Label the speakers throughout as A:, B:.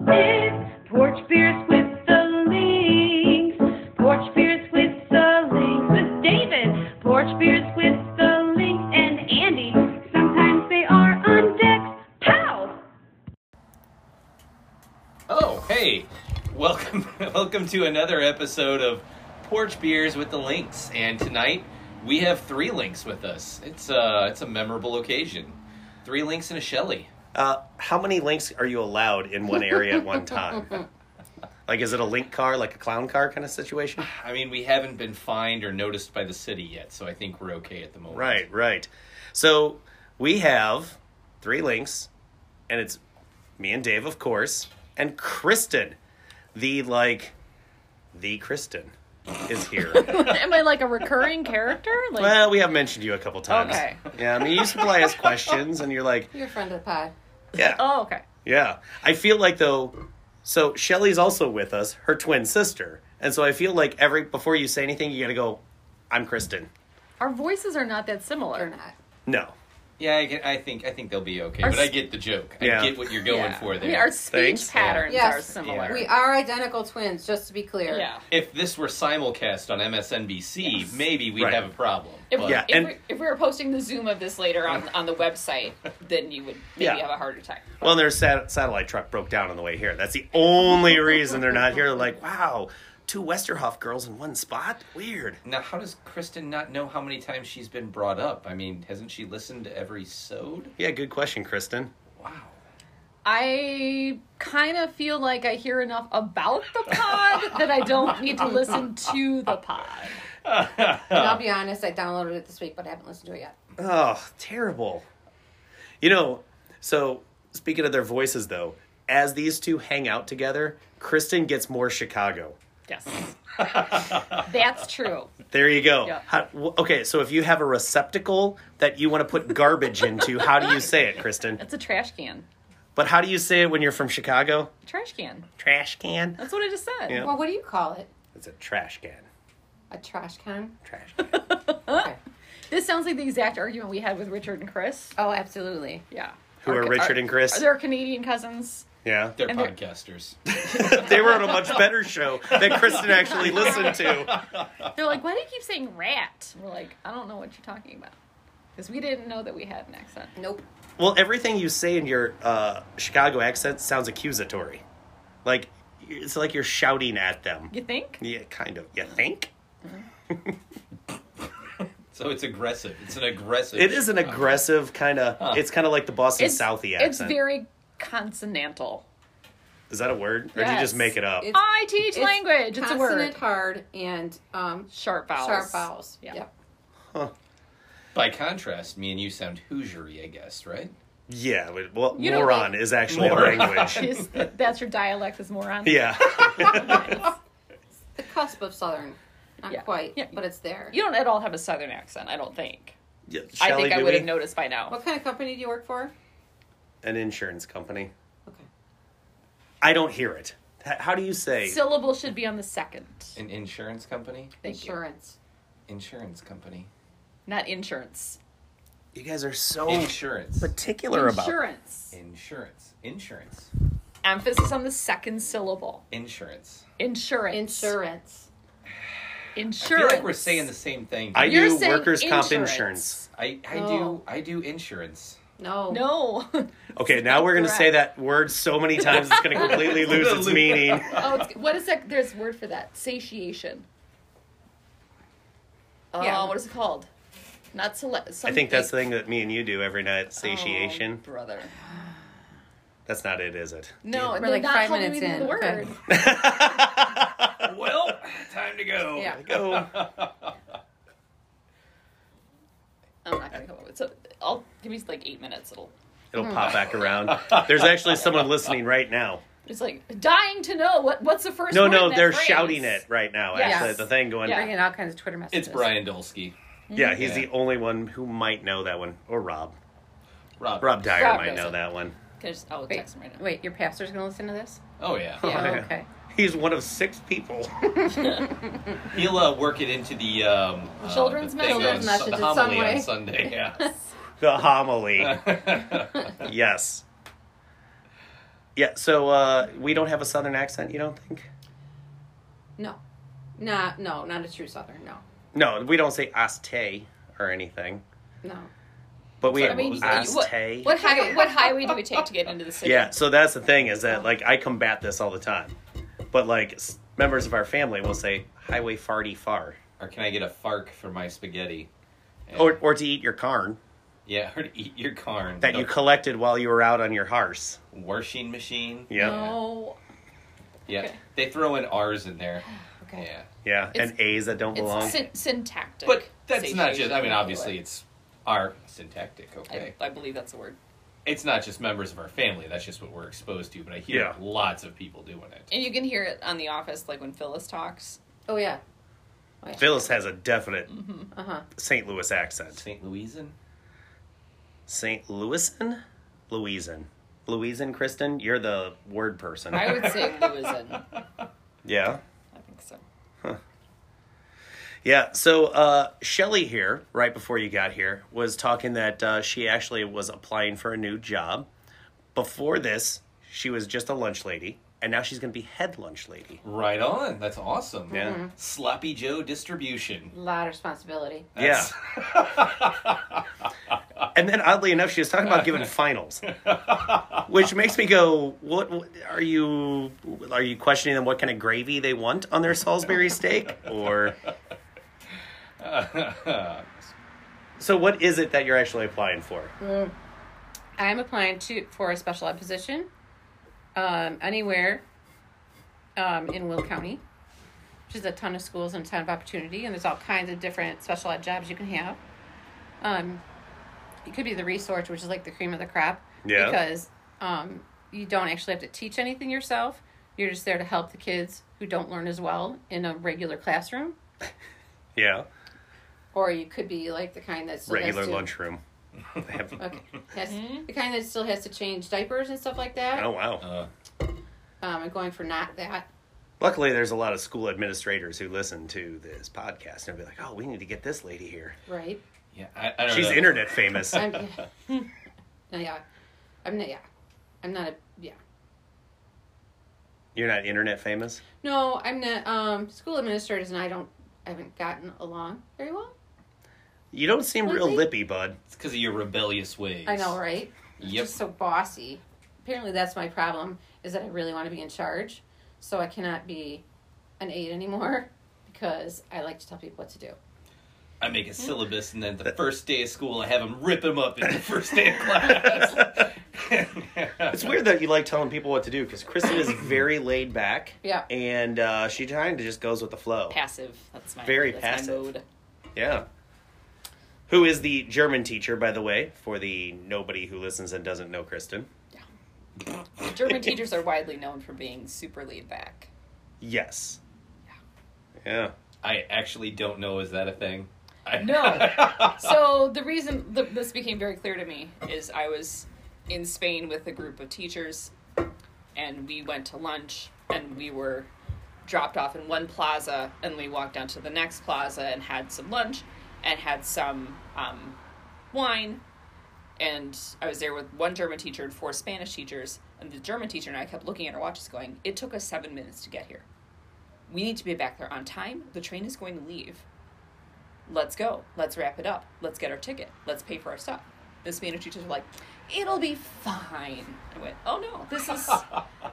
A: It's Porch Beers with the Links. Porch Beers with the Links. With David. Porch Beers with the Links and Andy. Sometimes they are on deck. Pow!
B: Oh, hey. Welcome welcome to another episode of Porch Beers with the Links. And tonight we have three links with us. It's uh it's a memorable occasion. Three links and a Shelly.
C: Uh, how many links are you allowed in one area at one time? like, is it a link car, like a clown car kind of situation?
B: I mean, we haven't been fined or noticed by the city yet, so I think we're okay at the moment.
C: Right, right. So we have three links, and it's me and Dave, of course, and Kristen, the like, the Kristen, is here.
D: Am I like a recurring character? Like,
C: well, we have mentioned you a couple times.
D: Okay.
C: Yeah, I mean, you used to play us questions, and you're like,
E: You're a friend of the pod.
C: yeah,
D: oh, okay.
C: yeah. I feel like though, so Shelly's also with us, her twin sister, and so I feel like every before you say anything, you gotta go, I'm Kristen.
D: Our voices are not that
E: You're
D: similar.
E: not.
C: No.
B: Yeah, I, get, I think I think they'll be okay.
D: Our
B: but I
D: s-
B: get the joke.
C: Yeah.
B: I get what you're going
D: Yeah.
B: for
D: I
B: there.
D: mean, our speech
C: Thanks.
D: patterns
E: Yes.
D: are similar.
E: We are identical twins, just to be clear.
D: yeah.
B: if this were simulcast on MSNBC,
D: Yes.
B: maybe we'd
C: Right.
B: have a problem.
F: If,
B: But-
C: Yeah,
F: if,
C: and-
F: we, if we were posting the Zoom of this later on, on the website, then you would maybe
C: Yeah.
F: have a heart attack.
C: Well, and their sat- satellite truck broke down on the way here. That's the only reason they're not here. They're like, wow, two Westerhoff girls in one spot? Weird.
B: Now, how does Kristen not know how many times she's been brought up? I mean, hasn't she listened to every sode?
C: Yeah, good question, Kristen.
B: Wow.
D: I kind of feel like I hear enough about the pod that I don't need to listen to the pod.
E: And I'll be honest, I downloaded it this week, but I haven't listened to it yet.
C: Oh, terrible. You know, so speaking of their voices, though, as these two hang out together, Kristen gets more Chicago.
D: Yes. That's true.
C: There you go.
D: Yeah.
C: How, w- okay, so if you have a receptacle that you want to put garbage into, how do you say it, Kristen?
D: It's a trash can.
C: But how do you say it when you're from Chicago?
D: Trash can.
C: Trash can.
D: That's what I just said.
C: Yeah.
E: Well, what do you call it?
C: It's a trash can.
E: A trash can?
C: Trash can.
E: Okay.
D: This sounds like the exact argument we had with Richard and Chris.
E: oh, absolutely.
D: Yeah.
C: Who are Richard and Chris?
D: Are there Canadian cousins?
C: Yeah.
B: They're
D: And they're-
B: podcasters.
C: they were on a much better show that Kristen actually listened to.
D: They're like, why do you keep saying rat? We're like, I don't know what you're talking about. Because we didn't know that we had an accent.
E: Nope.
C: Well, everything you say in your uh, Chicago accent sounds accusatory. Like, it's like you're shouting at them.
D: You think?
C: Yeah, kind of. You think?
B: so it's aggressive. It's an aggressive.
C: It is an aggressive kind of, it's kind of like the Boston Southie accent.
D: It's very consonantal.
C: Is that a word? Or did you
D: Yes.
C: just make it up?
E: It's-
D: I teach language. It's a word.
E: Consonant hard and um,
D: Sharp vowels.
E: sharp vowels.
D: Yeah.
E: Yep.
B: By contrast, me and you sound Hoosiery, I guess, right?
C: yeah, but- well,
D: You don't
C: moron
D: think-
C: is actually
B: Moron.
C: a language.
D: Is- that's your dialect is moron.
C: yeah.
E: The cusp of Southern. Not
D: Yeah.
E: quite,
D: Yeah.
E: but it's there.
F: You don't at all have a southern accent, I don't think.
C: yeah.
F: I
C: Shelley,
F: think I
C: do
F: would
C: we?
F: have noticed by now.
E: What kind of company do you work for?
C: An insurance company.
E: Okay.
C: I don't hear it. H- How do you say?
D: Syllable should be on the second.
B: An insurance company?
D: Thank you.
E: Insurance.
B: Insurance company.
F: Not insurance.
C: you guys are so
B: Insurance.
C: particular about
D: Insurance.
B: Insurance. Insurance.
F: Emphasis on
D: On the second syllable.
B: Insurance.
D: Insurance.
E: Insurance.
B: I
D: Insurance.
B: feel like we're saying the same thing.
C: I
D: You're
C: do
D: saying
C: workers' comp
D: insurance.
C: insurance.
B: I, I do
E: No.
B: I do insurance.
E: No.
D: No.
C: Okay, now we're going to
D: correct.
C: say that word so many times it's going to completely lose its meaning.
D: oh, it's, what is that? There's a word for that. Satiation. Oh,
E: Yeah.
F: Uh,
D: what is it called? Not select.
C: I think that's the thing that me and you do every night satiation.
E: Oh,
D: brother.
C: That's not it, is it?
D: No,
E: We're
D: they're
E: like
D: not
E: five
D: helping
E: minutes
D: me with
E: in.
D: The
E: Okay.
D: word.
B: well, time to go.
E: Yeah.
C: Go.
F: I'm not going to come up with So I'll give me like eight minutes. It'll.
C: It'll pop back around. There's actually someone listening right now.
F: It's like,
D: Like dying to know what what's the first.
C: No,
D: word
C: no,
D: in that
C: they're
D: phrase?
C: shouting it right now.
D: Yes.
C: Actually, the thing going.
D: Yeah.
C: Yeah,
E: Bringing all kinds of Twitter messages.
B: It's Brian Dolsky.
F: Mm-hmm.
C: he's
B: Yeah.
C: the only one who might know that one, or Rob.
B: Rob.
C: Rob Dyer
F: Rob
C: might
F: knows
C: know
F: it.
C: that one.
F: can I just, I'll
E: Wait,
F: text him right now.
E: wait, your pastor's going to listen to this?
B: Oh yeah.
F: Yeah.
E: Oh,
C: yeah.
E: okay.
C: He's one of six people.
B: He'll uh, work it into the um, uh,
D: Children's
B: the thing on
E: message.
B: Sun- the
E: Children's message in
B: homily on
E: some
B: Sunday. Yeah.
C: the homily. yes. Yeah, so uh, we don't have a southern accent, you don't think?
E: No. Not, no, not a true Southern. No.
C: No, we don't say aste or anything.
E: No.
C: But we
F: I mean, you- you- what,
C: aste.
F: what, highway, what highway do we take to get into the city?
C: Yeah, so that's the thing is that like I combat this all the time. But like s- members of our family will say highway farty far
B: Or can I get a fark for my spaghetti? And-
C: or or to eat your carn
B: yeah, or to eat your carn.
C: that you collected while you were out on your horse.
B: washing machine.
C: Yeah.
F: No.
B: Yeah,
F: Okay.
B: they throw in R's in there.
E: Okay.
B: Yeah,
C: Yeah, and A's that don't belong.
F: It's syn- syntactic.
B: but that's not
F: satiation,
B: just. I mean,
F: by the
B: obviously,
F: way.
B: it's our syntactic. Okay,
F: I, I believe that's the word.
B: it's not just members of our family. That's just what we're exposed to. But I hear
C: Yeah.
B: lots of people doing it.
F: And you can hear it on The Office, like when Phyllis talks.
E: Oh, yeah.
C: Phyllis has a definite
F: Mm-hmm,
E: Uh
F: uh-huh.
E: huh.
C: St. Louis accent.
B: St. Louisan.
C: St. Louisan? Louisan. Louisan, Kristen, you're the word person.
F: I would say Lewison.
C: yeah.
F: I think so.
C: Yeah. So uh, Shelly here, right before you got here, was talking that uh, she actually was applying for a new job. Before this, she was just a lunch lady, and now she's going to be head lunch lady.
B: Right on. That's awesome.
C: Yeah. Mhm.
B: Sloppy Joe distribution.
E: A lot of responsibility.
B: That's-
C: And then, oddly enough, she was talking about giving finals, which makes me go, "What, what are you? Are you questioning them? What kind of gravy they want on their Salisbury steak?" Or
B: Uh,
C: so, what is it that you're actually applying for?
E: I'm applying to for a special ed position um, anywhere um, in Will County, which is a ton of schools and a ton of opportunity, and there's all kinds of different special ed jobs you can have. Um, it could be the resource, which is like the cream of the crop,
C: Yeah.
E: because um, you don't actually have to teach anything yourself. You're just there to help the kids who don't learn as well in a regular classroom.
C: Yeah,
E: Or you could be like the kind that's
C: regular lunchroom. They have-
E: Okay, that's the kind that still has to change diapers and stuff like that.
C: oh wow.
B: uh,
E: Um, I'm going for not that.
C: Luckily, there's a lot of school administrators who listen to this podcast and be like, "Oh, we need to get this lady here.
E: Right.
B: yeah, I, I don't
C: She's
B: know.
C: internet famous."
E: I'm, no, yeah. I'm not. Yeah. I'm not a. Yeah.
C: You're not internet famous.
E: No, I'm not. Um, school administrators and I don't. I haven't gotten along very well.
C: You don't seem real
E: Really?
C: lippy, bud.
B: It's because of your rebellious ways.
E: I know, right?
B: Yep.
E: Just so bossy. Apparently, that's my problem. Is that I really want to be in charge, so I cannot be an aide anymore because I like to tell people what to do.
B: I make a syllabus, and then the first day of school, I have them rip them up in the first day of class.
C: It's weird that you like telling people what to do because Kristen is very laid back.
E: Yeah.
C: And uh, she kind of just goes with the flow.
F: Passive. That's my
C: Very
F: that's
C: passive.
F: My mode.
C: Yeah. Who is the German teacher, by the way, for the nobody who listens and doesn't know Kristen?
F: German teachers are widely known for being super laid back.
C: Yes. Yeah.
E: Oh,
B: I actually don't know. Is that a thing? I-
F: No. So the reason th- this became very clear to me is I was in Spain with a group of teachers, and we went to lunch, and we were dropped off in one plaza, and we walked down to the next plaza and had some lunch, and had some um, wine, and I was there with one German teacher and four Spanish teachers, and the German teacher and I kept looking at our watches, going, "It took us seven minutes to get here. We need to be back there on time. The train is going to leave." let's go. Let's wrap it up. Let's get our ticket. Let's pay for our stuff. The Spanish teachers were like, it'll be fine. I went, oh no, this is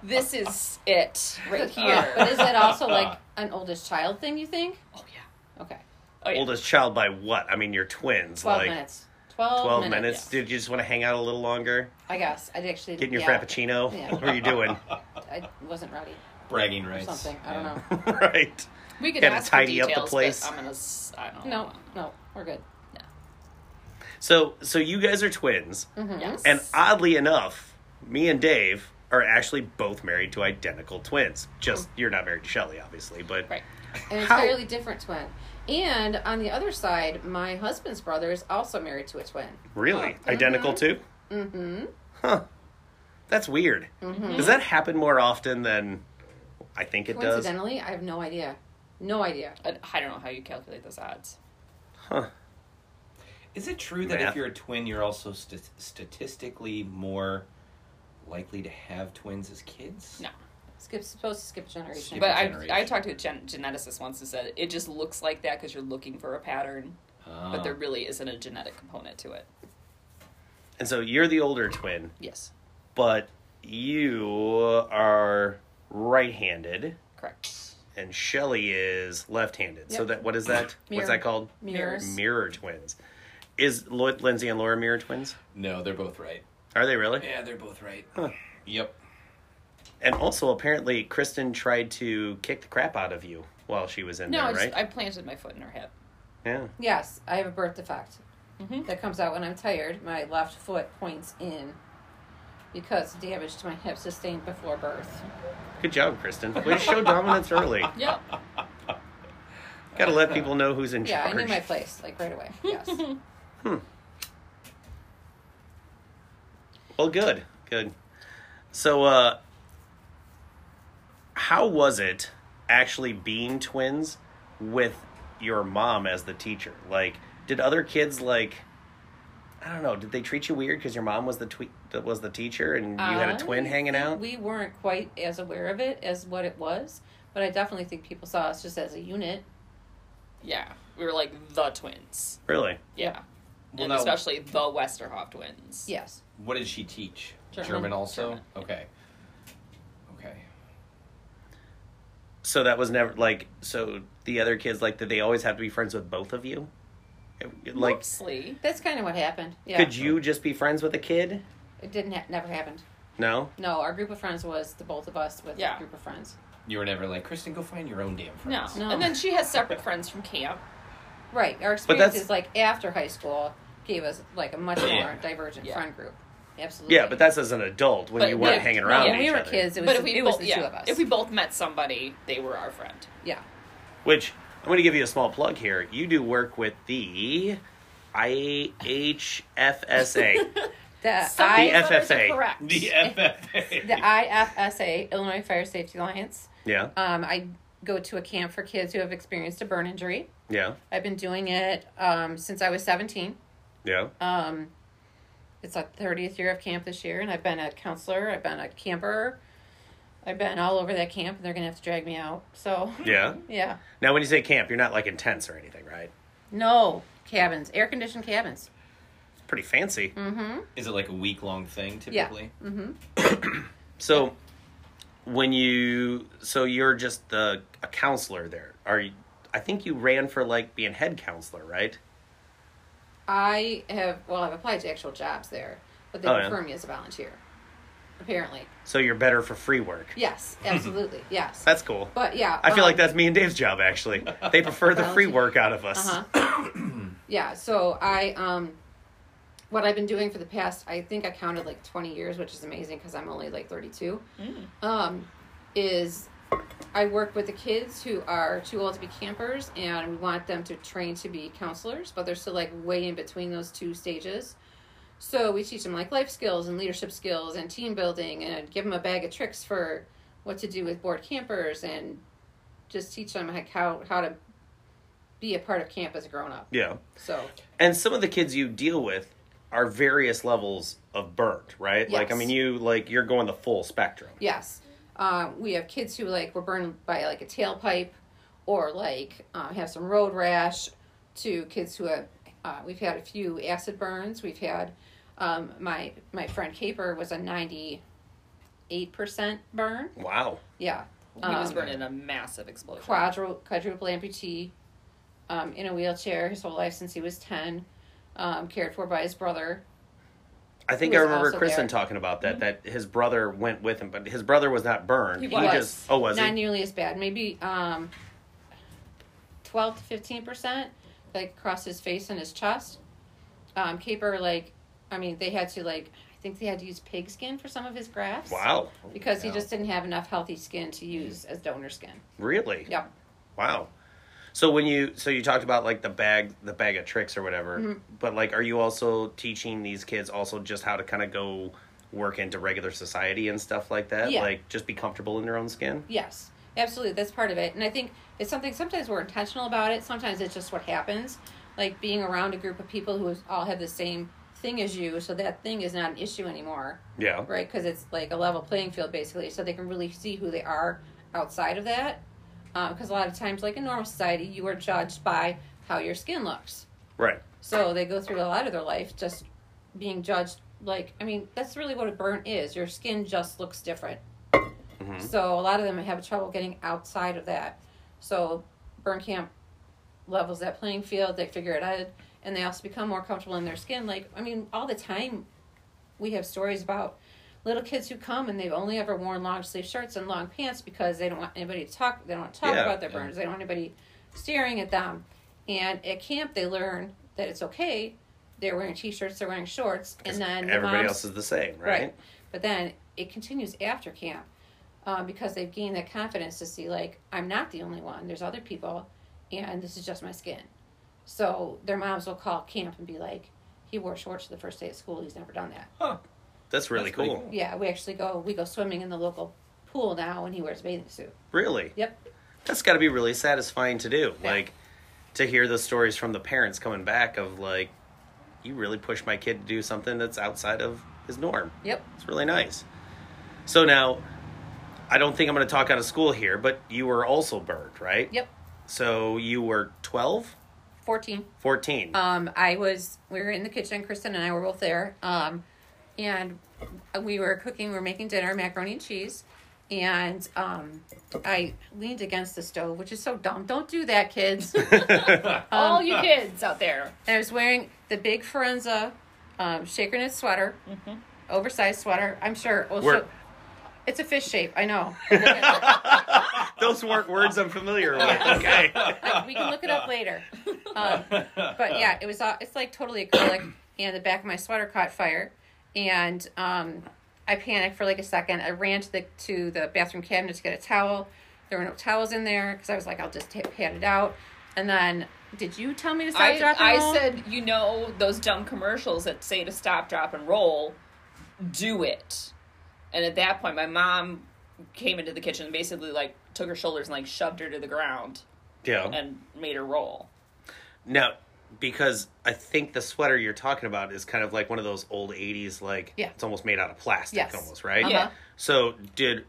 F: this is it right
E: Yeah,
F: here.
E: but is that also like an oldest child thing? You think?
F: oh yeah.
E: Okay.
F: Oh yeah.
C: Oldest child by what? I mean, your twins.
E: Twelve
C: like
E: minutes. Twelve,
C: 12 minutes.
E: minutes.
C: Did you just want to hang out a little longer?
E: I guess I actually
C: Getting your
E: yeah,
C: Frappuccino?
E: Yeah.
C: What are you doing?
E: I wasn't ready or
B: Bragging rights.
E: something. I don't
B: Yeah.
E: know.
C: right.
F: we could
C: gotta
F: ask for
C: tidy up the
F: details, but
C: place.
F: I'm gonna. s- I don't
E: No,
F: know.
E: no, we're good.
C: So, so you guys are twins.
F: Yes.
C: And oddly enough, me and Dave are actually both married to identical twins. Just you're not married to Shelly, obviously, but
F: right.
E: An
C: How-
E: entirely different twin. And on the other side, my husband's brother is also married to a twin.
C: really identical too. Mm-hmm. Huh. That's weird. Does that happen more often than I think it does?
E: Coincidentally, I have no idea. No idea.
F: I- I don't know how you calculate those odds.
B: Is it true that
C: Math.
B: if you're a twin, you're also st- statistically more likely to have twins as kids?
F: No.
E: Skip supposed to skip generation.
B: Skip
F: But I,
B: generation.
F: I talked to a gen- geneticist once and said it just looks like that because you're looking for a pattern,
B: Ah.
F: but there really isn't a genetic component to it.
C: And so you're the older twin,
F: Yes,
C: but you are right-handed,
F: correct.
C: and Shelly is left-handed. So
E: Yep.
C: that what is that? What's
E: Mirror.
C: that called?
E: Mirrors.
C: Mirror twins. Is Lo- Lindsay and Laura mirror twins?
B: No, they're both right.
C: Are they really?
B: Yeah, they're both right. Yep.
C: And also, apparently, Kristen tried to kick the crap out of you while she was in
F: No,
C: there,
F: I, just,
C: right?
F: I planted my foot in her hip.
C: Yeah.
E: Yes, I have a birth defect
F: Mhm.
E: that comes out when I'm tired. My left foot points in because of damage to my hip sustained before birth.
C: Good job, Kristen. Way to show dominance early.
F: Yep.
C: Gotta let people know who's in
E: Yeah, I
C: charge.
E: knew my place like right away. Yes.
C: Well, good, good. So, uh, how was it actually being twins with your mom as the teacher? Like, did other kids like? I don't know. Did they treat you weird because your mom was the twe- was the teacher and you had a
E: I
C: twin hanging
E: think
C: out?
E: Um, Uh, We weren't quite as aware of it as what it was, but I definitely think people saw us just as a unit.
F: Yeah, we were like the twins.
C: Really?
F: Yeah,
B: Well,
F: and
B: now-
F: especially the Westerhoff twins.
E: Yes.
B: What did she teach?
E: German.
B: also?
F: German.
B: Okay. Okay.
C: So that was never like. So the other kids like did they always have to be friends with both of you? Like,
F: mostly.
E: That's kind of what happened. Yeah.
C: could you just be friends with a kid?
E: It didn't ha- never happened.
C: No.
E: No, our group of friends was the both of us with
F: Yeah.
E: a group of friends.
B: You were never like, Kristen, go find your own damn
F: No.
B: friends.
E: No.
F: and then she has separate friends from camp.
E: Right. Our
C: that's-
E: experiences like after high school gave us like a much
B: Yeah.
E: more divergent
F: Yeah.
E: friend group. Absolutely.
C: Yeah, but that's as an adult when
F: But-
C: you weren't
F: but-
C: hanging
E: No,
C: around.
E: when
C: each
E: we were
C: other.
E: kids, it was
F: but if
E: the,
F: we
E: it
F: both,
E: was the
F: yeah,
E: two of us.
F: if we both met somebody, they were our friend.
E: yeah.
C: Which I'm going to give you a small plug here. You do work with the IHFSA.
E: The
F: Some
E: I
C: The
F: letters are
C: FFA.
F: correct.
B: The FFA.
E: the IFSA Illinois Fire Safety Alliance.
C: yeah,
E: Um, I go to a camp for kids who have experienced a burn injury.
C: yeah,
E: I've been doing it um, since I was 17.
C: yeah.
E: Um, it's our 30th year of camp this year, and I've been a counselor, I've been a camper, I've been all over that camp, and they're gonna have to drag me out. So,
C: Yeah.
E: yeah,
C: Now, when you say camp, you're not like intense or anything, right?
E: no cabins, air conditioned cabins.
C: It's pretty fancy.
E: Mm-hmm.
B: Is it like a week long thing
E: Yeah.
B: typically?
E: Mm-hmm.
C: So, when you, so you're just the a counselor there. Are you? I think you ran for like being head counselor, right?
E: I have well, I've applied to actual jobs there, but they
C: Oh, yeah.
E: prefer me as a volunteer. Apparently,
C: So you're better for free work.
E: yes, absolutely, yes.
C: That's cool.
E: But yeah,
C: I feel like
E: um,
C: that's me and Dave's job actually. They prefer the free work out of us.
E: Uh-huh. yeah, so I um what I've been doing for the past I think I counted like 20 years, which is amazing cuz I'm only like 32. Um is I work with the kids who are too old to be campers and we want them to train to be counselors, but they're still like way in between those two stages. So we teach them like life skills and leadership skills and team building and give them a bag of tricks for what to do with bored campers and just teach them like how how to be a part of camp as a grown up.
C: Yeah.
E: So
C: And some of the kids you deal with are various levels of burnt, right? Like I
E: Yes.
C: mean you like you're going the full spectrum.
E: yes, uh, we have kids who like were burned by like a tailpipe, or like uh, have some road rash. To kids who have, uh, we've had a few acid burns. We've had um, my my friend Caper was a ninety eight percent burn.
C: Wow.
E: Yeah,
F: He was
E: Um,
F: burned in a massive explosion.
E: quadru- quadruple amputee um, in a wheelchair his whole life since he was 10 um, cared for by his brother
C: I think
E: He
C: I
E: was
C: remember
E: also
C: Kristen
E: there. Mm-hmm.
C: talking about that that his brother went with him, but his brother was not burned.
F: He was.
C: just oh was
E: not
C: he?
E: nearly as bad maybe um, 12 to 15 percent like across his face and his chest um, caper like i mean they had to like i think they had to use pig skin for some of his grafts
C: Wow.
E: because
B: Wow.
E: he just didn't have enough healthy skin to use as donor skin
C: Really?
E: yep
C: Wow. So when you so you talked about like the bag the bag of tricks or whatever,
E: Mm-hmm.
C: but like are you also teaching these kids also just how to kind of go work into regular society and stuff like that?
E: Yeah.
C: Like just be comfortable in their own skin?
E: Yes, absolutely. That's part of it. And I think it's something sometimes we're intentional about it, sometimes it's just what happens. Like being around a group of people who all have the same thing as you, so that thing is not an issue anymore,
C: Yeah.
E: right? Because it's like a level playing field basically, so they can really see who they are outside of that. Because a lot of times, like in normal society, you are judged by how your skin looks.
C: Right.
E: So they go through a lot of their life just being judged. Like, I mean, that's really what a burn is. Your skin just looks different. So a lot of them have trouble getting outside of that. So burn camp levels that playing field. They figure it out, and they also become more comfortable in their skin. Like, I mean, all the time, we have stories about little kids who come and they've only ever worn long sleeve shirts and long pants because they don't want anybody to talk. They don't want to talk
C: Yeah,
E: about their
B: yeah.
E: burns. They don't want anybody staring at them. And at camp, they learn that it's okay. They're wearing t-shirts. They're wearing shorts, and then the
C: everybody
E: moms-
C: else is the same,
E: Right.
C: right?
E: But then it continues after camp um, because they've gained that confidence to see, like, I'm not the only one. There's other people, and this is just my skin. So their moms will call camp and be like, he wore shorts the first day of school. He's never done that.
C: That's really
B: That's pretty
C: cool.
B: cool.
E: Yeah, we actually go, we go swimming in the local pool now, and he wears a bathing suit.
C: Really?
E: Yep.
C: That's got to be really satisfying to do.
E: Yeah.
C: Like to hear the stories from the parents coming back of like you really pushed my kid to do something that's outside of his norm.
E: Yep.
C: It's really nice. So now I don't think I'm going to talk out of school here, but you were also burned, right?
E: Yep.
C: So you were 12,
E: 14.
C: 14.
E: Um, I was, we were in the kitchen. Kristen and I were both there. Um, and we were cooking, we were making dinner, macaroni and cheese. And um, I leaned against the stove, which is so dumb. Don't do that, kids. and
F: All
E: um,
F: you kids out there.
E: I was wearing the big Forenza um, shaker knit sweater, oversized sweater. I'm sure. Also,
C: We're-
E: it's a fish shape. I know.
C: Those weren't words I'm familiar with. Okay.
E: we can look it up later. Um, but yeah, it was uh, it's like totally acrylic, and the back of my sweater caught fire, and um, I panicked for like a second. I ran to the to the bathroom cabinet to get a towel. There were no towels in there because I was like, I'll just t- pat it out. And then, did you tell me to stop
F: I,
E: dropping?
F: I said, you know, those dumb commercials that say to stop, drop, and roll, do it. And at that point, my mom came into the kitchen and basically, like, took her shoulders and, like, shoved her to the ground
C: Yeah.
F: and made her roll.
C: Now, because I think the sweater you're talking about is kind of like one of those old 80s, like,
E: Yeah.
C: it's almost made out of plastic,
E: Yes. Uh-huh.
C: almost, right?
F: Yeah.
C: So, did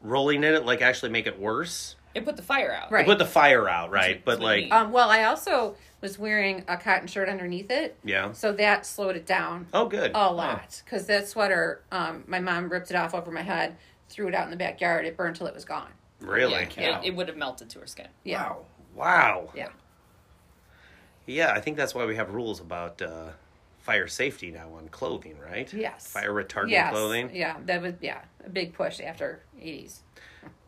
C: rolling in it, like, actually make it worse?
F: It put the fire out.
E: Right.
C: It put the fire out, right?
F: That's
C: But,
F: what I
C: like,
F: mean.
E: Um, well, I also was wearing a cotton shirt underneath it,
C: yeah.
E: so that slowed it down.
C: Oh, good.
E: A lot, because that sweater, um, my mom ripped it off over my head, threw it out in the backyard. It burned till it was gone.
C: Really?
F: Yeah, it, it would have melted to her skin.
E: Yeah,
C: Wow. Wow.
E: yeah.
C: Yeah, I think that's why we have rules about uh, fire safety now on clothing, right?
E: Yes.
C: Fire retardant
E: yes.
C: clothing.
E: Yeah, that was yeah a big push after eighties.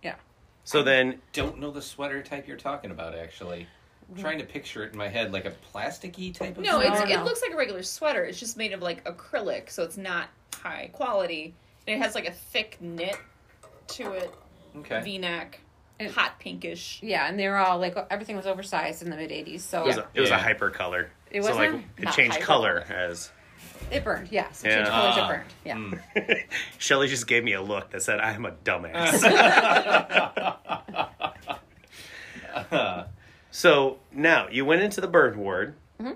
E: Yeah,
C: So then,
B: Don't know the sweater type you're talking about, actually. I'm trying to picture it in my head like a plasticky type of
F: No,
B: sweater.
F: it's,
E: No, no.
F: it looks like a regular sweater. It's just made of, like, acrylic, so it's not high quality. And it has, like, a thick knit to it,
B: okay.
F: v neck,
E: It-
F: hot pinkish.
E: yeah, and they were all like everything was oversized in the mid eighties, so
C: it was,
E: it,
C: a, it was
B: Yeah.
C: a hyper color.
E: It
C: so
E: was
C: like
E: a-
C: it
E: not
C: changed
E: hyper
C: color as
E: burned. Yes, it
C: Yeah. Hmm.
E: changed colors.
B: Ah.
E: it burned. Yeah,
C: Shelly just gave me a look that said, "I am a dumbass." so now you went into the burn ward,
E: Mm-hmm.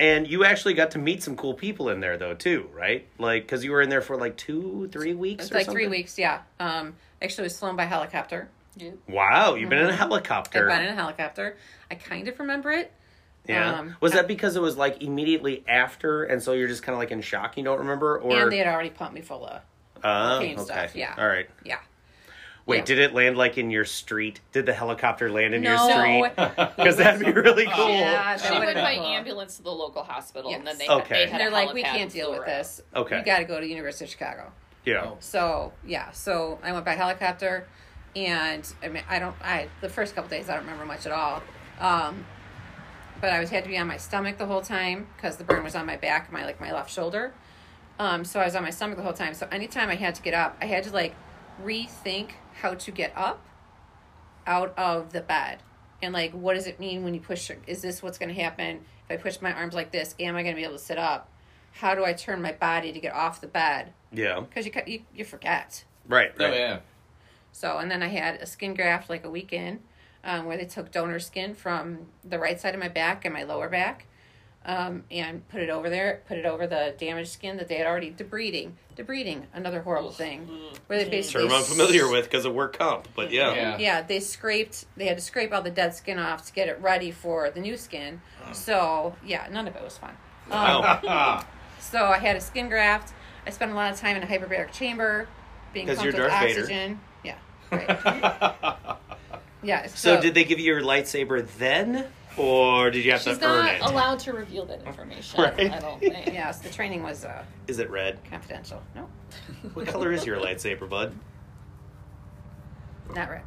C: and you actually got to meet some cool people in there, though, too, right? Like, because you were in there for like two, three weeks.
E: it's
C: or
E: like three
C: something?
E: weeks. Yeah, um, actually it was flown by helicopter.
C: Wow, you've been in a helicopter.
E: Mm-hmm. I've been in a helicopter. I kind of remember it.
C: Yeah.
E: Um,
C: was that because it was like immediately after, and so you're just kind of like in shock, you don't remember, or
E: and they had already pumped me full of
C: oh,
E: cocaine stuff, yeah.
C: All right.
E: yeah.
C: Wait,
E: Yeah.
C: did it land like in your street? Did the helicopter land in your
E: No.
C: street? Because that'd be really cool.
E: Yeah, that
F: She
E: would've
F: went
E: been
F: by
E: cool.
F: ambulance to the local hospital, and
E: Yes.
F: then they,
C: Okay.
F: they
E: And
F: had
E: they're
F: a
E: like, we
F: helipad
E: can't deal
F: flew
E: with
F: around.
E: this.
C: Okay.
E: we got to go to University of Chicago.
C: Yeah.
B: Oh.
E: So yeah, so I went by helicopter, and I mean I don't I the first couple days I don't remember much at all, um, but I was had to be on my stomach the whole time because the burn was on my back, my like my left shoulder, um, so I was on my stomach the whole time. So anytime I had to get up, I had to like rethink how to get up out of the bed. And like, what does it mean when you push? your- Is this what's going to happen if I push my arms like this? Am I going to be able to sit up? How do I turn my body to get off the bed?
C: Yeah.
E: because you, ca- you you forget.
C: Right.
B: Oh,
C: right.
B: yeah.
E: So, and then I had a skin graft like a weekend um, where they took donor skin from the right side of my back and my lower back. um, and put it over there, put it over the damaged skin that they had already debreeding. Debreeding, another horrible thing, where they basically
C: Term I'm familiar with because of work comp, but yeah.
B: Yeah.
E: yeah, they scraped. They had to scrape all the dead skin off to get it ready for the new skin. So yeah, none of it was fun. Um,
C: Wow.
B: Oh,
E: so I had a skin graft. I spent a lot of time in a hyperbaric chamber, being
C: 'Cause
E: pumped
C: you're
E: with
C: Darth Vader.
E: oxygen. Yeah, right. Yeah.
C: So, did they give you your lightsaber then, or did you have
F: She's
C: to earn
F: not
C: it? Is
F: allowed to reveal that information.
C: Right.
F: I don't think.
E: Yes, the training was uh,
C: it red?
E: confidential. No,
C: What color is your lightsaber, bud?
E: not right.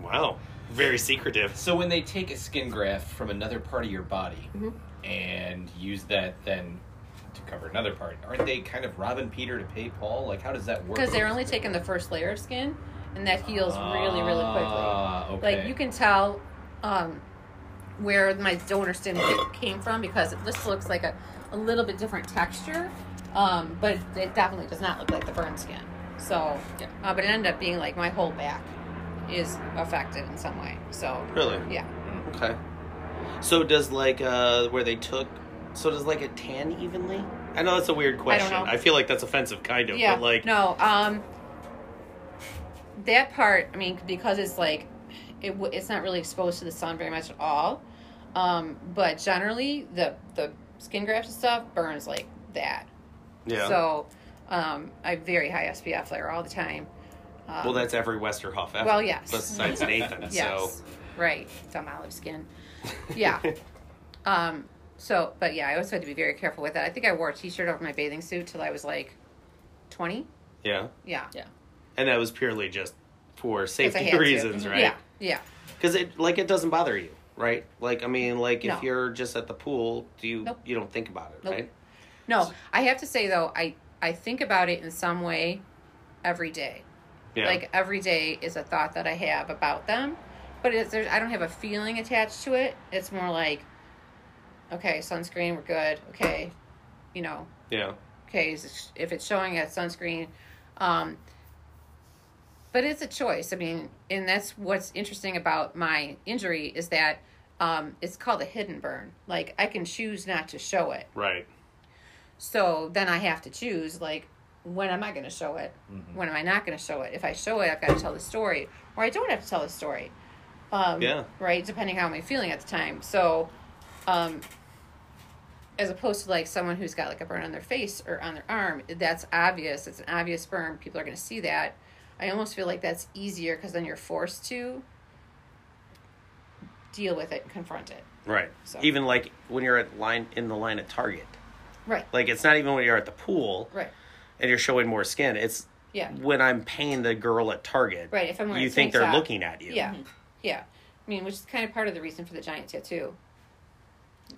C: Wow, very secretive.
B: So when they take a skin graft from another part of your body
E: Mm-hmm.
B: and use that then to cover another part, aren't they kind of robbing Peter to pay Paul? Like, how does that work?
E: Because they're only taking the first layer of skin, and that heals really, really quickly.
B: Ah, okay.
E: Like you can tell um, where my donor skin ca- came from because it just looks like a, a little bit different texture, um, but it definitely does not look like the burn skin. So,
F: Yeah.
E: uh, but it ended up being like my whole back is affected in some way. So,
C: Really?
E: yeah.
C: Okay. So does like uh where they took? So does like a tan evenly? I know that's a weird question.
E: know.
C: feel like that's offensive, kind of.
E: yeah
C: But like,
E: no um that part i mean because it's like it, w- it's not really exposed to the sun very much at all um but generally the the skin grafts and stuff burns like that
C: yeah.
E: so um i have very high spf layer all the time um,
C: well, that's every Westerhoff. ever,
E: Well, yes.
C: Besides Nathan,
E: yes
C: so
E: right some olive skin yeah um so but yeah i always had to be very careful with that i think i wore a t-shirt over my bathing suit till i was like 20
C: yeah.
E: yeah
C: And that was purely just for
E: 'Cause I
C: safety
E: had to. Mm-hmm.
C: reasons, right?
E: yeah yeah
C: Because it like it doesn't bother you, right? Like I mean, like if
E: No.
C: you're just at the pool, do you
E: Nope.
C: you don't think about it,
E: Nope.
C: right?
E: No, I have to say though, I I think about it in some way every day.
C: Yeah.
E: Like every day is a thought that I have about them, but it's there's I don't have a feeling attached to it. It's more like, okay, sunscreen, we're good. Okay, you know,
C: yeah.
E: okay, is it- if it's showing at sunscreen, um, but it's a choice. I mean, and that's what's interesting about my injury is that um, it's called a hidden burn. Like I can choose not to show it.
C: Right.
E: So then I have to choose like when am I going to show it?
C: Mm-hmm.
E: When am I not going to show it? If I show it, I've got to tell the story, or I don't have to tell the story. Um,
C: Yeah.
E: Right. Depending how I'm feeling at the time. So, um, as opposed to like someone who's got like a burn on their face or on their arm, that's obvious. It's an obvious burn. People are going to see that. I almost feel like that's easier because then you're forced to deal with it and confront it.
C: Right.
E: So-
C: Even like when you're at line in the line at Target.
E: Right.
C: Like it's not even when you're at the pool
E: Right.
C: and you're showing more skin. It's
E: Yeah.
C: when I'm paying the girl at Target.
E: Right, if I'm wearing
C: you
E: a
C: think
E: tank
C: they're
E: top.
C: looking at you.
F: Mm-hmm.
E: Yeah, yeah. I mean, which is kind of part of the reason for the giant tattoo.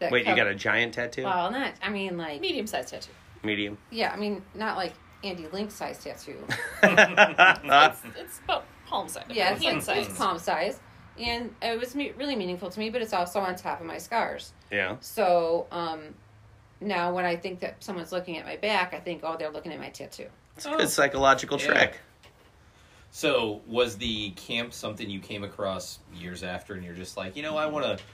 E: That
C: Wait, you
E: cov-
C: got a giant tattoo?
E: well, not. I mean, like
F: Medium sized tattoo.
C: Medium.
E: yeah. I mean, not like Andy Link size tattoo.
F: It's, it's about palm size.
E: yeah, it's,
F: hand
E: like,
F: size.
E: it's palm size, and it was me- really meaningful to me. But it's also on top of my scars.
C: yeah.
E: So um, now when I think that someone's looking at my back, I think, oh, they're looking at my tattoo.
C: It's
E: Oh.
C: a good psychological
B: Yeah.
C: trick.
B: So, was the camp something you came across years after, and you're just like, you know, I want to,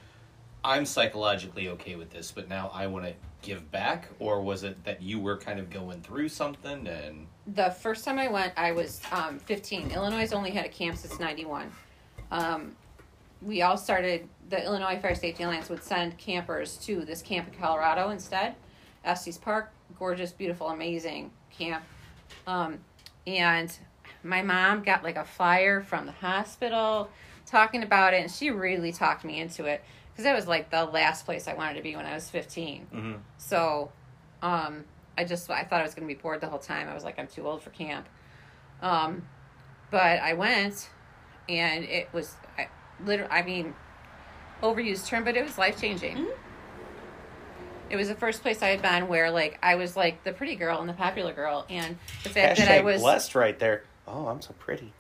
B: I'm psychologically okay with this, but now I want to give back? Or was it that you were kind of going through something and.
E: the first time I went, I was um, 15. Illinois only had a camp since 91. Um, we all started, the Illinois Fire Safety Alliance would send campers to this camp in Colorado instead. Estes Park, gorgeous, beautiful, amazing camp. Um, and my mom got like a flyer from the hospital talking about it, and she really talked me into it because that was like the last place I wanted to be when I was 15. So, um, I just I thought I was going to be bored the whole time. I was like, I'm too old for camp. Um, but I went, and it was I, literally I mean, overused term, but it was life changing. It was the first place I had been where like I was like the pretty girl and the popular girl, and the fact that I
C: Hashtag
E: was
C: blessed right there. Oh, I'm so pretty.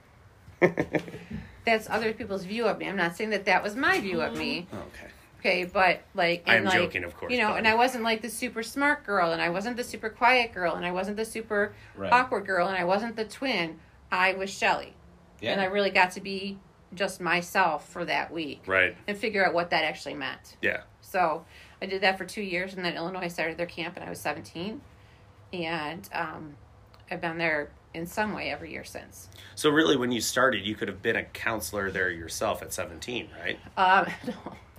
E: that's other people's view of me. I'm not saying that that was my view of me.
C: Okay.
E: Okay, but like, and
C: I'm
E: like,
C: joking, of course,
E: You know,
C: but-
E: and I wasn't like the super smart girl, and I wasn't the super quiet girl, and I wasn't the super
B: Right.
E: awkward girl, and I wasn't the twin. I was Shelly,
B: Yeah.
E: and I really got to be just myself for that week
C: Right.
E: and figure out what that actually meant.
C: Yeah.
E: So I did that for two years, and then Illinois started their camp, and I was 17. And um, I've been there in some way every year since.
C: So really, when you started, you could have been a counselor there yourself at seventeen, right?
E: Um,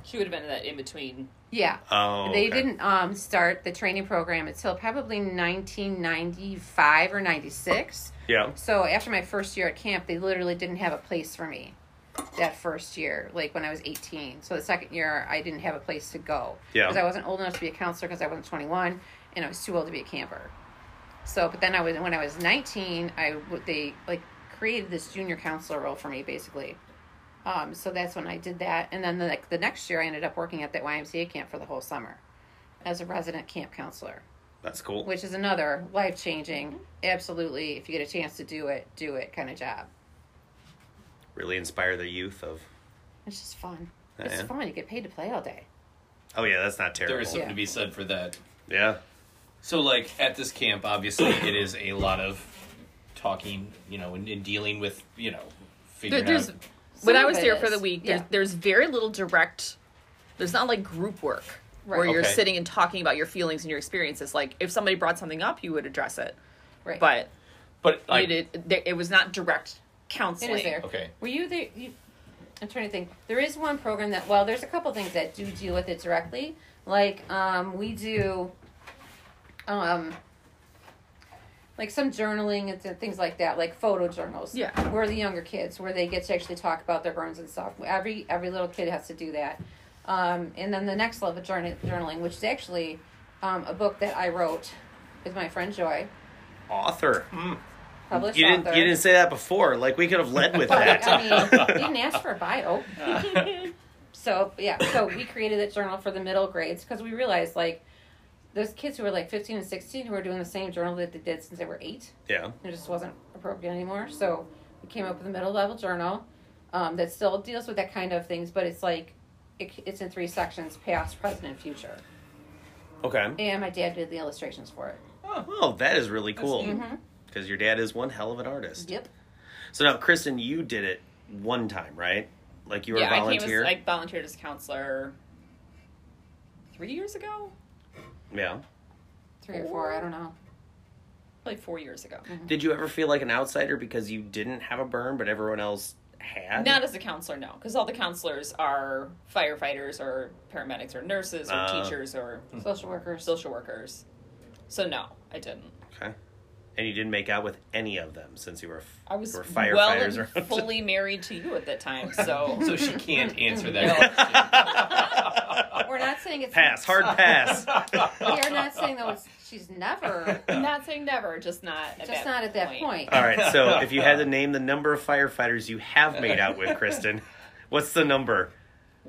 F: She would have been in that in between.
E: yeah.
C: Oh,
E: They
C: okay.
E: didn't um, start the training program until probably 1995 or 96.
C: Yeah.
E: So after my first year at camp, they literally didn't have a place for me that first year, like when I was 18. So the second year, I didn't have a place to go.
C: Yeah.
E: Because I wasn't old enough to be a counselor because I wasn't 21 and I was too old to be a camper. So, but then I was, when I was 19, I, w- they like created this junior counselor role for me basically. Um, so that's when I did that. And then the, like, the next year I ended up working at that YMCA camp for the whole summer as a resident camp counselor
C: That's cool.
E: which is another life changing, absolutely, if you get a chance to do it, do it kind of job.
C: Really inspire the youth of.
E: It's just fun.
C: Yeah.
E: It's fun. You get paid to play all day.
C: Oh yeah, that's not
B: There
C: terrible.
B: is something to be said for that.
C: Yeah.
B: So, like at this camp, obviously, it is a lot of talking, you know, and, and dealing with, you know,
G: There,
B: figuring
G: there's
B: out.
E: Some
G: when I
E: of
G: was
E: it
G: there for
E: is,
G: the week. There's,
E: yeah.
G: there's very little direct. There's not like group work where
E: Right.
G: you're
B: Okay.
G: sitting and talking about your feelings and your experiences. Like if somebody brought something up, you would address it,
E: Right.
G: but
B: But like,
G: it, it there- it was not direct
E: it
G: counseling.
E: is there.
B: okay,
E: Were you there? You, I'm trying to think. There is one program that, well, there's a couple things that do deal with it directly. Like, um, we do, um, like some journaling and th- things like that, like photo journals.
G: Yeah.
E: Where the younger kids, where they get to actually talk about their burns and stuff. Every every little kid has to do that. Um, and then the next level journal, journaling, which is actually um, a book that I wrote with my friend Joy,
C: Author.
E: published
C: You didn't.
E: author.
C: You didn't say that before. Like we could have led with
E: But,
C: that.
E: I mean, you didn't ask for a bio. so yeah, so we created that journal for the middle grades because we realized like those kids who were like 15 and 16 who were doing the same journal that they did since they were eight,
C: Yeah.
E: it just wasn't appropriate anymore. So we came up with a middle level journal um, that still deals with that kind of things, but it's like it, it's in three sections: past, present, and future.
C: Okay.
E: And my dad did the illustrations for it.
C: Oh, that is really cool.
E: neat.
F: Mm-hmm.
C: Because
E: Mhm.
C: your dad is one hell of an artist.
E: Yep.
C: So now, Kristen, you did it one time, right? Like you were
F: yeah,
C: a
F: I came
C: volunteer.
F: as I volunteered as counselor three years ago,
C: Yeah.
F: Mm-hmm.
E: Three or four, I don't know.
F: like four years ago.
E: Mm-hmm.
C: Did you ever feel like an outsider because you didn't have a burn, but everyone else had?
F: Not as a counselor, no, because all the counselors are firefighters or paramedics or nurses or
C: Ah.
F: teachers or
E: Social workers.
F: social workers. So no, I didn't.
C: Okay. And you didn't make out with any of them since you were. f-
F: I was
C: were
F: well
C: firefighters
F: and
C: or
F: fully married to you at that time, so
B: so she can't answer that.
E: We're not saying it's
C: pass, hard pass.
E: We are not saying though it's, she's never
F: not saying never, just not at
E: just
F: that
E: not at that point.
C: All right. So if you had to name the number of firefighters you have made out with, Kristen, what's the number?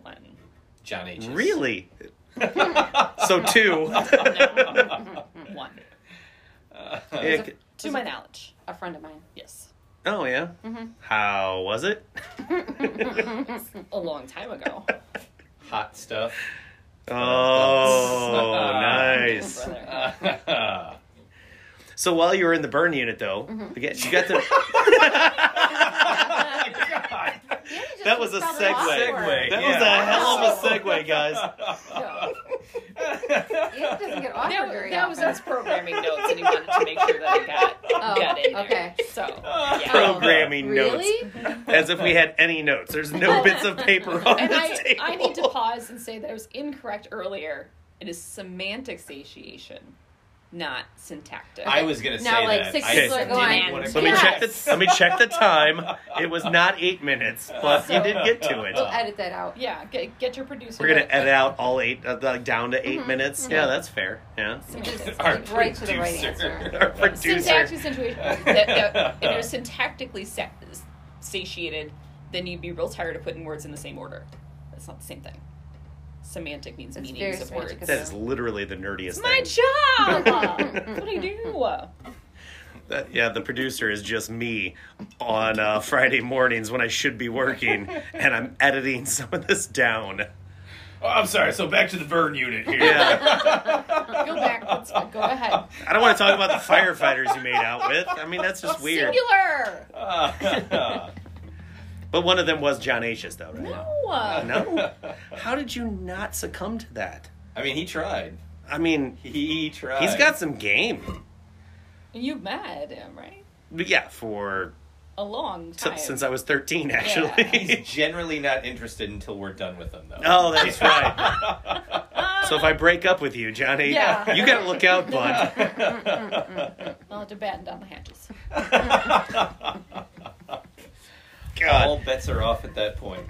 F: One.
B: John H.
C: Really? so two.
E: Mm-hmm.
F: One.
C: Yeah, c-
F: To my knowledge.
E: A friend of mine.
F: Yes.
C: oh yeah.
F: Mm-hmm.
C: How was it?
F: A long time ago.
B: Hot stuff.
C: Oh, nice.
F: Oh, brother.
C: So while you were in the burn unit, though,
F: Mm-hmm.
C: again, you got the
B: God.
C: that was a segue.
B: awkward.
C: That was
B: Yeah.
C: a hell of a segue, guys.
E: It doesn't get awkward
F: That,
E: very
F: that was
E: often.
F: us programming notes, and he wanted to make sure that I got, got in there.
E: Oh, okay.
F: So, yeah.
C: Programming notes,
E: Really?
C: as if we had any notes. There's no bits of paper on
F: And
C: this
F: I,
C: table.
F: I need to pause and say that I was incorrect earlier. It is semantic satiation, not syntactic.
B: I was gonna say
E: Now, like,
B: that.
E: six
B: I
C: people are
B: didn't
E: going,
B: wanna-
C: Let me check the let me check the time. It was not eight minutes, but you did get to it.
E: We'll edit that out.
F: yeah, get, get your producer.
C: We're gonna
F: to-
C: edit out all eight, uh, like, down to
F: Mm-hmm.
C: 8 minutes. Yeah, that's fair. Yeah,
E: Just
B: Our
E: like, right to the right
B: producer.
E: answer.
C: our producer.
F: Syntactic situation. that, that, if you're syntactically sa- satiated, then you'd be real tired of putting words in the same order. That's not the same thing. Semantic means
E: It's very
F: meanings of
E: semantic.
F: words.
C: That is literally the nerdiest
F: My
C: thing.
F: job. That's what I do.
C: That- yeah, the producer is just me on uh, Friday mornings when I should be working, and I'm editing some of this down.
B: Oh, I'm sorry. So back to the burn unit here.
C: Yeah,
F: Go back. Let's go ahead.
C: I don't want to talk about the firefighters you made out with. I mean, that's just weird.
F: Singular.
B: Uh,
C: But one of them was John Asius, though, right?
G: No.
C: No. How did you not succumb to that?
B: I mean, he tried.
C: I mean,
B: He tried.
C: he's got some game.
F: And you've met him, right?
C: But yeah, for
F: A long
C: si-
F: time.
C: since I was 13,
B: He's
C: actually.
B: generally not interested until we're done with him, though.
C: oh, that's right. so if I break up with you, Johnny,
D: Yeah.
C: you gotta look out, bud.
F: I'll have to batten down the hatches.
B: All
C: God.
B: bets are off at that point.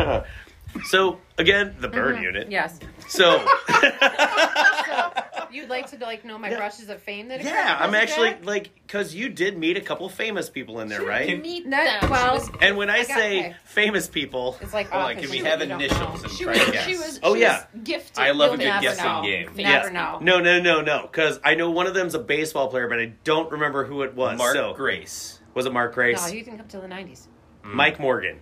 C: so again, the bird
E: Mm-hmm.
C: unit.
E: Yes.
C: So
E: You'd like to like know my
C: Yeah.
E: brushes of fame that
C: yeah, I'm
E: occurred because of
C: actually like, cause you did meet a couple famous people in there, right?
D: Meet
E: that?
D: them.
E: That, well,
C: And when I,
E: I got
C: say
E: picked.
C: famous people,
E: it's like
B: Hold on,
E: office,
B: can we
E: you-
B: have
E: you don't
B: initials
E: know.
B: and
F: She
B: try
F: was,
B: to
F: she
B: guess?
F: was,
C: Oh,
F: she
C: yeah.
F: was gifted.
B: I love a
F: You'll
B: good
F: never
B: guessing
F: know.
B: game.
E: Never
C: Yes.
E: know.
C: no, no, no, no, because I know one of them's a baseball player, but I don't remember who it was.
B: Mark
C: so
B: Grace.
C: was it Mark Grace? Mm-hmm.
E: No, you didn't come till the 90s.
C: Mike Morgan,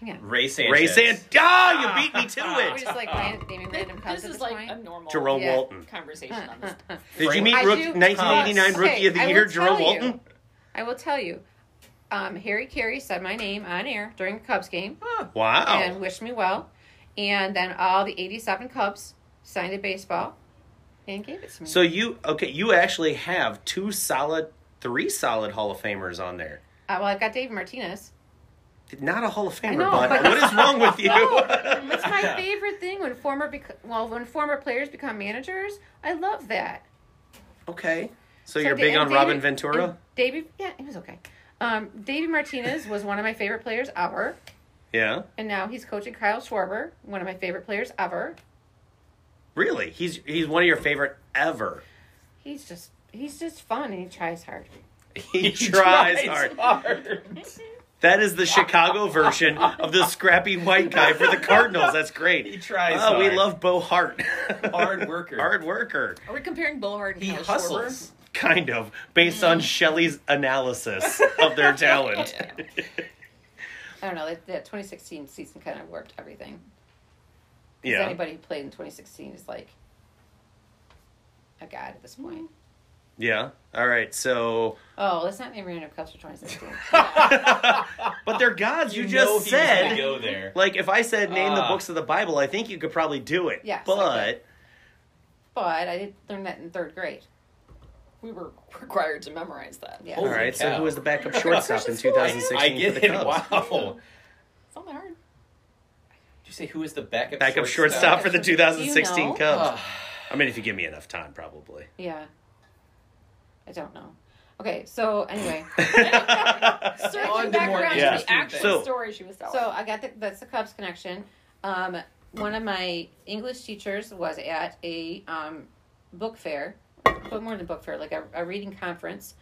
E: Hang on.
B: Ray Sanchez.
C: Ray Sand. Ah, you beat me
E: We're
C: to it.
E: Oh, just like ran- naming
F: This,
E: random
F: this
E: cubs at
F: is
E: this
F: like
E: point.
F: a normal
C: Jerome
E: Yeah.
C: Walton.
F: conversation on this.
C: Did you
B: Frank-
C: meet
E: I
C: rook-
E: do-
C: 1989
E: Yes.
C: Rookie of
E: Okay,
C: the
E: I
C: Year,
E: will
C: Jerome
E: tell you.
C: Walton?
E: I will tell you, um, Harry Carey said my name on air during the Cubs game
C: Wow.
E: and wished me well. And then all the 87 Cubs signed a baseball and gave it to me.
C: So you okay? You actually have two solid, three solid Hall of Famers on there.
E: uh, well, I've got Dave Martinez.
C: Not a Hall of Famer,
E: know,
C: bud.
E: but-
C: What is wrong with you?
E: No, it's my favorite thing when former bec- well when former players become managers. I love that.
C: okay. So,
E: So
C: you're
E: Da-
C: big
E: and
C: on
E: David-
C: Robin Ventura?
E: and Davey, yeah, he was okay. Um, Davey Martinez was one of my favorite players ever,
C: yeah.
E: and now he's coaching Kyle Schwarber, one of my favorite players ever.
C: Really? He's he's one of your favorite ever.
E: He's just he's just fun and he tries hard.
C: He tries hard. That is the Chicago version of the scrappy white guy for the Cardinals. That's great.
B: He tries
C: Oh, we
B: hard.
C: love Bo Hart.
B: Hard worker.
C: Hard worker.
G: Are we comparing Bullhard and
B: He
G: Kyle Schwarber?
B: hustles.
C: Kind of, based on Shelley's analysis of their talent.
E: I don't know that, that 2016 season kind of warped everything. 'Cause
C: Yeah.
E: Anybody who played in 2016 is like a god at this point.
C: Yeah. All right. So,
E: Oh, let's not name random cups for 2016.
C: but they're gods. You,
B: know
C: just
B: he was gonna
C: said.
B: go there.
C: Like, if I said name the
B: Ah.
C: books of the Bible, I think you could probably do it.
E: Yes, I
C: But
E: but I did learn that in third grade.
F: We were required to memorize that.
E: Yeah.
C: all
B: Holy
C: right. So
B: cow.
C: who was the backup shortstop in 2016
B: I
C: for
B: get
C: the
B: it.
C: Cubs?
B: Wow.
F: It's not that hard.
B: Did you say who is the backup
C: Backup shortstop for the
E: Do you
C: 2016
E: know?
B: Ah.
C: Cubs. I mean, if you give me enough time, probably.
E: Yeah. I don't know. Okay, so anyway,
F: Circling
B: On to
F: back
B: more
F: around to
C: interesting
F: the actual
C: things. So-
F: story she was telling.
E: so I got the, that's the Cubs connection. Um, one of my English teachers was at a um, book fair, but more than book fair, like a, a reading conference,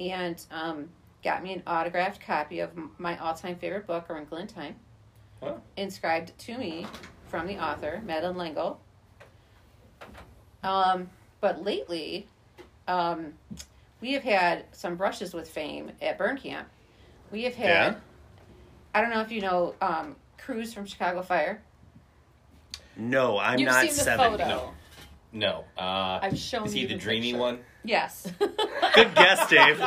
E: and um, got me an autographed copy of m- my all-time favorite book, Around Glen Time,
B: Wow.
E: inscribed to me from the author Madeline Langle. Um, but lately, um, we have had some brushes with fame at Burn Camp. We have had.
C: Yeah.
E: I don't know if you know um, Cruz from Chicago Fire.
C: No, I'm
F: You've
C: not
F: seen the
C: seven.
F: photo.
B: No. No. Uh,
F: I've shown
B: is he
F: you
B: the
F: the
B: dreamy
F: picture.
B: one?
E: Yes.
C: Good guess, Dave.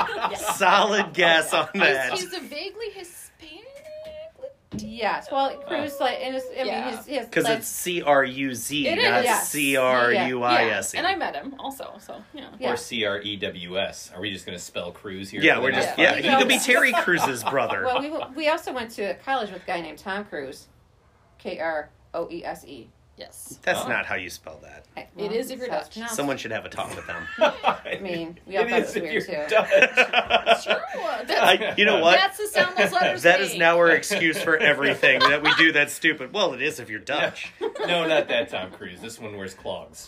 C: Solid guess on that.
F: He's a vaguely Hispanic.
E: yes. Well, Cruz, like, and it's, I
F: Yeah.
E: mean, his, his
C: Because
E: like-
C: it's C R U Z,
F: It is,
C: not
E: yes.
C: C R U I S E.
F: And I met him also, so yeah.
E: yeah.
B: Or C R E W S? Are we just going to spell cruise here?
C: Yeah,
B: for
C: we're
B: the
C: just
B: next
C: yeah.
B: five
C: He could be
B: minutes?
C: Terry Cruz's brother.
E: Well, we we also went to college with a guy named Tom Cruz, K R O E S E.
F: Yes.
C: That's
B: Oh.
C: not how you spell that.
E: I-
F: It is if you're
E: that's
F: Dutch.
E: pronounced-
C: Someone should have a talk with them.
E: I mean, we all
B: It
E: thought it
B: is
E: was
B: if
E: weird
B: you're
E: too.
B: Dutch.
F: Sure. That's,
C: I, you know what?
F: that's the sound those letters
C: That is
F: make.
C: now our excuse for everything that we do that's stupid. Well, it is if you're Dutch.
B: no, not that Tom Cruise. This one wears clogs.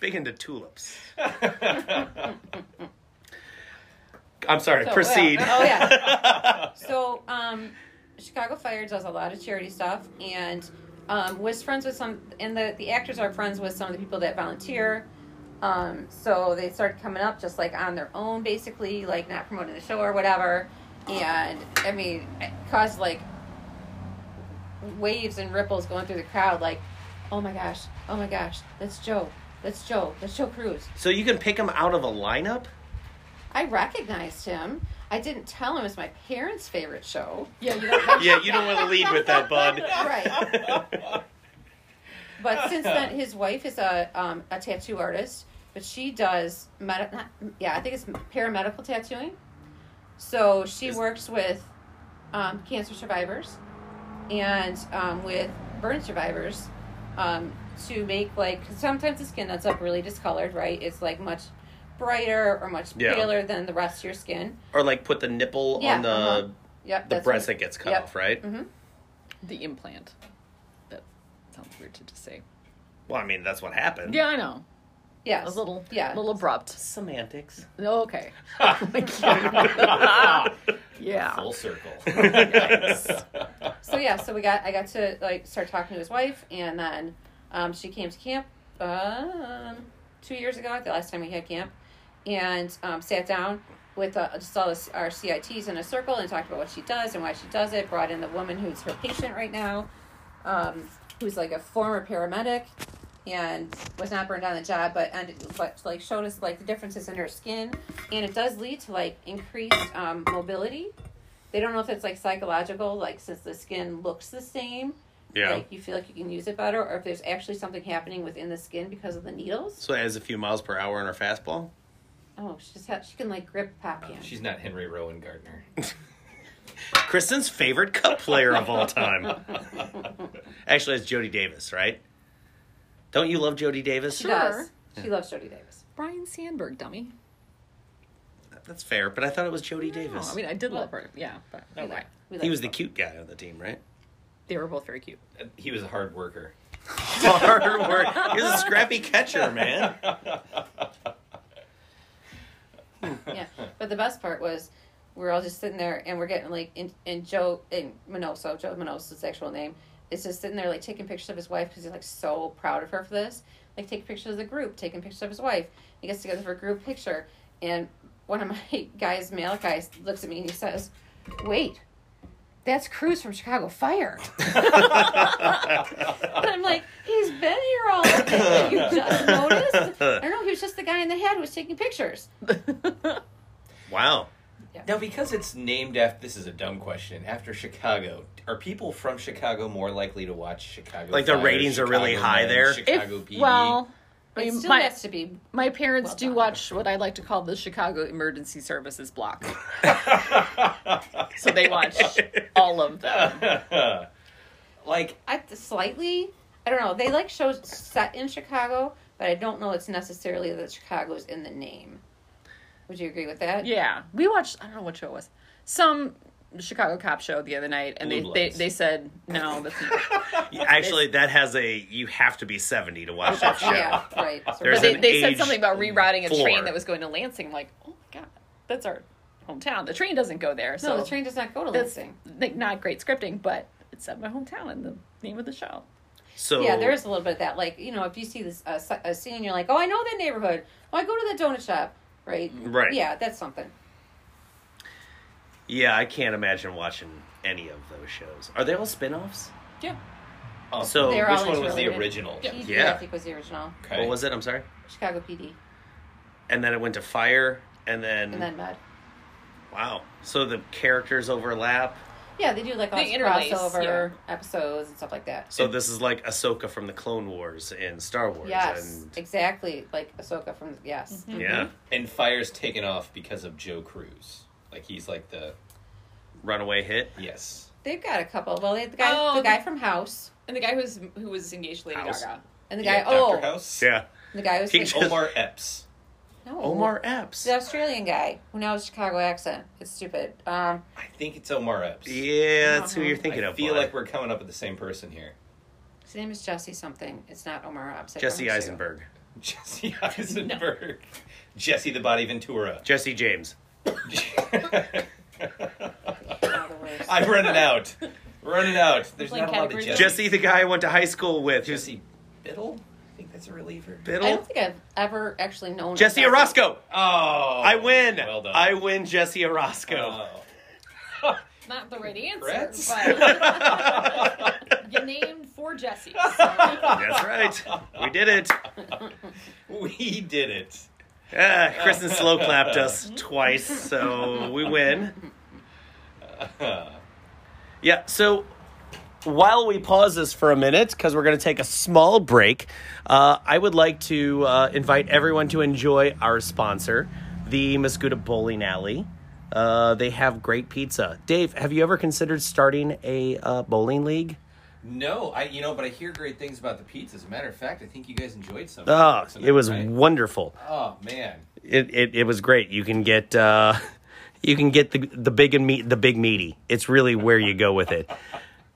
C: Big into tulips. I'm sorry, proceed.
E: well, oh yeah. so um, Chicago Fire does a lot of charity stuff, and um, was friends with some, and the the actors are friends with some of the people that volunteer. Um, so they started coming up just like on their own, basically, like not promoting the show or whatever. And I mean, it caused like waves and ripples going through the crowd, like, oh my gosh, oh my gosh, that's Joe, that's Joe, that's Joe Cruz.
C: So you can pick them out of a lineup?
E: I recognized him. I didn't tell him it's my parents' favorite show.
D: Yeah, you don't have
C: Yeah, you don't want to lead with that, bud.
E: Right. But since then, his wife is a um, a tattoo artist, but she does med- not, yeah, I think it's paramedical tattooing. So she
B: Is-
E: works with um, cancer survivors and um, with burn survivors um, to make like 'cause sometimes the skin ends up really discolored, right? It's like much brighter or much
C: Yeah.
E: paler than the rest of your skin.
C: Or like put the nipple
E: Yeah,
C: on the
E: uh-huh. Yep,
C: the
E: that's
C: breast
E: what-
C: that gets cut
E: yep. Mm.
C: off, right?
D: the implant. That sounds weird to just say.
C: Well, I mean that's what happened.
D: Yeah, I know.
E: Yes.
D: A little, a
E: Yeah.
D: little abrupt. Oh
C: Semantics.
D: No, okay. Yeah.
B: Full circle.
E: so yeah, so we got I got to like start talking to his wife, and then um, she came to camp um, two years ago. The last time we had camp, and um, sat down with uh, just all this, our CITs in a circle and talked about what she does and why she does it. Brought in the woman who's her patient right now, um, who's like a former paramedic and was not burned on the job, but and but like showed us like the differences in her skin, and it does lead to like increased um, mobility. They don't know if it's like psychological, like since the skin looks the same,
C: Yeah.
E: like you feel like you can use it better, or if there's actually something happening within the skin because of the needles.
C: So it has a few miles per hour in her fastball.
E: Oh, she's had, she can like grip pop can.
B: She's not Henry Rowan Gardner.
C: Kristen's favorite cup player of all time. Actually, it's Jody Davis, right? Don't you love Jody Davis?
E: She does. She loves Jody Davis.
D: Brian Sandberg, dummy.
C: That's fair, but I thought it was Jody
D: No,
C: Davis.
D: I mean, I did love her. Yeah, but
E: We like- we
C: he
E: like
C: was the
E: her.
C: cute guy on the team, right?
D: they were both very cute.
B: he was a hard worker.
C: Hard work. He was a scrappy catcher, man.
E: yeah. But the best part was we we're all just sitting there and we're getting like and, and Joe and Minoso, Joe Minoso's actual name, is just sitting there like taking pictures of his wife because he's like so proud of her for this. Like taking pictures of the group, taking pictures of his wife. He gets together for a group picture and one of my guys, Malachi, looks at me and he says, Wait, that's Cruz from Chicago Fire. And I'm like, he's been here all day. You just noticed? I don't know, he was just the guy in the head who was taking pictures.
C: Wow.
B: Now, because it's named after this is a dumb question. After Chicago, are people from Chicago more likely to watch Chicago?
C: Like, the
B: Fire,
C: ratings are really
B: Chicago
C: high
B: Men,
C: there?
B: Chicago PD?
D: well, I
E: It
D: mean,
E: still
D: my,
E: has to be
D: my parents
E: well
D: do
E: done.
D: watch what I like to call the Chicago Emergency Services block. so they watch all of them.
B: like
E: I slightly. I don't know. They like shows set in Chicago, but I don't know it's necessarily that Chicago's in the name. Would you agree with that?
D: Yeah. We watched, I don't know what show it was, some Chicago cop show the other night, and they,
B: Blue
D: they,
B: Bloods.
D: they said, no, that's not.
C: Actually, that has a you have to be 70 to watch that show.
E: Oh, Yeah, right. So
C: There's
D: But they,
C: an
D: they said
C: age
D: something about rerouting a
C: floor.
D: train that was going to Lansing. I'm like, oh my god, that's our hometown. The train doesn't go there. So
E: no, the train does not go to
D: that's
E: Lansing.
D: like not great scripting, but it's at my hometown and the name of the show.
C: So
E: Yeah, there is a little bit of that. Like you know, if you see this uh, si- a scene, you're like, oh, I know that neighborhood. Oh, I go to that donut shop. Right.
C: Right.
E: Yeah, that's something.
C: Yeah, I can't imagine watching any of those shows. Are they all spin-offs?
B: oh,
C: So-
E: They're
B: which
E: all
B: one was the
E: interrelated.
B: original?
E: PD,
C: Yeah.
E: I think was the original
B: Okay.
C: What was it? I'm sorry.
E: Chicago PD,
C: And then it went to fire and then,
E: and then Med.
C: wow. So the characters overlap.
E: Yeah, they do like all
G: They
E: these
G: interlace,
E: crossover episodes and stuff like that.
C: So this is like Ahsoka from the Clone Wars and Star Wars.
E: Yes,
C: And,
E: exactly. Like Ahsoka from yes.
F: Mm-hmm.
C: Yeah.
B: And Fire's taken off because of Joe Cruz. Like he's like the
C: Runaway hit.
B: yes.
E: They've got a couple. Well, they, the guy,
F: Oh,
E: the
F: the-
E: guy from House,
F: And the guy who's who was engaged with Lady
C: House.
F: Gaga.
E: and the guy.
B: Yeah,
E: oh,
B: Dr. House.
C: Yeah.
E: the guy was
C: He
E: like,
C: just-
B: Omar Epps.
E: no,
C: Omar Epps.
E: the Australian guy who now has a Chicago accent. It's stupid. Um,
B: I think it's Omar Epps.
C: Yeah, that's who you're thinking
B: I
C: of.
B: feel
C: bud.
B: like we're coming up with the same person here.
E: his name is Jesse something. It's not Omar Epps. I
C: Jesse
E: promise you.
C: Eisenberg.
B: Jesse Eisenberg. Jesse the Body Ventura.
C: Jesse James.
E: Oh, the worst.
B: I'm running out. Running out. There's
F: Like
B: not a lot of
F: categories?
B: Jesse.
C: Jesse, the guy I went to high school with, who's
B: Jesse Biddle? I think that's a reliever.
E: I don't
C: Biddle.
E: think I've ever actually known
C: Jesse Orozco.
B: Oh.
C: I win.
B: Well done.
C: I win, Jesse Orozco.
B: Oh.
F: Not the right answer,
B: Congrats.
F: but you named four Jessies. So.
C: That's right. We did it.
B: We did it.
C: Ah, Kristen slow clapped us twice, so we win. Yeah, so while we pause this for a minute, because we're going to take a small break, uh, I would like to uh, invite everyone to enjoy our sponsor, the Mascuda Bowling Alley. Uh, they have great pizza. Dave, have you ever considered starting a uh, bowling league?
B: No, I you know, but I hear great things about the pizza. As a matter of fact, I think you guys enjoyed some.
C: Oh,
B: some of
C: it was
B: right?
C: wonderful.
B: Oh man,
C: it, it, it was great. You can get uh, you can get the the big and meat the big meaty. It's really where you go with it.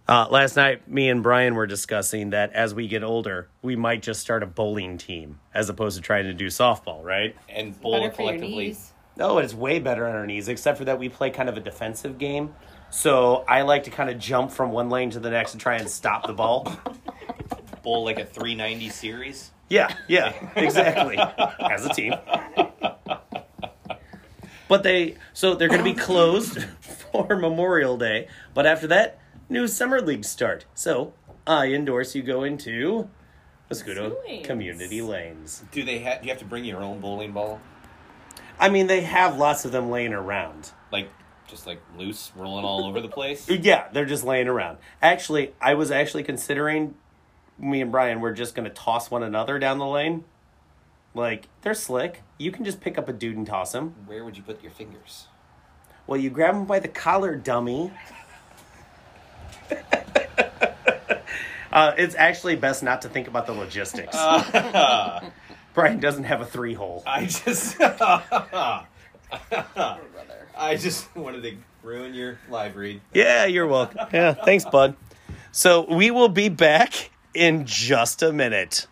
C: Uh, last night, me and Brian were discussing that as we get older, we might just start a bowling team as opposed to trying to do softball, right?
B: and bowl
E: Better for your
B: collectively.
E: knees.
C: No, it's way better on our knees, except for that we play kind of a defensive game. So I like to kind of jump from one lane to the next and try and stop the ball.
B: Bowl like a 390 series.
C: Yeah, yeah, exactly. As a team. But they so they're going to be closed for Memorial Day, but after that, new summer leagues start. So, I endorse you go into Mosquito
F: Lanes.
C: Community Lanes.
B: Do they have? Do you have to bring your own bowling ball?
C: I mean, they have lots of them laying around.
B: Like just like loose, rolling all over the place.
C: Yeah, they're just laying around. Actually, I was actually considering me and Brian were just going to toss one another down the lane. Like, they're slick. You can just pick up a dude and toss him.
B: Where would you put your fingers?
C: Well, you grab him by the collar, dummy. uh, it's actually best not to think about the logistics. Uh, Brian doesn't have a three hole.
B: I just. I just wanted to ruin your live read.
C: Yeah, you're welcome. Yeah, thanks, bud. So we will be back in just a minute.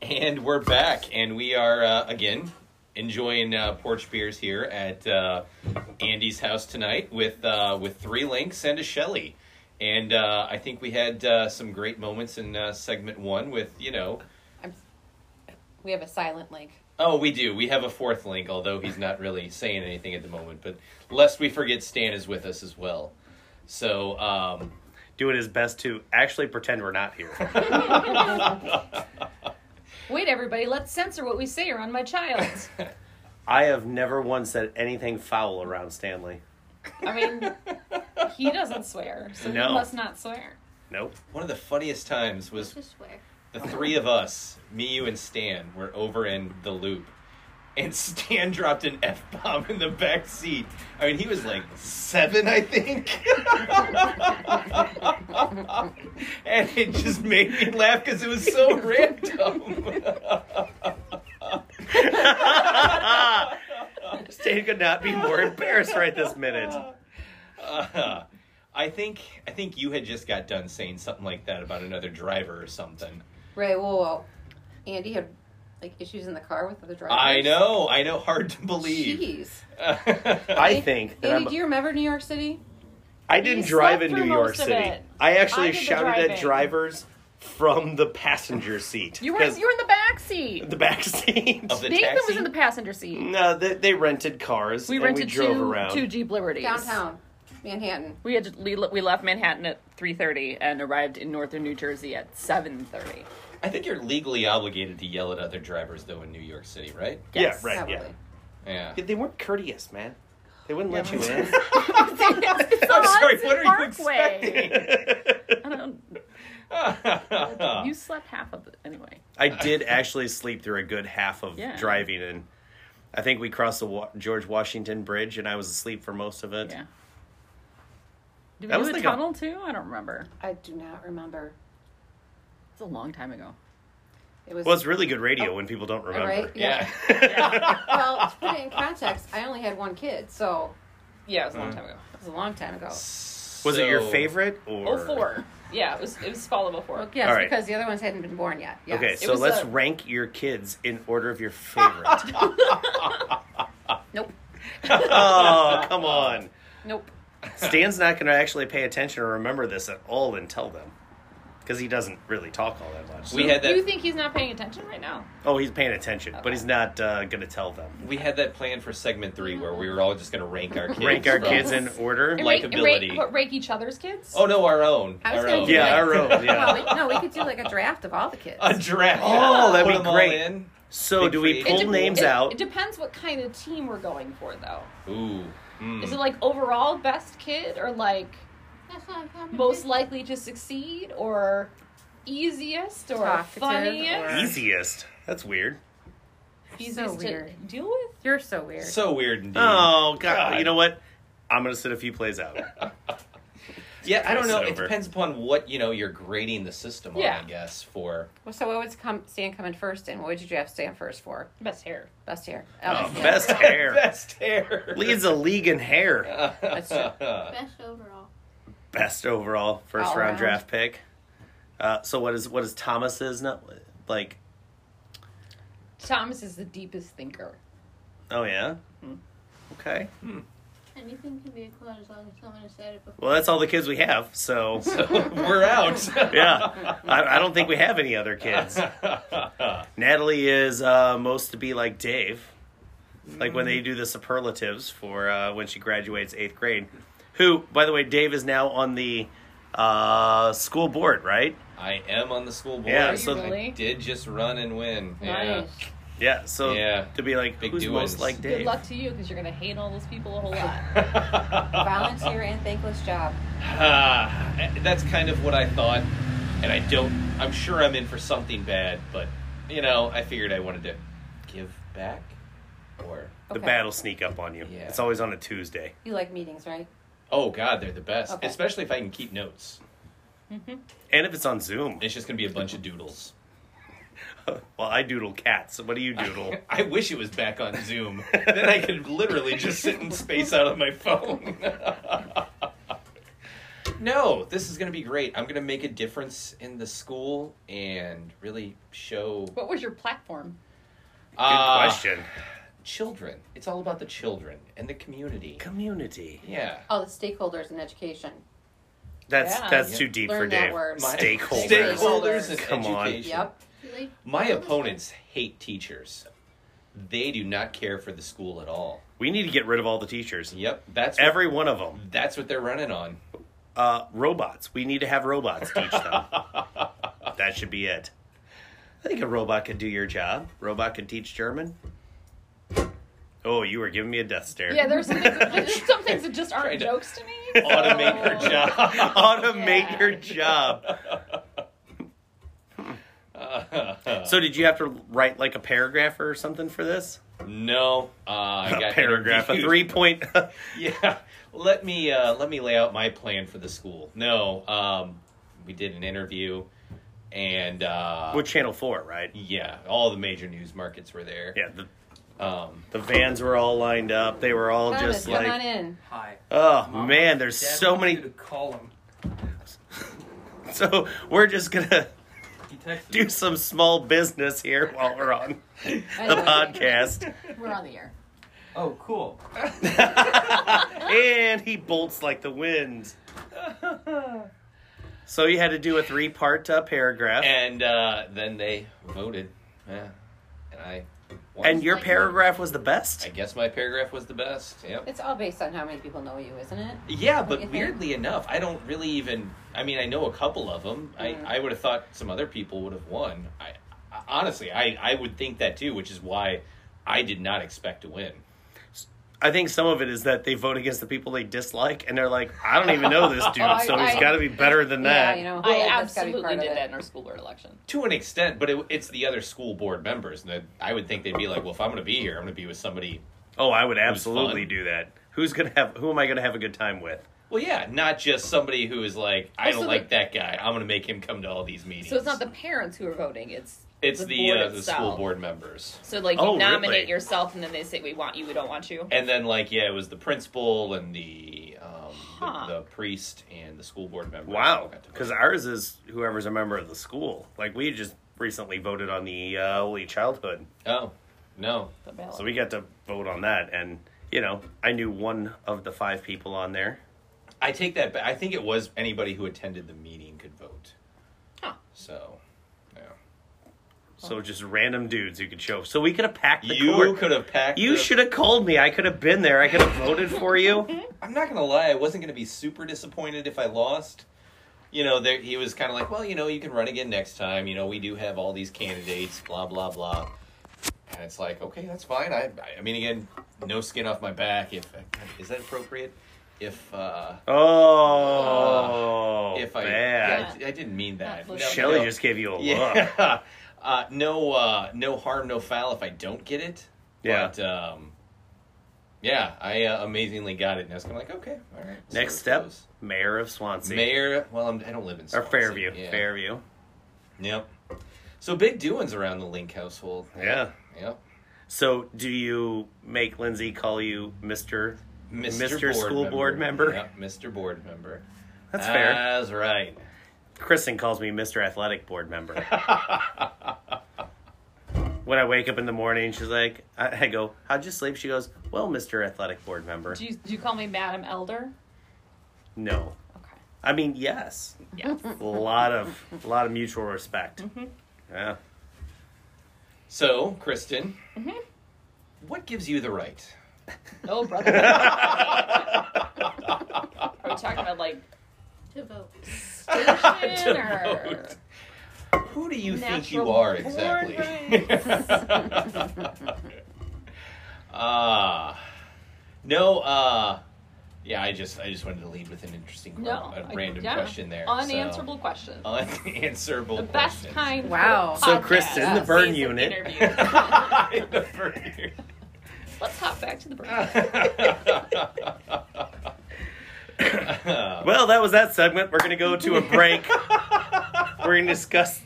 B: And we're back, and we are uh, again enjoying uh, porch beers here at uh, Andy's house tonight with uh, with three links and a Shelly. And uh, I think we had uh, some great moments in uh, segment one with you know.
E: We have a silent link.
B: Oh, we do. We have a fourth link, although he's not really saying anything at the moment. But lest we forget, Stan is with us as well. So um,
C: Doing his best to actually pretend we're not here.
D: Wait, everybody, let's censor what we say around my child.
C: I have never once said anything foul around Stanley.
D: I mean, he doesn't swear, so
C: No.
D: he must not swear.
C: Nope.
B: one of the funniest times was
H: Just swear.
B: the three of us, me, you, and Stan, were over in the loop. And Stan dropped an F bomb in the back seat. I mean, he was like seven, I think. and it just made me laugh because it was so random.
C: Stan could not be more embarrassed right this minute.
B: Uh, I think I think you had just got done saying something like that about another driver or something.
E: Right. Whoa, whoa. Andy had like issues in the car with other drivers.
B: I know, I know, hard to believe.
E: Jeez.
C: I think that
E: Andy,
C: I'm
E: do you remember New York City?
C: I didn't
D: You
C: drive
D: slept
C: in
D: through
C: New York
D: most of
C: City.
D: it.
C: I actually
D: I did the
C: shouted at
D: driving.
C: drivers from the passenger seat.
G: You were you were in the back seat.
C: the back seat.
B: of the
G: Nathan was
B: taxi.
G: in the passenger seat.
C: no, they, they rented cars.
G: We
C: Mm. and
G: rented
C: we drove
G: two
C: around.
G: two Jeep Liberties
E: Downtown, Manhattan.
G: We had to, we le- we left Manhattan at three thirty and arrived in northern New Jersey at seven thirty.
B: I think you're legally obligated to yell at other drivers though in New York City, right?
G: Yes.
C: Yeah, right.
E: Probably.
C: Yeah.
B: Yeah.
C: Yeah, they weren't courteous, man. They wouldn't let you in.
B: I'm
F: Oh,
B: sorry,
G: Hudson
B: what are you
G: Parkway.
B: expecting?
G: I don't,
C: Uh.
G: you slept half of it anyway.
C: I did actually sleep through a good half of
G: Yeah.
C: driving, and I think we crossed the Wa- George Washington Bridge, and I was asleep for most of it.
G: Yeah. Did we
C: That was
G: do a
C: like a-
G: tunnel too? I don't remember.
E: I do not remember.
G: It's a long time ago.
E: It was.
C: Well, it's really good radio when people don't remember.
E: Right?
B: yeah.
E: well, to put it in context, I only had one kid, so
F: Yeah, it was a
C: Uh.
F: long time ago.
E: it was a long time ago.
C: Was it your
B: So-
C: favorite or
F: Oh four. Yeah, it was it was Fallout Four.
E: Well, yes,
C: All right.
E: because the other ones hadn't been born yet. Yes.
C: Okay,
E: It
C: so
E: was
C: let's
E: a-
C: rank your kids in order of your favorite.
E: nope.
C: oh, come on.
E: Nope.
C: Stan's not going to actually pay attention or remember this at all and tell them. because he doesn't really talk all that much.
B: We
C: so-
B: had that
D: You think he's not paying attention right now?
C: Oh, he's paying attention, but he's not uh, going to tell them.
B: we had that plan for segment three where we were all just gonna rank our kids.
C: Rank our
B: from-
C: kids in order.
D: And
B: Like
D: rake,
B: ability.
D: Rake, what, rake each other's kids?
B: Oh no, our own.
E: I was
B: our
E: gonna
B: own.
E: do
C: Yeah,
E: like-
C: our own.
E: No,
C: Yeah.
E: we, no, we could do like a draft of all the kids.
B: A draft.
C: Oh, that'd
B: Put
C: be
B: them all
C: great.
B: in.
C: So
B: Big
C: do we
B: free
C: pull
B: agent.
C: names
D: it,
C: out?
D: It depends what kind of team we're going for, though.
B: Ooh. Mm.
D: Is it like overall best kid, or like most likely to succeed, or easiest, or
E: Talkative,
D: funniest,
C: Easiest. That's weird.
D: easiest to
E: So weird.
D: deal with?
E: You're so weird.
B: so weird indeed.
C: Oh god.
B: Mm. God.
C: You know what? I'm going to sit a few plays out. Oh,
B: Yeah, I don't know. It
C: Crossover.
B: depends upon what you know you're grading the system on.
D: Yeah.
B: I guess for
E: Well, so what would come, Stan come in first, and what would you draft Stan first for?
D: Best hair.
E: Best hair.
C: Oh,
E: yeah.
C: best hair.
B: best hair Uh.
C: Leads a league in hair.
B: That's true.
H: Best overall.
C: Best overall first
E: All
C: round
E: around.
C: draft pick. Uh, so what is what is Thomas's no, like?
D: Thomas is the deepest thinker.
C: Oh yeah. Okay. Hmm.
H: Anything can be a clue as long as someone has said it before.
C: Well, that's all the kids we have. So
B: so we're out.
C: yeah, I, I don't think we have any other kids. Natalie is uh, most to be like Dave. Like when they do the superlatives for uh, when she graduates eighth grade. Who, by the way, Dave is now on the uh, school board, right?
B: I am on the school board.
C: Yeah, Are you so-
B: I
D: really?
B: did just run and win. Yeah.
D: Nice.
C: Yeah. So
B: Yeah.
C: to be like
B: Big
C: who's
B: duos.
C: most like
D: Good
C: Dave.
D: luck to you, because you're gonna hate all those people a whole lot.
E: Volunteer and thankless job.
B: Ah, that's kind of what I thought, and I don't. I'm sure I'm in for something bad, but you know, I figured I wanted to give back, or
C: The
E: Okay.
C: bad will sneak up on you.
B: Yeah.
C: It's always on a Tuesday.
E: You like meetings, right?
B: oh god, they're the best,
E: Okay.
B: especially if I can keep notes.
C: And if it's on Zoom,
B: It's just gonna be a bunch of doodles.
C: well, I doodle cats. What do you doodle?
B: I wish it was back on Zoom. then I could literally just sit in space out of my phone. no, this is going to be great. I'm going to make a difference in the school and really show
D: What was your platform?
C: Good
B: Ah,
C: question.
B: children. It's all about the children and the community.
C: Community.
B: Yeah.
E: Oh, the stakeholders in education.
C: That's
D: Yeah.
C: that's
B: Yeah.
C: too deep
E: Learn
C: for
E: that
C: Dave.
E: word.
B: My-
C: Stakeholders.
B: Stakeholders and
C: Come on.
B: education.
E: Yep.
H: You like-
B: My
H: you like-
B: opponents hate teachers. They do not care for the school at all.
C: We need to get rid of all the teachers.
B: Yep, that's
C: Every one of them.
B: that's what they're running on.
C: Uh, robots. We need to have robots teach them. that should be it. I think a robot could do your job. Robot could teach German. Oh, you were giving me a death stare.
D: Yeah, there's some things, there's some things that just
B: Try
D: aren't
B: to
D: jokes to me.
B: Automate her job.
C: Automate
D: Yeah.
C: your job. So, did you have to write like a paragraph or something for this?
B: No, uh, I
C: A
B: got
C: paragraph, a
B: interviewed.
C: three point.
B: Yeah, let me uh, let me lay out my plan for the school. No, um, we did an interview, and uh,
C: With Channel Four, right?
B: yeah, all the major news markets were there.
C: Yeah. The,
B: Um,
C: the vans were all lined up. They were all
E: Thomas,
C: just
E: come on
C: like,
E: in.
I: Hi.
C: oh
I: Mom,
C: man, there's
I: Dad
C: so
I: wants
C: many.
I: you To call him.
C: So we're just gonna
I: He texted
C: do some small business here while we're on the podcast.
D: We're on the air.
I: Oh, cool.
C: and he bolts like the wind. So you had to do a three part uh, paragraph.
B: and
C: And,
B: uh, then they voted. Yeah, and I. won.
C: your paragraph was the best?
B: I guess my paragraph was the best. Yep.
E: It's all based on how many people know you, isn't it?
B: Yeah,
E: you
B: but
E: think?
B: weirdly enough, I don't really even. I mean, I know a couple of them.
G: Mm.
E: Mhm.
B: I, I would have thought some other people would have won. I, I honestly, I, I would think that too, which is why I did not expect to win.
C: I think some of it is that they vote against the people they dislike, and they're like, I don't even know this dude,
D: I-
C: so he's
D: I-
C: got to be better than that.
E: Yeah, you know.
D: I
E: that's gotta be
D: absolutely
E: part of
D: did
E: it.
D: that in our school board election.
B: To an extent, but it, it's the other school board members, and that I would think they'd be like, "Well, if I'm going to be here, I'm going to be with somebody."
C: Oh, I would absolutely
B: fun.
C: do that. Who's gonna have? Who am I gonna have a good time with?
B: Well, yeah, not just somebody who is like, "I
D: Oh,
B: don't
D: so
B: like that guy. I'm going to make him come to all these meetings."
G: So it's not the parents who are voting. It's
B: it's
G: the
B: the
G: board
B: uh, the school
G: itself.
B: board members.
G: so like you
C: Oh,
G: nominate
C: really?
G: yourself, and then they say we want you, we don't want you.
B: And then, like, yeah, it was the principal and the um,
G: Huh.
B: the, the priest and the school board member.
C: Wow, because ours is whoever's a member of the school. Like we just recently voted on the uh, early childhood,
B: oh no,
D: The ballot.
C: so we got to vote on that. And you know, I knew one of the five people on there.
B: I take that back. I think it was anybody who attended the meeting could vote. So, yeah.
C: So just random dudes you could show. So we could have packed the
B: You
C: court.
B: could have packed.
C: You
B: the-
C: should have called me. I could have been there. I could have voted for you.
B: I'm not gonna lie. I wasn't gonna be super disappointed if I lost. You know, there he was kind of like, well, you know, you can run again next time. You know, we do have all these candidates. Blah blah blah. And it's like, okay, that's fine. I, I mean, again, no skin off my back. If is that appropriate? If uh,
C: Oh,
B: if I,
C: bad.
B: yeah, I, I didn't mean that.
D: Not
C: Shelly
B: no.
C: just gave you a look.
B: Yeah. Uh, no, uh, no harm, no foul if I don't get it.
C: Yeah.
B: But, um, yeah, I uh, amazingly got it, and I was kind of like, okay, all right. so
C: Next
B: it
C: step,
B: goes.
C: mayor of Swansea
B: Mayor. Well, I'm, I don't live in
C: or
B: Swansea.
C: Fairview.
B: Yeah.
C: Fairview.
B: Yep. So big doings around the Link household.
C: Yeah.
B: Yep.
C: So do you make Lindsay call you Mister? Mr. School Board Member.
B: Yep, Mr. Board Member.
C: That's fair.
B: That's right.
C: Kristen calls me Mister Athletic Board Member. when I wake up in the morning, she's like, I, I go, "How'd you sleep?" She goes, "Well, Mister Athletic Board Member."
D: Do you, do you call me Madam Elder?
C: No.
D: Okay.
C: I mean, yes.
G: Yes.
C: a lot of a lot of mutual respect. Yeah.
B: So, Kristen,
F: Mm-hmm.
B: what gives you the right?
D: Oh, brother.
F: Are we talking about like
H: to vote.
D: Station
B: To
D: or-
B: vote. Who do you think you
D: Natural
B: are
D: born
B: exactly? Ah, no. Uh, yeah, I just I just wanted to lead with an interesting que-
F: No,
B: a
F: I-
B: random
F: yeah,
B: question there. so-
F: unanswerable questions?
B: unanswerable.
F: the best
B: questions.
F: kind.
G: Wow.
F: for
C: So,
F: podcast
C: Kristen, the burn
F: season
C: unit.
F: interview.
B: The first-
F: Let's hop back to the burn.
C: Well, that was that segment. We're gonna go to a break. We're gonna discuss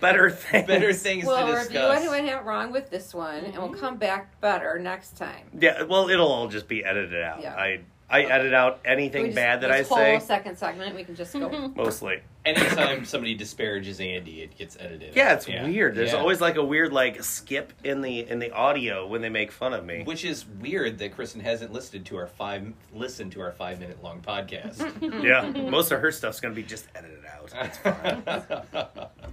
C: better things.
B: Better things
E: We'll
B: to
E: review
B: discuss.
E: what went wrong with this one, and we'll come back better next time.
C: Yeah. Well, it'll all just be edited out.
E: Yeah.
C: I I edit out anything
E: we just,
C: bad that I
E: this
C: say
E: Whole second segment, we can just go.
C: mostly.
B: Anytime somebody disparages Andy, it gets edited.
C: Yeah, it's weird. There's
B: Yeah.
C: always like a weird like skip in the in the audio when they make fun of me.
B: Which is weird that Kristen hasn't listened to our five listened to our five minute long podcast.
C: yeah. Most of her stuff's gonna be just edited out.
B: That's fine.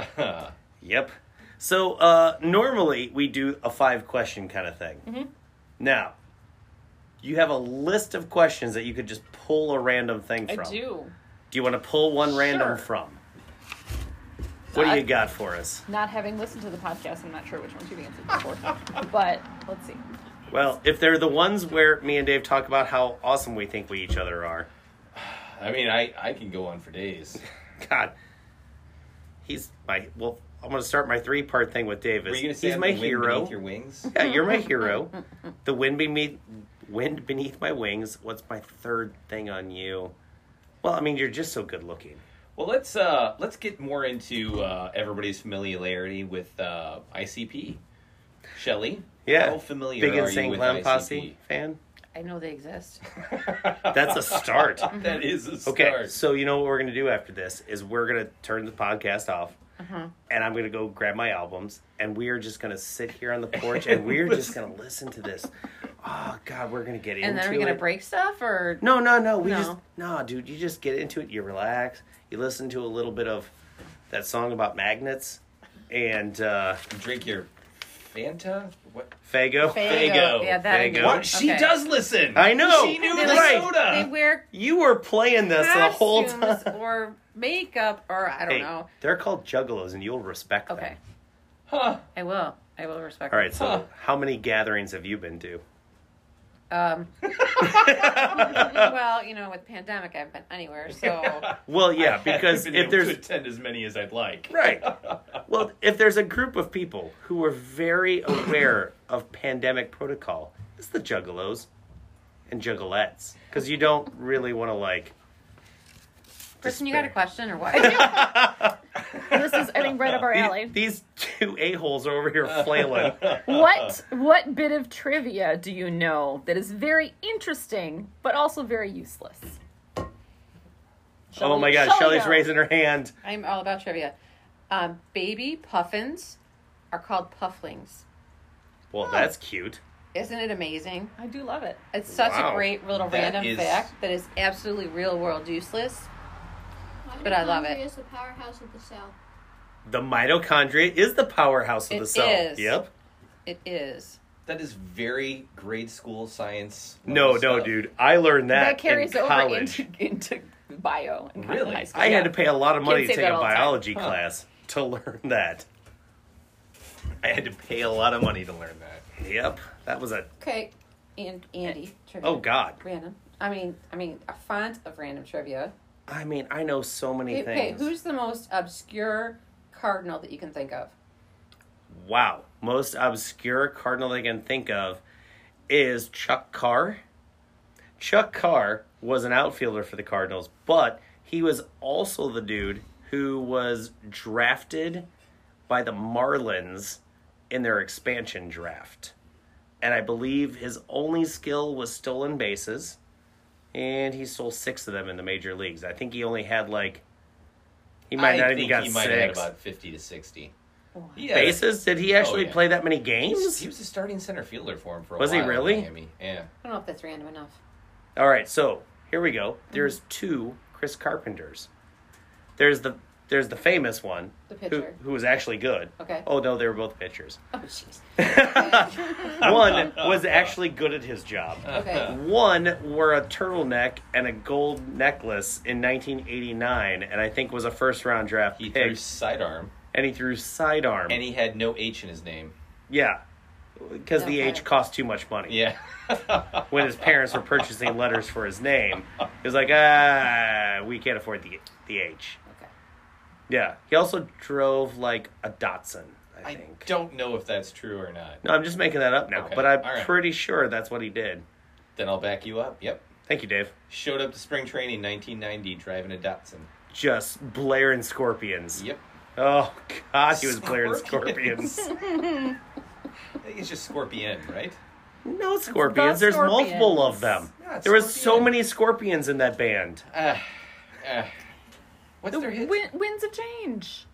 C: Yep. So uh, normally we do a five question kind of thing.
E: Mm-hmm.
C: Now, you have a list of questions that you could just pull a random thing
F: I
C: from.
F: do.
C: Do you want to pull one random
D: Sure.
C: from? What do you got for us?
D: Not having listened to the podcast, I'm not sure which ones you've answered before. but let's see.
C: Well, if they're the ones where me and Dave talk about how awesome we think we each other are,
B: I mean, I, I can go on for days.
C: God, he's my well. I'm going to start my three part thing with Dave.
B: Were
C: is
B: you gonna say
C: he's
B: I'm
C: my
B: the wind
C: hero.
B: beneath your wings?
C: Yeah, you're my hero. The wind beneath wind beneath my wings. What's my third thing on you? Well, I mean, you're just so good looking.
B: Well, let's uh, let's get more into uh, everybody's familiarity with uh, ICP. Shelley,
C: Yeah.
B: how familiar
C: Big
B: are
C: insane
B: you with
C: clown
B: ICP?
C: posse fan.
E: I know they exist.
C: That's a start.
B: that is a start.
C: Okay, so you know what we're gonna do after this is we're gonna turn the podcast off,
E: Uh-huh.
C: and I'm gonna go grab my albums, and we are just gonna sit here on the porch, and we're just gonna listen to this. Oh God, we're gonna get
E: And
C: into
E: then we're gonna
C: it.
E: break stuff, or
C: No, no, no. We
E: No.
C: just no, dude. You just get into it. You relax. You listen to a little bit of that song about magnets and uh,
B: Drink your Fanta. What?
C: Fago.
B: Fago.
E: Yeah, that. I
C: Fago.
E: knew.
C: What?
B: What? She
E: Okay.
B: does listen.
C: I know.
B: She knew
E: They
B: the
C: Right.
E: They
B: soda.
E: wear
C: You were playing this the whole time.
E: costumes or makeup, or I don't
C: Hey,
E: know.
C: they're called juggalos, and you'll respect them.
E: Okay,
B: Huh.
E: I will. I will respect.
C: All right. So,
B: Huh.
C: how many gatherings have you been to?
E: Um, well, you know, with pandemic, I haven't been anywhere, so
C: Well, yeah,
B: I haven't
C: because
B: been
C: if
B: able to
C: there's
B: attend as many as I'd like.
C: right, well, if there's a group of people who are very aware of pandemic protocol, it's the juggalos and juggalettes, because you don't really want to like.
E: Kristen, you got a
C: despair.
E: question or what?
D: This is, I think, right up our alley.
C: These two a holes are over here flailing.
D: What
G: uh,
D: what bit of trivia do you know that is very interesting but also very useless?
C: oh my God,
D: Shall we
C: Shelly's
D: know?
C: raising her hand.
E: I'm all about trivia. Um, baby puffins are called pufflings.
C: Well, that's cute.
E: Isn't it amazing?
D: I do love it.
E: It's such
C: Wow.
E: a great little
B: That
E: random
B: is-
E: fact that is absolutely real world useless. But I love it.
H: Mitochondria is the powerhouse of the cell.
C: The mitochondria is the powerhouse of
E: It
C: the cell.
E: is.
C: Yep.
E: It is.
B: That is very grade school science.
C: No,
B: level
C: no,
B: stuff.
C: dude. I learned that,
G: That carries
C: in
G: over
C: college.
G: into, into bio in
B: Really?
G: high school.
C: I
G: yeah.
C: had to pay a lot of money
G: Kids
C: to
G: say
C: take a
G: that all the time.
C: biology
B: Huh.
C: class to learn that.
B: I had to pay a lot of money to learn that.
C: Yep. That was a
E: Okay. And
G: Eh,
E: Andy. Trivia.
C: oh god.
E: Random. I mean, I mean, a font of random trivia.
C: I mean, I know so many
E: Okay, okay,
C: things.
E: who's the most obscure cardinal that you can think of?
C: wow. Most obscure cardinal I can think of is Chuck Carr. Chuck Carr was an outfielder for the Cardinals, but he was also the dude who was drafted by the Marlins in their expansion draft. And I believe his only skill was stolen bases, and he stole six of them in the major leagues. I think he only had like he might
B: I
C: not
B: think
C: even got
B: he
C: six.
B: might have had about fifty to sixty. Yeah. Oh,
C: bases? Did he actually
B: yeah.
C: play that many
B: He was,
C: games?
B: he was a starting center fielder for him for a
C: Was he
B: while. in
C: really?
B: Miami. Yeah.
E: I don't know if that's random enough.
C: All right, so here we go. There's
B: Mm-hmm.
C: two Chris Carpenters. There's the there's the famous one
E: The
C: who,
E: pitcher.
C: who was actually good.
E: Okay.
C: Oh no, they were both pitchers.
E: Oh, jeez.
B: Oh,
C: one was actually good at his job.
B: Uh.
E: Okay.
C: One wore a turtleneck and a gold necklace in 1989, and I think was a first round draft
B: He threw
C: pick.
B: sidearm,
C: and he threw sidearm.
B: and he had no H in his name.
C: yeah, because the
E: Okay.
C: H cost too much money.
B: Yeah.
C: when his parents were purchasing letters for his name. He was like, ah, we can't afford the the H.
E: Okay.
C: Yeah. He also drove like a Datsun, I,
B: I
C: think.
B: don't know if that's true or not.
C: No, I'm just making that up now,
B: Okay,
C: but I'm
B: all right.
C: pretty sure that's what he did.
B: Then I'll back you up. Yep.
C: Thank you, Dave.
B: Showed up to spring training 1990 driving a Datsun.
C: Just blaring scorpions.
B: Yep.
C: Oh God, he was blaring
B: Scorpions.
C: scorpions.
B: I think it's just Scorpion, right?
C: no scorpions.
D: The
C: There's
D: scorpions.
C: multiple of them.
B: Yeah, it's
C: there was so
B: scorpion.
C: many scorpions in that band.
B: Uh, uh, what's
G: The
B: their hit?
G: win- winds of change.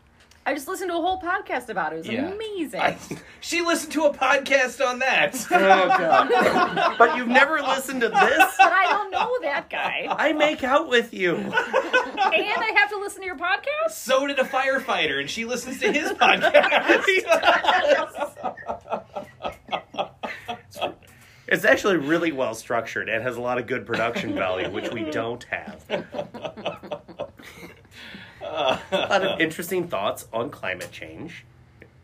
G: I just listened to a whole podcast about it. It was
B: Yeah.
G: amazing.
B: I- she listened to a podcast on
C: Oh
B: that.
C: God. but you've never listened to this?
G: but I don't know that guy,
C: I make out with you.
G: and I have to listen to your podcast.
B: so did a firefighter, and she listens to his podcast.
C: It's actually really well structured and has a lot of good production value, which we don't have. A lot of interesting thoughts on climate change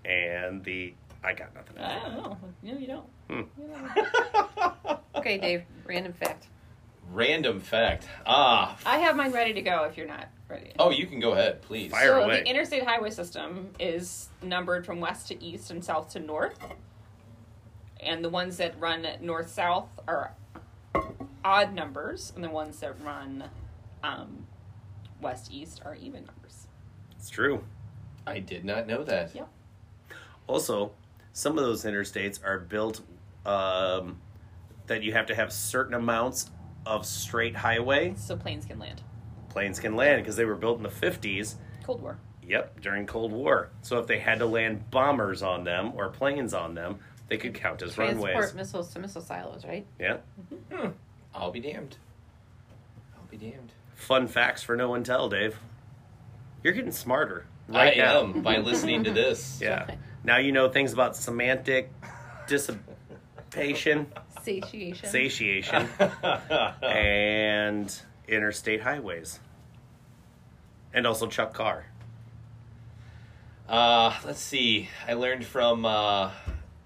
C: and the. I got nothing.
G: I
F: Ah.
G: don't know. No, you don't.
E: Okay, Dave. Random fact.
B: Random fact. Ah. f-
F: I have mine ready to go if you're not ready.
B: Oh, you can go ahead, please.
C: Fire
F: so
C: away.
F: the interstate highway system is numbered from west to east and south to north. And the ones that run north south are odd numbers, and the ones that run um, west east are even numbers.
C: It's true.
B: I did not know that.
F: Yep.
C: Also, some of those interstates are built um, that you have to have certain amounts of straight highway.
F: So planes can land.
C: Planes can land because they were built in the 50s.
F: Cold War.
C: Yep, during Cold War. So if they had to land bombers on them or planes on them, they could count as
E: Transport
C: runways.
E: missiles to missile silos, right?
C: Yeah.
B: I'll be damned. I'll be damned.
C: Fun facts for no one tell, Dave. You're getting smarter
B: I
C: right now.
B: am by listening to this.
C: Yeah. Now you know things about semantic dissipation,
E: Satiation.
C: satiation, and interstate highways. And also Chuck Carr.
B: Uh, let's see. I learned from uh,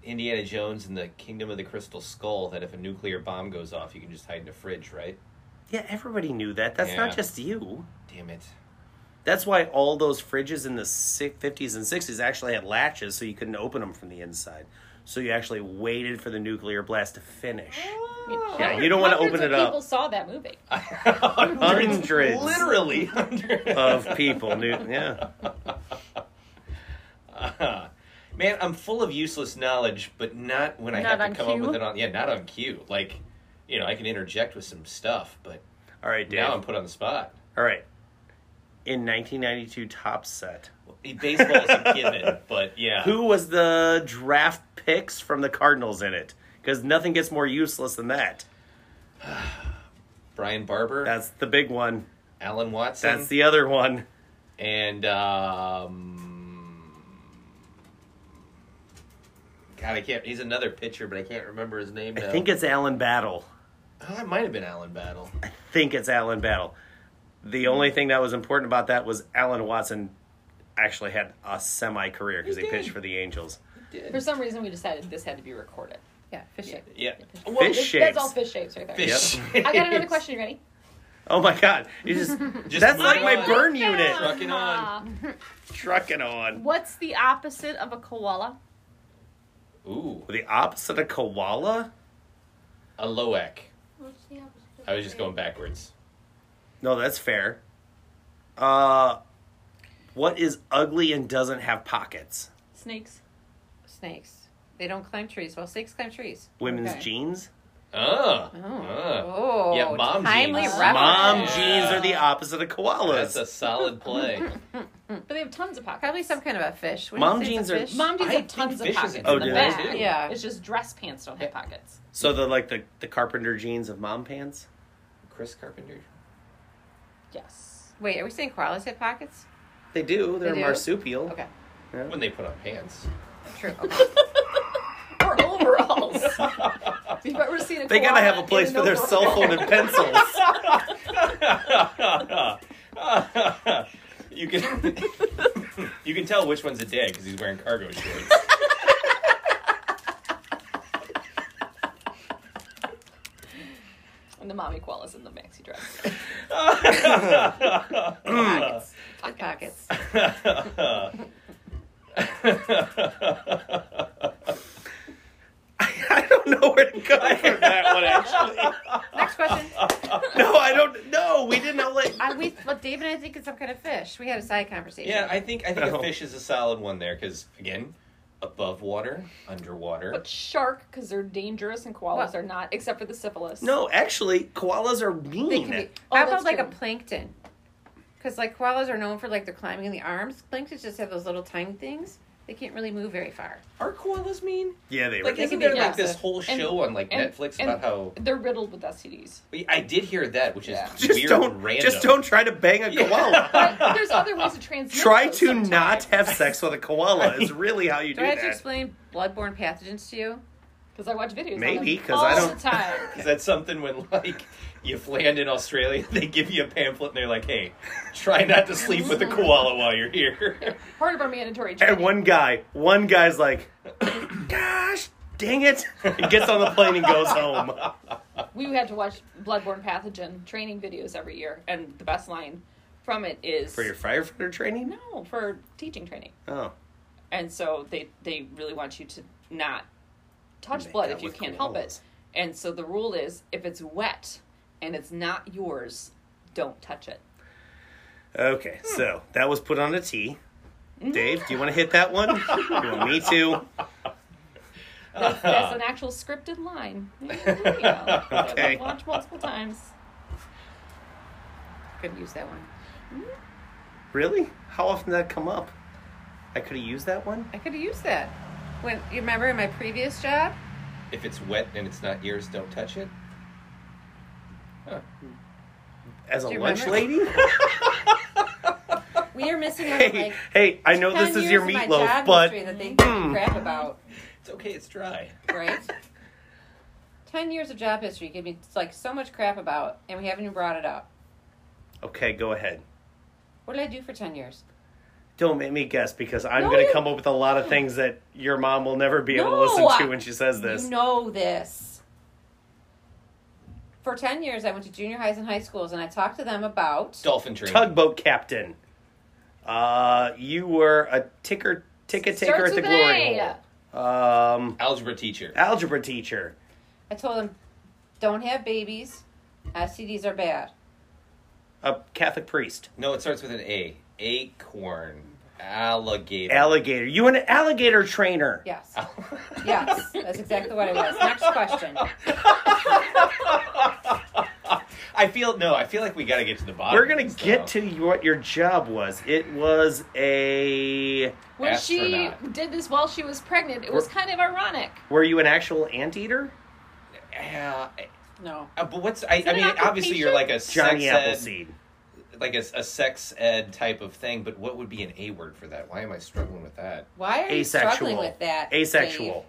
B: Indiana Jones and the Kingdom of the Crystal Skull that if a nuclear bomb goes off, you can just hide in a fridge, right?
C: Yeah, everybody knew that. That's not
B: Yeah.
C: just you.
B: Damn it.
C: That's why all those fridges in the si- 50s and 60s actually had latches so you couldn't open them from the inside. So you actually waited for the nuclear blast to finish. Yeah, you don't want to
F: Oh, Hundreds
C: open
F: of
C: it up.
F: People saw that movie.
B: hundreds,
C: Hundreds.
B: literally hundreds
C: of people knew. Yeah.
B: Uh, man, I'm full of useless knowledge, but not when I
G: Not
B: have
G: on
B: to come
G: cue?
B: up with it on. Yeah, not on cue. Like, you know, I can interject with some stuff, but
C: All right, Dave.
B: now I'm put on the spot.
C: All right. In 1992 top set,
B: Baseball is a given, but yeah.
C: who was the draft picks from the Cardinals in it? Because nothing gets more useless than that.
B: Brian Barber.
C: That's the big one.
B: Alan Watson.
C: That's the other one.
B: and um, God, I can't. He's another pitcher, but I can't remember his name.
C: I
B: Now.
C: think it's Alan Battle.
B: oh, it might have been Alan Battle.
C: think it's Alan Battle. The only thing that was important about that was Alan Watson actually had a semi career because
B: He
C: he,
B: did.
C: pitched for the Angels.
D: For some reason, we decided this had to be recorded.
E: Yeah, fish shape.
B: Yeah,
D: Well,
C: Fish
D: that's-
C: shapes.
D: That's all fish shapes right there.
B: fish.
D: I got another question. You ready?
C: Oh my god! You just,
B: Just
C: that's
B: move
C: like my
B: on.
C: burn unit.
B: Truck it on.
C: Trucking on.
G: What's the opposite of a koala?
B: Ooh,
C: The opposite of koala?
B: a Loek.
H: What's the opposite of
B: I was just
H: brave?
B: going backwards.
C: No, that's fair. Uh, what is ugly and doesn't have pockets?
G: Snakes.
E: Snakes. They don't climb trees. Well, snakes climb trees.
C: Women's
E: Okay.
C: jeans.
B: Ah,
E: Oh.
B: ah.
E: oh.
B: Yeah, mom
E: timely
B: jeans.
E: reference.
C: Mom
B: Yeah.
C: jeans are the opposite of koalas.
B: that's a solid play.
D: But they have tons of pockets.
E: Hmm. Probably some kind of a fish. Wouldn't
C: Mom
E: you say it's
C: jeans
E: a
C: are-
E: fish?
D: Mom jeans
B: I
D: have tons
B: think
D: of
B: fish is
D: pockets
B: in
C: Oh,
D: in
C: do
D: the
C: they
D: back.
B: too?
E: Yeah.
D: It's just dress pants don't have pockets.
C: so the like the the carpenter jeans of mom pants.
B: Chris Carpenter.
D: Yes.
E: Wait, are we saying koalas have pockets?
C: They do. They're
E: They do?
C: marsupial.
E: Okay.
B: When they put on pants.
E: True. Okay.
D: Or overalls.
B: That's
D: You've ever seen a
C: They gotta
D: koala
C: have a
D: in
C: place
D: an
C: for their
D: overall?
C: cell phone and pencils.
B: you can you can tell which one's a dad because he's wearing cargo shorts.
D: And the mommy koala's in the maxi dress.
E: pockets. With pockets.
C: I don't know where to go from that one. Actually,
E: Next question.
C: no, I don't. No, we didn't know. Like,
E: I, we, well, Dave and I think it's some kind of fish. We had a side conversation.
B: yeah, I think I think
C: No.
B: a fish is a solid one there because again, above water, underwater.
D: But shark, because they're dangerous and koalas
E: Well-
D: are not, except for the syphilis.
C: no, actually, koalas are
E: They
C: mean.
E: can be,
D: Oh,
E: how
D: that's
E: about like a
D: true.
E: plankton? Because like koalas are known for like their climbing in the arms. Planktons just have those little tiny things. They can't really move very far.
B: Are koalas mean?
C: yeah, they
B: Like
C: were.
B: isn't
E: be
B: there like
E: aggressive.
B: this whole
D: And-
B: show on like
D: and-
B: Netflix
D: and-
B: about how
D: They're riddled with STDs.
B: I did hear that, which is
D: Yeah.
C: Just
B: weird
C: don't.
B: random.
C: Just don't try to bang a
B: Yeah.
C: koala.
D: But there's other ways to transmit.
C: Try
D: those
C: to
D: sometimes.
C: not have sex with a koala is really how you
E: Do
C: do
E: I have to
C: that.
E: explain bloodborne pathogens to you?
D: Because I watch videos. on
C: Maybe,
D: them
C: 'cause I
D: all
C: don't-
D: The time.
B: Is that something when like you've landed in Australia, they give you a pamphlet and they're like, "Hey, try not to sleep with a koala while you're here."
D: Part of our mandatory.
C: And
D: training.
C: one guy, one guy's like, "Gosh, dang it!" and gets on the plane and goes home.
D: we had to watch Bloodborne Pathogen training videos every year, and the best line from it is
C: For your firefighter training?
D: no for teaching training.
C: Oh,
F: and so they they really want you to not touch
C: Make
F: blood
C: out
F: if you
C: with
F: can't help
C: koalas.
F: it and so the rule is if it's wet and it's not yours don't touch it
C: Okay,
E: Hmm.
C: so that was put on a T.
E: Mm-hmm.
C: Dave, do you want to hit that one? you want me to?
F: that's, that's an actual scripted line Yeah, there you go.
C: Okay.
F: watch multiple times
E: Couldn't use that one.
C: Really? How often did that come up? I could have used that one.
E: I could have used that. When you remember in my previous job,
B: if it's wet and it's not yours, don't touch it.
C: As a
E: Do you
C: lunch
E: remember?
C: lady?
E: we are missing out on,
C: hey,
E: like
C: hey, I know
E: 10
C: this is
E: years
C: your
E: of my
C: meatloaf,
E: job
C: but hmm.
E: history that they give a crap about
B: It's okay, it's dry.
E: right. Ten years of job history give me like so much crap about, and we haven't even brought it up.
C: okay, go ahead.
E: What did I do for ten years?
C: Don't make me guess because I'm
E: No,
C: going to
E: you-
C: come up with a lot of things that your mom will never be able to listen
E: No.
C: to when she says this.
E: You know this. For 10 years, I went to junior highs and high schools, and I talked to them about.
B: Dolphin training.
C: Tugboat captain. Uh, you were a ticker, ticket taker
D: Starts
C: at the
D: with
C: glory
D: an
C: hole. Um,
B: Algebra teacher.
C: algebra teacher.
E: I told them, don't have babies. STDs are bad.
C: A Catholic priest.
B: No, it starts with an A. Acorn. Alligator.
C: Alligator. You an alligator trainer.
E: Yes.
B: Al-
E: Yes. That's exactly what it was. Next question.
B: I feel no. I feel like we got to get to the bottom.
C: We're
B: of
C: gonna
B: this,
C: get
B: though.
C: to you- what your job was. It was a.
D: When she
B: Astronaut.
D: did this while she was pregnant, it was kind of ironic.
C: Were you an actual anteater?
B: Yeah,
E: No.
B: uh, but what's? I, I
D: it
B: mean, obviously you're like a sex
C: Johnny
B: ed,
C: Appleseed.
B: like a, a sex ed type of thing, but what would be an A word for that? Why am I struggling with that?
E: Why are you struggling
C: Asexual.
E: with that? Dave?
C: Asexual.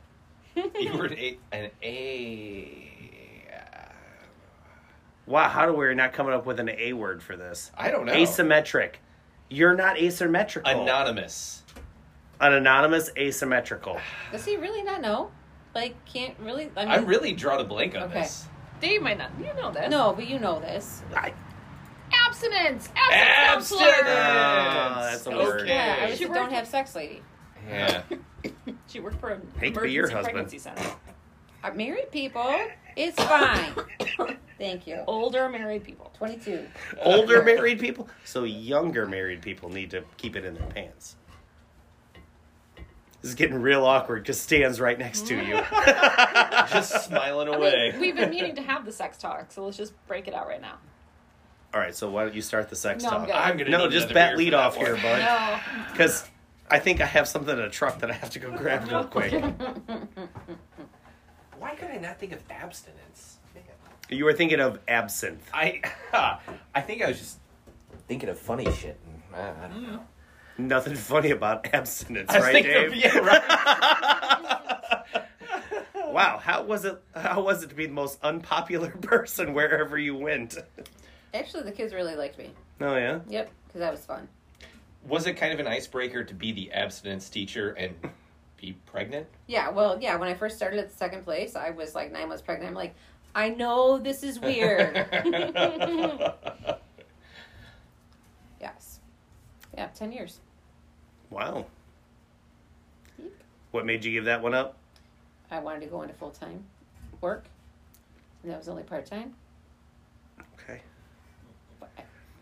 B: A word, a, an A.
C: Wow, how do we're not coming up with an A word for this?
B: I don't know.
C: Asymmetric. You're not asymmetrical.
B: Anonymous.
C: An anonymous asymmetrical.
E: Does he really not know? Like, can't really. I mean,
B: I really drawn a blank on
E: Okay.
B: this.
G: Dave might not. You know this.
E: No, but you know this.
D: Abstinence.
B: Abstinence.
D: Abstinence. counselor.
C: Ah, that's a word.
B: Okay.
E: Yeah, I just
G: She
E: don't
G: worked-
E: have sex, lady.
B: Yeah.
F: She worked for an
C: Hate to
F: emergency
C: be your husband.
F: pregnancy center.
E: Uh, Married people, it's fine. Thank you.
F: Older married people.
E: 22.
C: Older married people, so younger married people need to keep it in their pants. This is getting real awkward because Stan's right next to you.
B: Just smiling
F: I mean,
B: away.
F: we've been meaning to have the sex talk, so let's just break it out right now.
C: All right, so why don't you start the sex
F: No, I'm
C: talk?
F: good.
B: I'm gonna
C: No,
B: need
C: just
B: another
C: bat
B: beer
C: lead
B: for that
C: off here,
B: one.
C: bud.
F: No.
C: Because I think I have something in a truck that I have to go grab real quick.
B: Why could I not think of abstinence? Man.
C: You were thinking of absinthe.
B: I I think I was just thinking of funny shit. and, uh, I don't know.
C: Nothing funny about abstinence,
B: I was
C: right,
B: thinking
C: Dave?
B: of- yeah, right.
C: Wow, how was it? How was it to be the most unpopular person wherever you went?
E: Actually, the kids really liked me.
C: Oh yeah,
E: Yep, because that was fun.
B: Was it kind of an icebreaker to be the abstinence teacher and be pregnant?
E: Yeah, well, yeah, when I first started at the second place, I was like nine months pregnant. I'm like, I know this is weird. yes. Yeah, 10 years.
C: wow. What made you give that one up?
E: I wanted to go into full time work, and that was only part time.
C: Okay.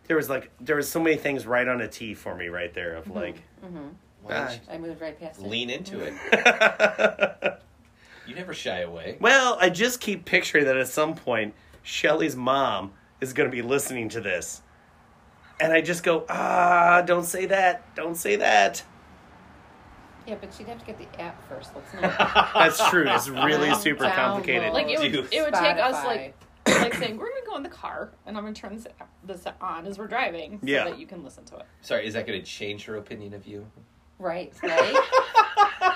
C: There was like there was so many things right on a T for me right there of like.
B: Why don't
C: Bye.
B: you
E: I moved right past it.
B: lean into it? Mm-hmm. You never shy away.
C: well, I just keep picturing that at some point Shelly's mom is going to be listening to this, and I just go ah, don't say that, don't say that.
E: Yeah, but she'd have to get the app first. Let's not.
C: That's true. It's really
E: Down,
C: super
E: down
C: complicated.
E: low.
F: Like it would,
B: Dude.
F: it would take us
E: Spotify.
F: like like saying we're gonna go in the car and I'm gonna turn this this on as we're driving so
C: Yeah.
F: that you can listen to it.
B: Sorry, is that going to change her opinion of you?
E: right, right?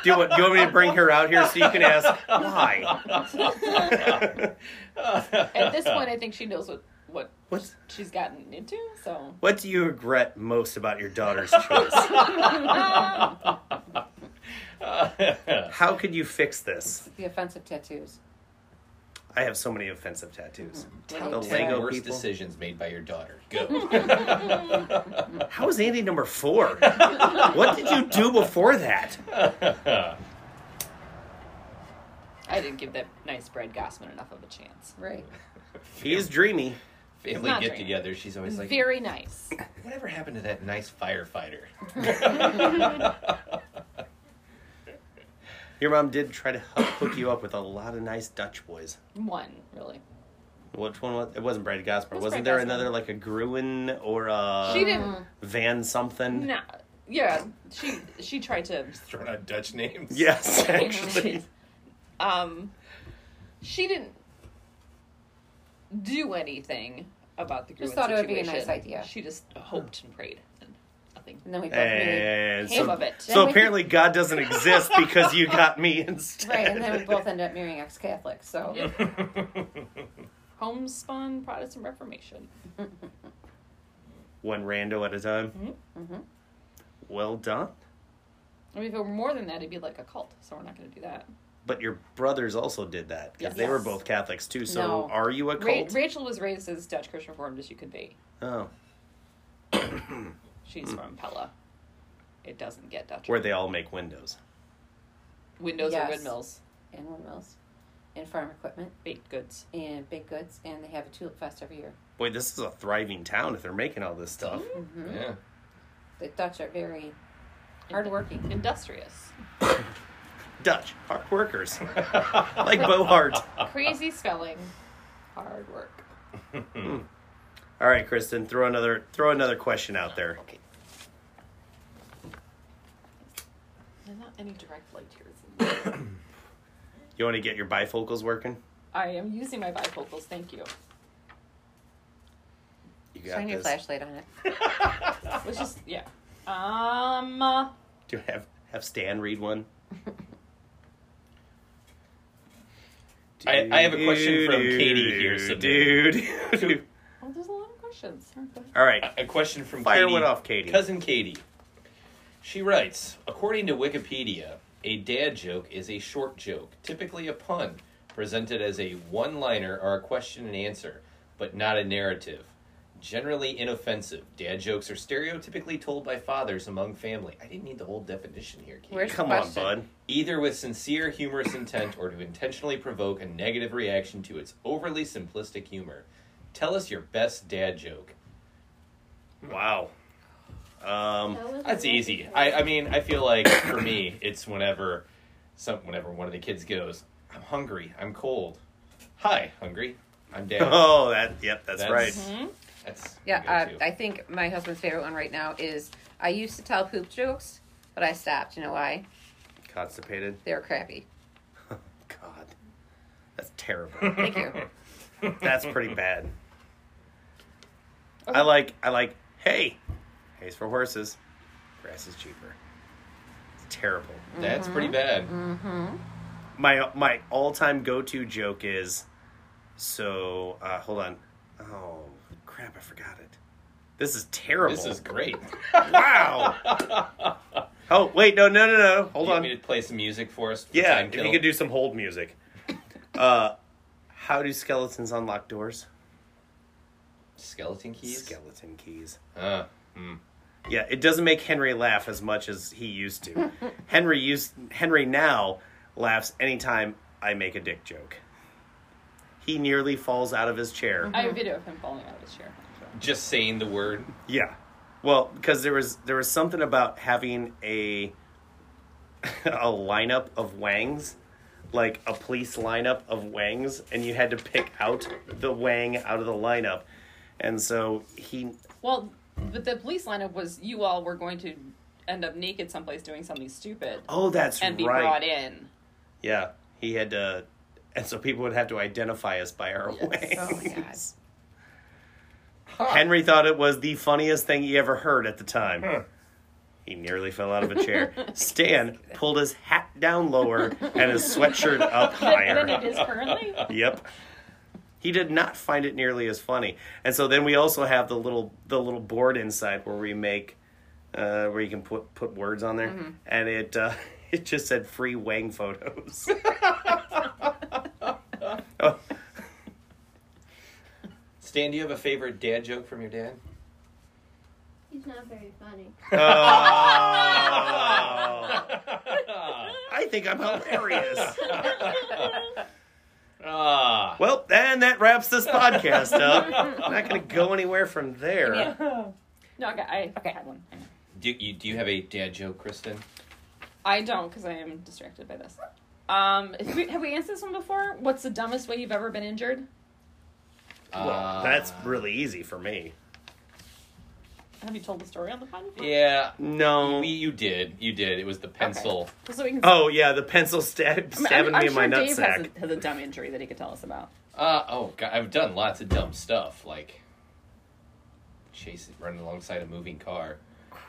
C: Do you, want, do you want me to bring her out here so you can ask why?
F: At this point, I think she knows what what
C: What's
F: she's gotten into. So
C: What do you regret most about your daughter's choice?
F: um,
C: How could you fix this?
E: The offensive tattoos.
C: I have so many offensive tattoos.
E: Tell
C: The
E: me.
B: Ten
C: Lego
B: worst
C: people.
B: decisions made by your daughter. Go.
C: How is Andy number four? what did you do before that?
F: I didn't give that nice bread Gossman enough of a chance.
E: Right.
C: He's dreamy.
B: Family
F: Not
B: get
F: draining.
B: together. She's always like,
F: Very nice.
B: whatever happened to that nice firefighter?
C: Your mom did try to hook hook you up with a lot of nice Dutch boys.
F: One really.
C: Which one was? It wasn't Brad Gosper.
F: was
C: Wasn't
F: Brad
C: there
F: Gosper.
C: another like a Gruen or a
F: She didn't.
C: Van something?
F: Nah. Yeah. She she tried to.
B: Throwing out Dutch names.
C: Yes, actually.
F: Um. She didn't do anything about the Gruen
E: Just thought it would be a
F: situation.
E: nice idea.
F: She just hoped and prayed and nothing.
E: And then we both married.
C: And
F: Came
C: so,
F: of it.
C: so apparently God doesn't exist because you got me instead.
E: Right, and then we both ended up marrying ex Catholics, so.
F: Homespun Protestant Reformation.
C: One rando at a time.
E: Mhm.
C: Well done.
F: I mean, if it were more than that, it'd be like a cult. So we're not going to do that.
C: But your brothers also did that because they
F: Yes.
C: were both Catholics too. So
E: No.
C: are you a
F: Ra-
C: cult?
F: Rachel was raised as Dutch Christian Reformed as you could be.
C: oh,
F: She's from Pella. It doesn't get Dutch.
C: Hmm. where they all make windows.
F: Windows
E: Yes.
F: or windmills,
E: And windmills. And farm equipment.
F: baked goods.
E: And baked goods. And they have a tulip fest every year.
C: Boy, this is a thriving town if they're making all this stuff.
B: Yeah.
E: The Dutch are very hardworking.
F: Industrious.
C: Dutch hard workers, like Bohart.
F: Crazy spelling. Hard work.
C: All right, Kristen, throw another throw another question out there.
F: There's not any direct light here. is there?
C: You want to get your bifocals working?
F: I am using my bifocals. Thank you.
C: You You got
E: Shine your
C: this.
E: flashlight on it.
F: Let's just yeah. Um. uh,
C: Do I have have Stan read one?
B: I- I have a question from Katie here submitted.
C: Dude.
G: Oh, there's a lot of questions.
C: All right.
B: A question from
C: Fire
B: Katie.
C: one off, Katie.
B: Cousin Katie. She writes According to Wikipedia, a dad joke is a short joke, typically a pun, presented as a one liner or a question and answer, but not a narrative. Generally inoffensive, dad jokes are stereotypically told by fathers among family. I didn't need the whole definition here, Katie.
E: Where's-
C: Come on,
E: Question.
C: bud.
B: Either with sincere humorous intent or to intentionally provoke a negative reaction to its overly simplistic humor. Tell us your best dad joke.
C: Wow. Um,
H: That was
B: That's
H: a really
B: easy.
H: good
B: I, I mean, I feel like for me, it's whenever some whenever one of the kids goes, I'm hungry, I'm cold. Hi, hungry. I'm dead.
C: oh, that. Yep, that's, right.
F: Mm-hmm.
B: That's
E: Yeah,
B: go-to.
E: uh, I think my husband's favorite one right now is I used to tell poop jokes, but I stopped. You know why?
C: Constipated.
E: They were crappy.
C: God, that's terrible.
E: Thank you. Oh
C: that's pretty bad. I like. I like. Hey, hay's for horses. Grass is cheaper. It's terrible.
B: that's
E: Mm-hmm.
B: pretty bad.
C: Mm-hmm. My my all time go to joke is. So uh, hold on. Oh crap! I forgot it. This is terrible.
B: This is great.
C: wow. oh wait, no, no, no, no. Hold
B: you
C: on.
B: want me to play some music for us? for
C: Yeah,
B: time
C: if
B: kill?
C: you could do some hold music. Uh, how do skeletons unlock doors?
B: skeleton keys.
C: Skeleton keys.
B: uh,
C: Yeah, it doesn't make Henry laugh as much as he used to. Henry used Henry now laughs anytime I make a dick joke. He nearly falls out of his chair.
F: I have a video of him falling out of his chair.
B: just saying the word.
C: Yeah. Well, because there was there was something about having a a lineup of wangs, like a police lineup of wangs, and you had to pick out the wang out of the lineup. And so he
F: Well, but the police lineup was you all were going to end up naked someplace doing something stupid
C: Oh, that's
F: and be
C: right.
F: brought in.
C: Yeah. He had to and so people would have to identify us by our
E: Oh my
C: wangs.
E: god.
C: Henry thought it was the funniest thing he ever heard at the time. He nearly fell out of a chair. Stan pulled his hat down lower and his sweatshirt up higher.
F: Then it is currently.
C: yep. He did not find it nearly as funny. And so then we also have the little the little board inside where we make uh, where you can put put words on there,
E: Mm-hmm.
C: and it uh, it just said free Wang photos. oh,
B: Stan, do you have a favorite dad joke from your dad?
H: He's not very funny.
C: Oh. I think I'm hilarious.
B: ah.
C: Well, and that wraps this podcast up. I'm not going to go anywhere from there.
F: No, okay, I okay. had one.
B: Do you do you have a dad joke, Kristen?
F: I don't because I am distracted by this. Um, have we, have we answered this one before? What's the dumbest way you've ever been injured?
B: Uh,
C: That's really easy for me.
F: Have you told the story on the pod? before?
B: yeah.
C: No.
B: We, you did. You did. It was the pencil.
G: So we can.
C: Oh yeah, the pencil stab- stabbing
G: I'm,
C: me
G: I'm
C: in my
G: sure Dave
C: nutsack.
G: Has a, has a dumb injury that he could tell us about.
B: Uh, oh, God, I've done lots of dumb stuff, like chasing, running alongside a moving car.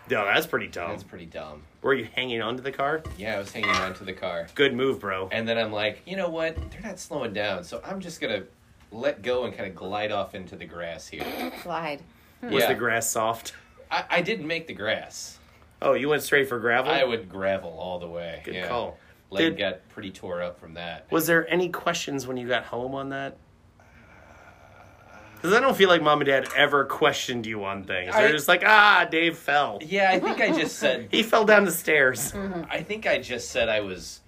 C: No, that's pretty dumb.
B: That's pretty dumb.
C: Were you hanging onto the car?
B: Yeah, I was hanging on to the car.
C: Good move, bro.
B: And then I'm like, you know what? They're not slowing down, so I'm just going to let go and kind of glide off into the grass here.
E: Slide.
C: Was
B: yeah,
C: the grass soft?
B: I, I didn't make the grass.
C: Oh, you went straight for gravel.
B: I would gravel all the way.
C: Good
B: yeah.
C: call.
B: Leg
C: Did-
B: got pretty tore up from that.
C: Was there any questions when you got home on that? Because I don't feel like mom and dad ever questioned you on things. They're
B: I-
C: just like, ah, Dave fell.
B: Yeah, I think I just said
C: He fell down the stairs.
B: I think I just said I was.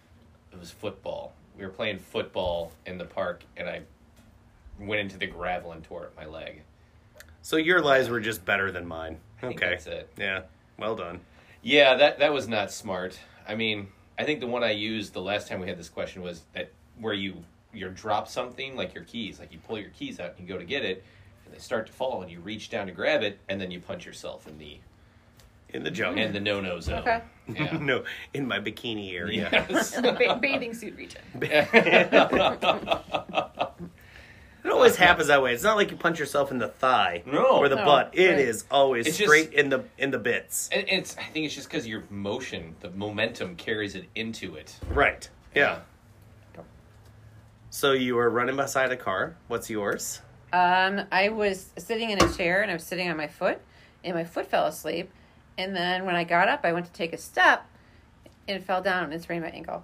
B: It was football. We were playing football in the park, and I went into the gravel and tore up my leg.
C: So your lies were just better than mine.
B: I think
C: Okay.
B: that's it.
C: Yeah. Well done.
B: Yeah, that that was not smart. I mean, I think the one I used the last time we had this question was that where you you drop something like your keys, like you pull your keys out and you go to get it, and they start to fall, and you reach down to grab it, and then you punch yourself in the
C: In the junk.
B: in the no no zone.
E: Okay.
B: Yeah.
C: no, in my bikini area.
B: Yes.
G: The ba- bathing suit region.
C: It always happens that way. It's not like you punch yourself in the thigh
B: No.
C: or the
E: No,
C: butt. It is
E: right.
C: always
B: It's just-
C: straight in the in the bits.
B: And it's I think it's just because your motion, the momentum carries it into it.
C: Right. Yeah. So you were running beside a car. What's yours?
E: Um, I was sitting in a chair and I was sitting on my foot, and my foot fell asleep. And then when I got up, I went to take a step, and it fell down and it sprained my ankle.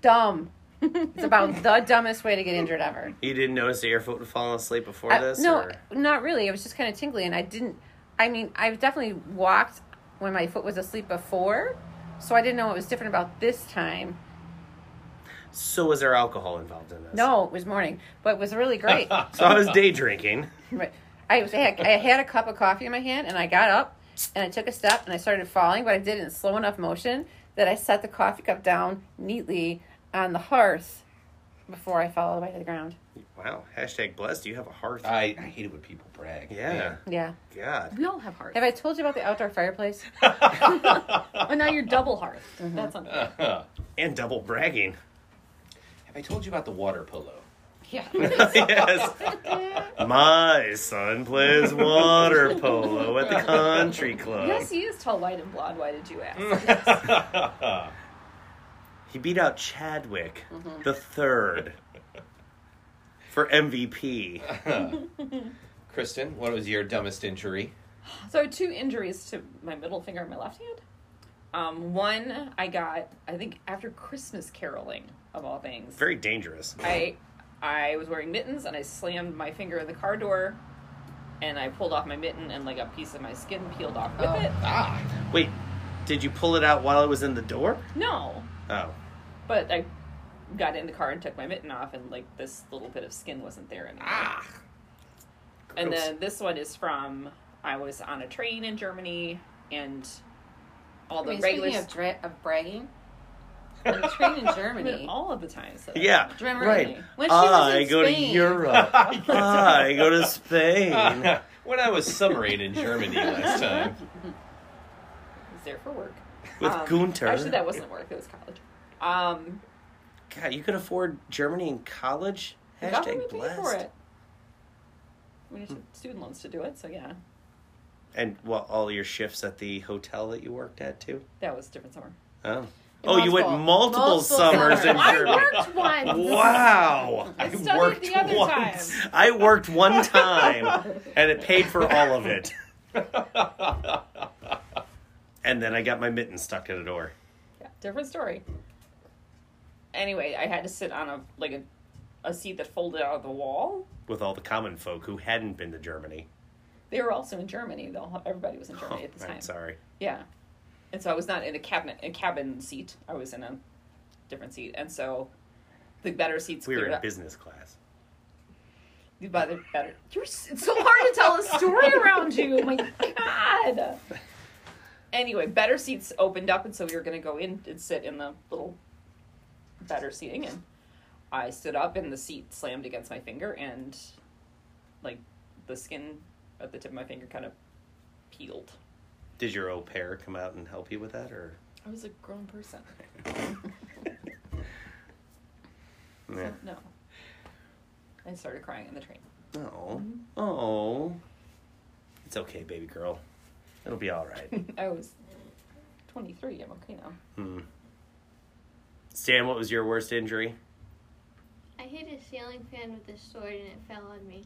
E: Dumb. it's about the dumbest way to get injured ever.
C: You didn't notice that your foot had fallen asleep before
E: I-
C: this?
E: no,
C: or-
E: not really. It was just kind of tingly, and I didn't. I mean, I've definitely walked when my foot was asleep before, so I didn't know what was different about this time.
C: So was there alcohol involved in this?
E: No, it was morning, but it was really great.
C: So I was day drinking.
E: Right. I was I had, I had a cup of coffee in my hand and I got up and I took a step and I started falling, but I did it in slow enough motion that I set the coffee cup down neatly on the hearth before I fell all the way to the ground.
C: Wow. Hashtag blessed. You have a hearth.
B: I, I hate it when people brag.
C: yeah.
E: Yeah.
C: God.
J: We all have hearts.
E: Have I told you about the outdoor fireplace?
J: and now you're double hearth.
F: Mm-hmm.
J: That's unfair.
B: Man. Uh-huh.
C: And double bragging.
B: Have I told you about the water polo?
J: Yeah.
C: yes. My son plays water polo at the country club.
J: yes, he is tall, white, and blonde. Why did you ask?
B: Mm.
C: He beat out Chadwick
E: Mm-hmm.
C: the third for MVP.
B: Kristen, what was your dumbest injury?
F: So two injuries to my middle finger and my left hand. Um, one I got, I think, after Christmas caroling of all things.
C: Very dangerous.
F: I I was wearing mittens and I slammed my finger in the car door, and I pulled off my mitten and like a piece of my skin peeled off with
J: Oh.
F: it.
B: Ah,
C: Wait, did you pull it out while it was in the door?
F: No,
C: Oh.
F: but I got in the car and took my mitten off, and like this little bit of skin wasn't there anymore.
B: ah.
F: And
C: Gross.
F: then this one is from I was on a train in Germany and all
H: I
F: the
H: mean,
F: regular
H: speaking of, dra- of bragging, on the train in Germany.
F: all of the times. that-
C: Yeah.
H: Do you remember
C: Right. Ah,
H: When she was
C: I
H: in
C: go
H: Spain.
C: to Europe. Ah, I go to Spain.
B: when I was summering in Germany last time.
F: I was there for work.
C: With
F: Um,
C: Gunter.
F: Actually, that wasn't work. It was college. Um,
C: God, you could afford Germany in college?
F: the
C: Hashtag
F: government paid
C: blessed.
F: for it. We need student loans to do it, so yeah,
C: And well, all your shifts at the hotel that you worked at too?
F: that was a different summer.
C: Oh. Oh, you went multiple,
H: Multiple. Multiple
C: summers in
H: summers.
J: I
C: Germany.
J: worked once.
C: Wow.
B: I
K: studied
B: worked
K: the other
B: once.
C: I worked one time and it paid for all of it. And then I got my mitten stuck in a door.
F: Yeah, different story. Anyway, I had to sit on a like a, a seat that folded out of the wall.
C: with all the common folk who hadn't been to Germany.
F: They were also in Germany, though. Everybody was in Germany at this
C: Oh, Right,
F: time.
C: Sorry.
F: Yeah. And so I was not in a cabinet a cabin seat. I was in a different seat. And so the better seats
C: We were
F: cleared
C: in
F: up.
C: business class.
F: The better, better.
J: You're, s- it's so hard to tell a story around you. My
F: Oh God. Anyway, better seats opened up and so we were going to go in and sit in the little better seating and I stood up and the seat slammed against my finger and like the skin at the tip of my finger kind of peeled.
C: Did your au pair come out and help you with that, or?
F: I was a grown person.
C: Yeah.
F: No. I started crying in the train.
C: Oh, oh, it's okay, baby girl. It'll be all right.
F: I was 23. I'm okay now.
C: hmm. Stan, what was your worst injury?
H: I hit a ceiling fan with a sword and it fell on me.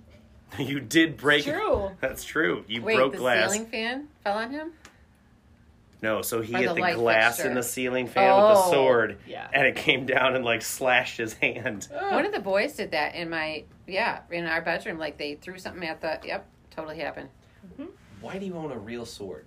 C: you did break.
F: True.
C: That's true. You
E: Wait,
C: broke
E: the
C: glass.
E: ceiling fan fell on him?
C: No, so he
E: Or
C: hit
E: the
C: the,
E: light
C: glass
E: fixture.
C: in the ceiling fan with the
E: Oh.
C: sword,
F: Yeah.
C: and it came down and like slashed his hand.
E: One of the boys did that in my, yeah, in our bedroom. Like they threw something at the, yep, totally happened.
B: Why do you own a real sword?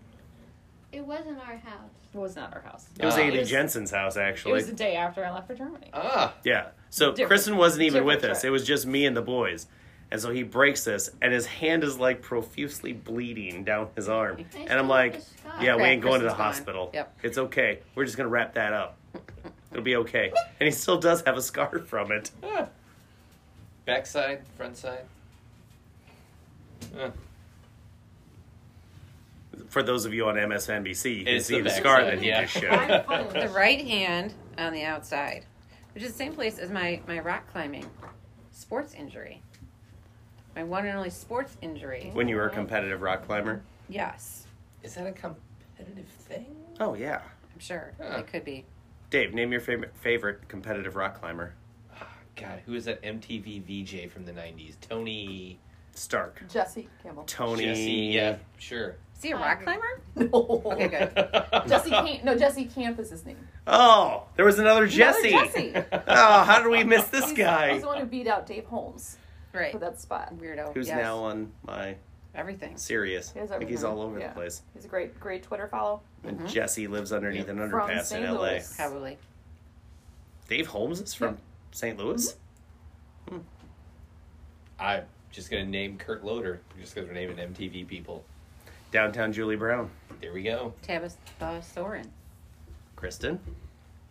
H: It wasn't our house.
F: It was not our house.
C: It was
B: Ah.
C: Andy
F: It was-
C: Jensen's house,
F: It
C: actually.
F: was the day after I left for Germany.
B: Ah,
C: Yeah. So
F: Different-
C: Kristen wasn't even
F: different
C: with us.
F: track.
C: It was just me and the boys. And so he breaks this, and his hand is like profusely bleeding down his arm.
H: I
C: And
H: still
C: I'm like,
H: have a scar.
C: yeah, we
E: Crap,
C: ain't going to the
E: Kristen's gone.
C: hospital.
E: Yep.
C: It's okay. We're just going to wrap that up. It'll be okay. And he still does have a scar from it.
B: Ah. backside, front side. Uh,
C: For those of you on MSNBC, you can
B: It's
C: see
B: the
C: the, scar
B: backside,
C: that he
B: yeah.
C: just
H: I'm
C: showed.
E: The
H: Polish.
E: right hand on the outside, which is the same place as my, my rock climbing. sports injury. My one and only sports injury.
C: When you were a competitive rock climber?
E: Yes,
B: Is that a competitive thing?
C: Oh, yeah.
E: I'm sure
B: Huh.
E: it could be.
C: Dave, name your favorite, favorite competitive rock climber.
B: God, who is that MTV VJ from the '90s? Tony,
C: Stark.
F: Jesse Campbell.
C: Tony.
B: Jesse, yeah, sure.
E: Is he a rock climber?
F: No.
E: Okay, good.
F: Jesse Camp. No, Jesse Camp is his name.
C: Oh, there was another Jesse.
F: Another Jesse.
C: Oh, how did we miss this
F: He's-
C: guy?
F: He's the one who beat out Dave Holmes
E: Right.
F: for that spot.
E: Weirdo.
C: Who's
E: yes.
C: now on my
E: Everything.
C: Sirius?
F: He has
C: I think he's
F: everything.
C: all over
F: Yeah.
C: the place.
F: He's a great, great Twitter follow.
C: And Jesse lives underneath an
F: From
C: underpass in
F: St.
C: LA.
F: Louis.
E: Probably.
C: Dave Holmes is from St. Louis?
F: Mm-hmm.
B: I'm just gonna name Kurt Loder just because we're naming MTV people.
C: Downtown Julie Brown.
B: There we go.
E: Tabitha Soren.
C: Kristen?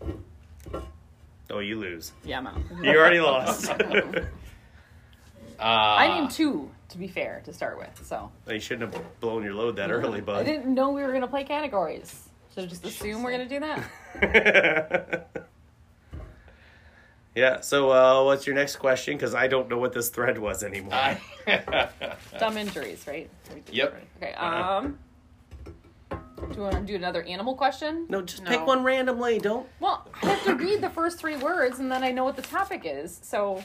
F: Mm-hmm.
C: Oh, you lose.
F: Yeah, I'm out.
C: You already lost.
B: Uh,
F: I named two, to be fair, to start with. So
C: you shouldn't have blown your load that early,
F: I
C: bud.
F: didn't know we were gonna play categories. Should have just assumed we're gonna do that.
C: yeah, so uh, what's your next question? Because I don't know what this thread was anymore.
B: I-
F: Dumb injuries, right? We did
B: Yep.
F: that right. Okay.
C: Uh-huh.
F: Um. Do you want to do another animal question?
C: no, just
E: No.
C: pick one randomly. Don't.
F: Well, I have to read the first three words, and then I know what the topic is. So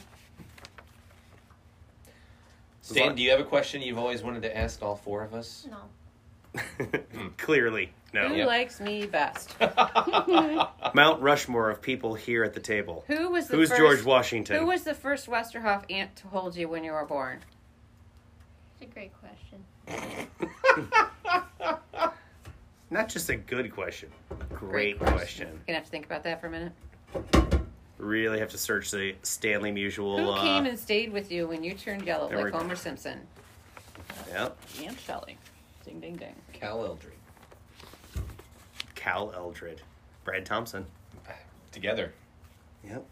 B: Stan, do you have a question you've always wanted to ask all four of us?
H: No.
C: Clearly, no.
E: Who
B: Yep.
E: likes me best?
C: Mount Rushmore of people here at the table.
E: Who was the
C: Who's
E: first,
C: George Washington?
E: Who was the first Westerhoff aunt to hold you when you were born?
H: It's a great question.
C: Not just a good question, a great,
E: Great
C: question.
E: Gonna have to think about that for a minute.
C: Really have to search the Stanley Mutual.
E: Who
C: uh,
E: came and stayed with you when you turned yellow
C: there we
E: like
C: go.
E: Homer Simpson?
C: Yep.
F: Aunt Shelley. Ding ding ding.
B: Cal Eldry.
C: Cal Eldred, Brad Thompson.
B: Together.
C: Yep.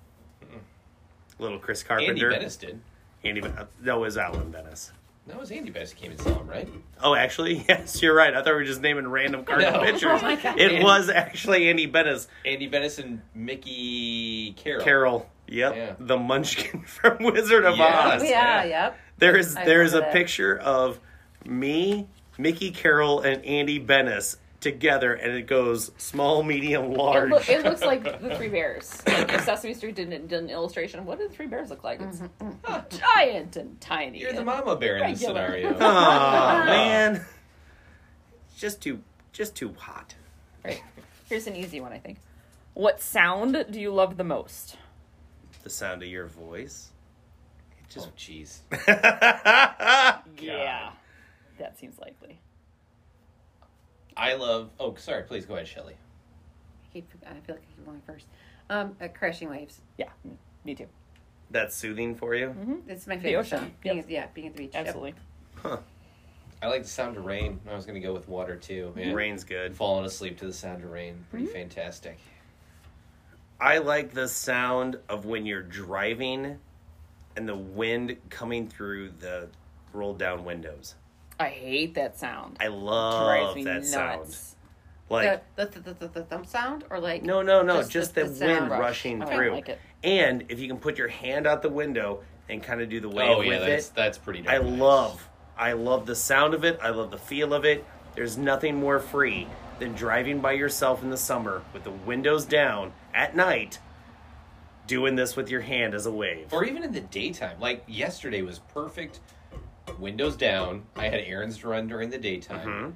C: Little Chris
B: Andy
C: Carpenter.
B: Bennis did.
C: Andy Ben- uh, no, it was Alan Bennis.
B: No, it was Andy Bennis who came and saw him, right?
C: Oh, actually, yes, you're right. I thought we were just naming random cardinal
B: No.
E: Oh
C: pictures. it was actually Andy Bennis.
B: Andy Bennis and Mickey Carroll.
C: Carol. Yep.
B: Yeah.
C: The munchkin from Wizard of
B: Yeah.
C: Oz.
E: Yeah,
B: Yeah.
E: yep.
C: There is
E: I
C: there is a
E: remember that.
C: picture of me, Mickey Carroll, and Andy Bennis together, and it goes small, medium,
F: It,
C: large.
F: loo- it looks like the Three Bears. Like if Sesame Street did, an- did an illustration, what do the Three Bears look like? It's giant and tiny.
B: You're the
F: and-
B: mama bear in this
F: Regular.
B: scenario.
C: Aw, man, It's just too just too hot.
F: Right. Here's an easy one, I think. What sound do you love the most?
C: The sound of your voice. It just
B: Oh, jeez.
F: Yeah. That seems likely.
B: I love. Oh, sorry. Please go ahead, Shelley.
E: I, keep, I feel like I keep going first. Um, uh, crashing waves.
F: Yeah, m- me too.
C: that's soothing for you.
F: Mm-hmm.
E: It's my favorite
F: ocean,
E: song. Being
F: yep.
E: at, yeah, being at the beach. yep.
F: Absolutely.
B: I like the sound of rain. I was going to go with water too.
C: Mm-hmm.
B: Yeah.
C: Rain's good.
B: Falling asleep to the sound of rain. Pretty
C: Mm-hmm.
B: fantastic.
C: I like the sound of when you're driving, and the wind coming through the rolled down windows.
F: I hate that sound.
C: I
F: Drives
C: love
F: me
C: that
F: nuts.
C: sound. Like
E: the, the, the, the, the thumb sound or like
C: No, no, no.
E: Just
C: Just,
E: the-
C: the,
E: the
C: wind
E: sound rush.
C: rushing
F: I don't
C: through.
F: like it.
C: And if you can put your hand out the window and kind of do the wave
B: oh yeah,
C: with
B: that's
C: it,
B: that's pretty. Darn
C: I
B: nice.
C: love. I love the sound of it. I love the feel of it. There's nothing more free than driving by yourself in the summer with the windows down at night, doing this with your hand as a wave.
B: Or even in the daytime. Like yesterday was perfect. Windows down. I had errands to run during the daytime.
C: Mm-hmm.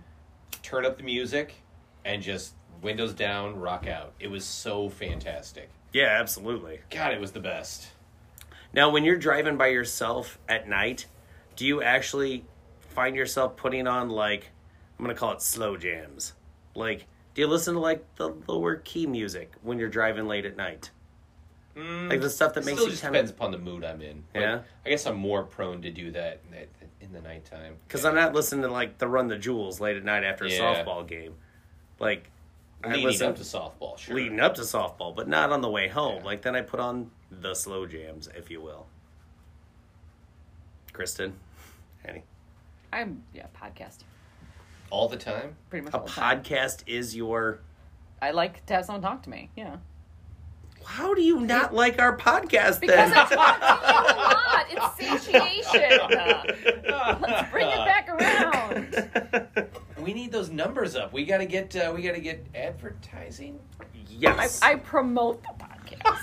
B: Turn up the music, and just windows down, rock out. It was so fantastic.
C: Yeah, absolutely.
B: God, it was the best.
C: Now, when you're driving by yourself at night, do you actually find yourself putting on like I'm gonna call it slow jams? Like, do you listen to like the lower key music when you're driving late at night? Like the stuff that
B: Mm, It
C: makes
B: still
C: you
B: just
C: kind
B: depends
C: of
B: upon the mood I'm in.
C: Yeah?
B: I guess I'm more prone to do that at- in the nighttime.
C: because I'm not listening to like the Run the Jewels late at night after a
B: Yeah.
C: softball game. Like, I
B: leading
C: listen
B: up to softball. Sure.
C: leading up to softball, but not on the way home. Like then I put on the slow jams, if you will. Kristen, Annie.
F: I'm yeah, podcast.
B: all the time.
F: Pretty much
C: A
F: all the time.
C: podcast is your
F: I like to have someone talk to me. Yeah.
C: how do you not like our podcast
G: Because
C: then?
G: I talk to you a lot. It's satiation. Let's bring it back around.
B: We need those numbers up. We gotta get uh, we gotta get advertising.
D: I,
C: yes.
D: I promote the podcast.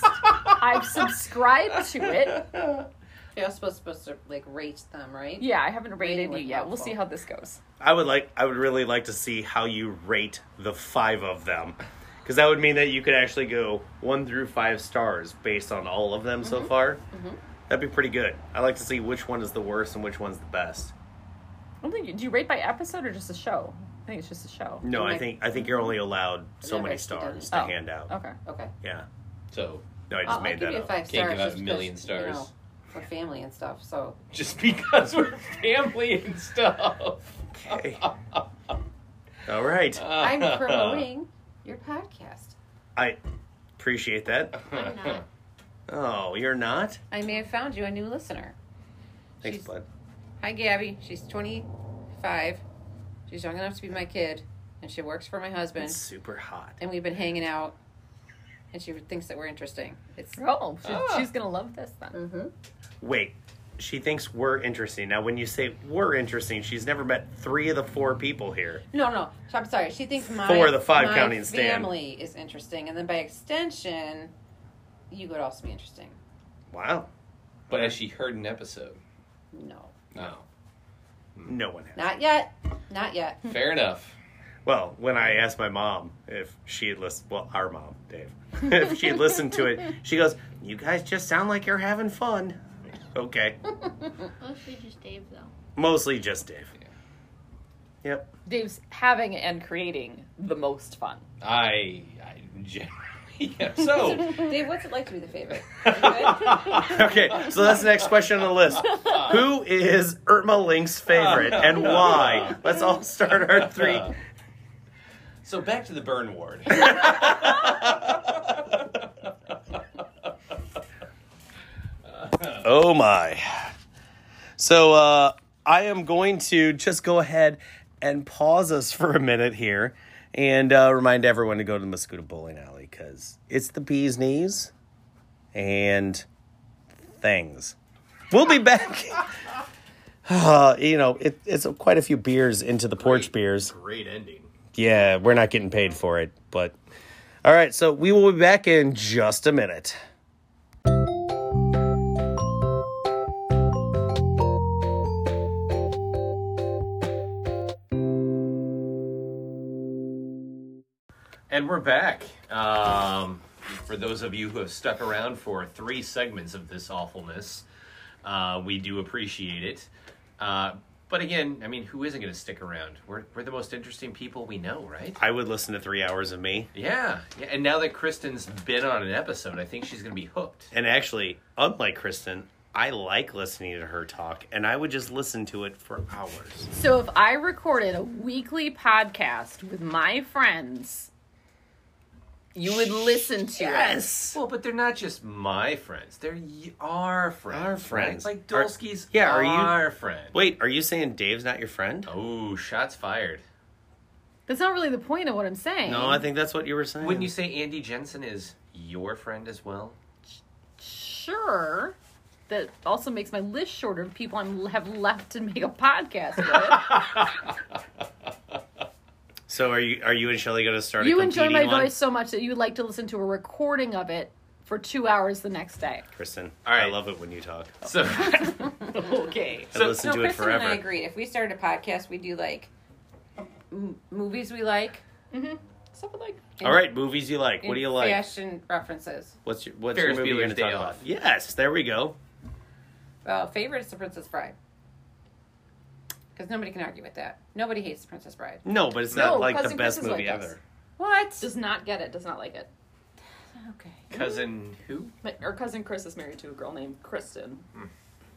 D: I've subscribed to it.
E: You're also supposed to like rate them, right?
D: Yeah, I haven't rated you
E: Really
D: yet. We'll
E: helpful.
D: see how this goes.
C: I would like I would really like to see how you rate the five of them. Because that would mean that you could actually go one through five stars based on all of them so far. That'd be pretty good. I like to see which one is the worst and which one's the best.
D: I don't think you, do you rate by episode or just a show? I think it's just a show.
C: No,
E: You
C: I
E: might-
C: think I think you're only allowed so
E: I've
C: many
E: actually done
C: stars
E: it.
C: to
D: Oh.
C: hand out.
D: Okay.
E: Okay.
C: Yeah.
B: So
C: No, I just
E: I'll, I'll
C: made
E: give
C: that
E: you
C: up.
E: five
B: Can't give
E: stars
B: out
E: just 'cause,
B: million
E: You know,
B: stars.
E: we're family and stuff, so
B: just because we're family and stuff.
C: Okay. All right.
E: I'm promoting your podcast.
C: I appreciate that.
H: I'm not.
C: Oh, you're not?
E: I may have found you a new listener.
C: Thanks,
E: She's-
C: bud.
E: Hi, Gabby. She's 25. She's young enough to be my kid, and she works for my husband.
C: It's super hot.
E: and we've been hanging out, and she thinks that we're interesting. It's
D: Oh, she,
C: Ah.
D: she's gonna love this
C: Mm.
D: then.
C: Wait, she thinks we're interesting. Now, when you say we're interesting, she's never met three of the four people here.
E: no, no. I'm sorry. She thinks my
C: Four of the five
E: my
C: counting stand.
E: family is interesting, and then by extension, you would also be interesting.
C: Wow.
B: But has she heard an episode?
E: No,
B: No.
C: No one has.
E: not yet. Not yet.
B: Fair enough.
C: Well, when I asked my mom if she had listened, well, our mom, Dave, if she had listened to it, she goes, You guys just sound like you're having fun. Okay.
H: Mostly just Dave, though.
C: Mostly just Dave. Yep.
D: Dave's having and creating the most fun.
B: I I generally am.
C: Oh.
B: So
E: Dave, what's it like to be the favorite?
C: Okay, so that's the next question on the list. Who is Irma Link's favorite and why? Let's all start our three.
B: So back to the burn ward.
C: Oh my. So uh, I am going to just go ahead and pause us for a minute here and uh, remind everyone to go to the Mosquito Bowling Alley because it's the bee's knees and things. We'll be back. Uh, you know, it, it's quite a few beers into the porch beers.
B: Great ending.
C: Yeah, we're not getting paid for it, but all right, so we will be back in just a minute.
B: And we're back. Um, for those of you who have stuck around for three segments of this awfulness, uh, we do appreciate it. Uh, but again, I mean, who isn't going to stick around? We're, we're the most interesting people we know, right?
C: I would listen to three hours of me.
B: Yeah. yeah. And now that Kristen's been on an episode, I think she's going to be hooked.
C: And actually, unlike Kristen, I like listening to her talk, and I would just listen to it for hours.
D: So if I recorded a weekly podcast with my friends, you would listen to
C: Yes.
B: Well, but they're not just my friends. They're y- our friends.
C: Our
B: right?
C: friends.
B: Like
C: Are-
B: Dolsky's
C: yeah, are you-
B: our friend.
C: Wait, are you saying Dave's not your friend?
B: Oh, shots fired.
D: it. That's not really the point of what I'm saying.
C: No, I think that's what you were saying.
B: Wouldn't you say Andy Jensen is your friend as well?
D: sure. That also makes my list shorter of people I am have left to make a podcast with.
C: So are you are you and Shelly going to start?
D: you
C: a
D: enjoy my
C: competing one?
D: voice so much that you would like to listen to a recording of it for two hours the next day.
C: Kristen.
B: All
C: I
B: right.
C: love it when you talk.
B: So,
D: Okay.
C: I
B: So-
C: listen to it
E: Kristen
C: forever.
E: and I agreed. If we started a podcast, we do like m- movies we like.
G: Something like
C: All right, movies you like. What
E: and
C: do you like?
E: Fashion references.
C: What's your what's
B: Ferris
C: your movie you're
B: Bueller's
C: going to talk
B: Day
C: about?
B: Off.
C: Yes, there we go.
E: Well, favorite is The Princess Bride. Because nobody can argue with that. Nobody hates The Princess Bride.
C: No, but it's
D: No,
C: not like the
D: Cousin
C: best
D: Chris is
C: movie
D: like this.
C: ever.
E: What?
D: Does not get it. Does not like it.
E: Okay.
B: cousin who?
G: my, our cousin Chris is married to a girl named Kristen,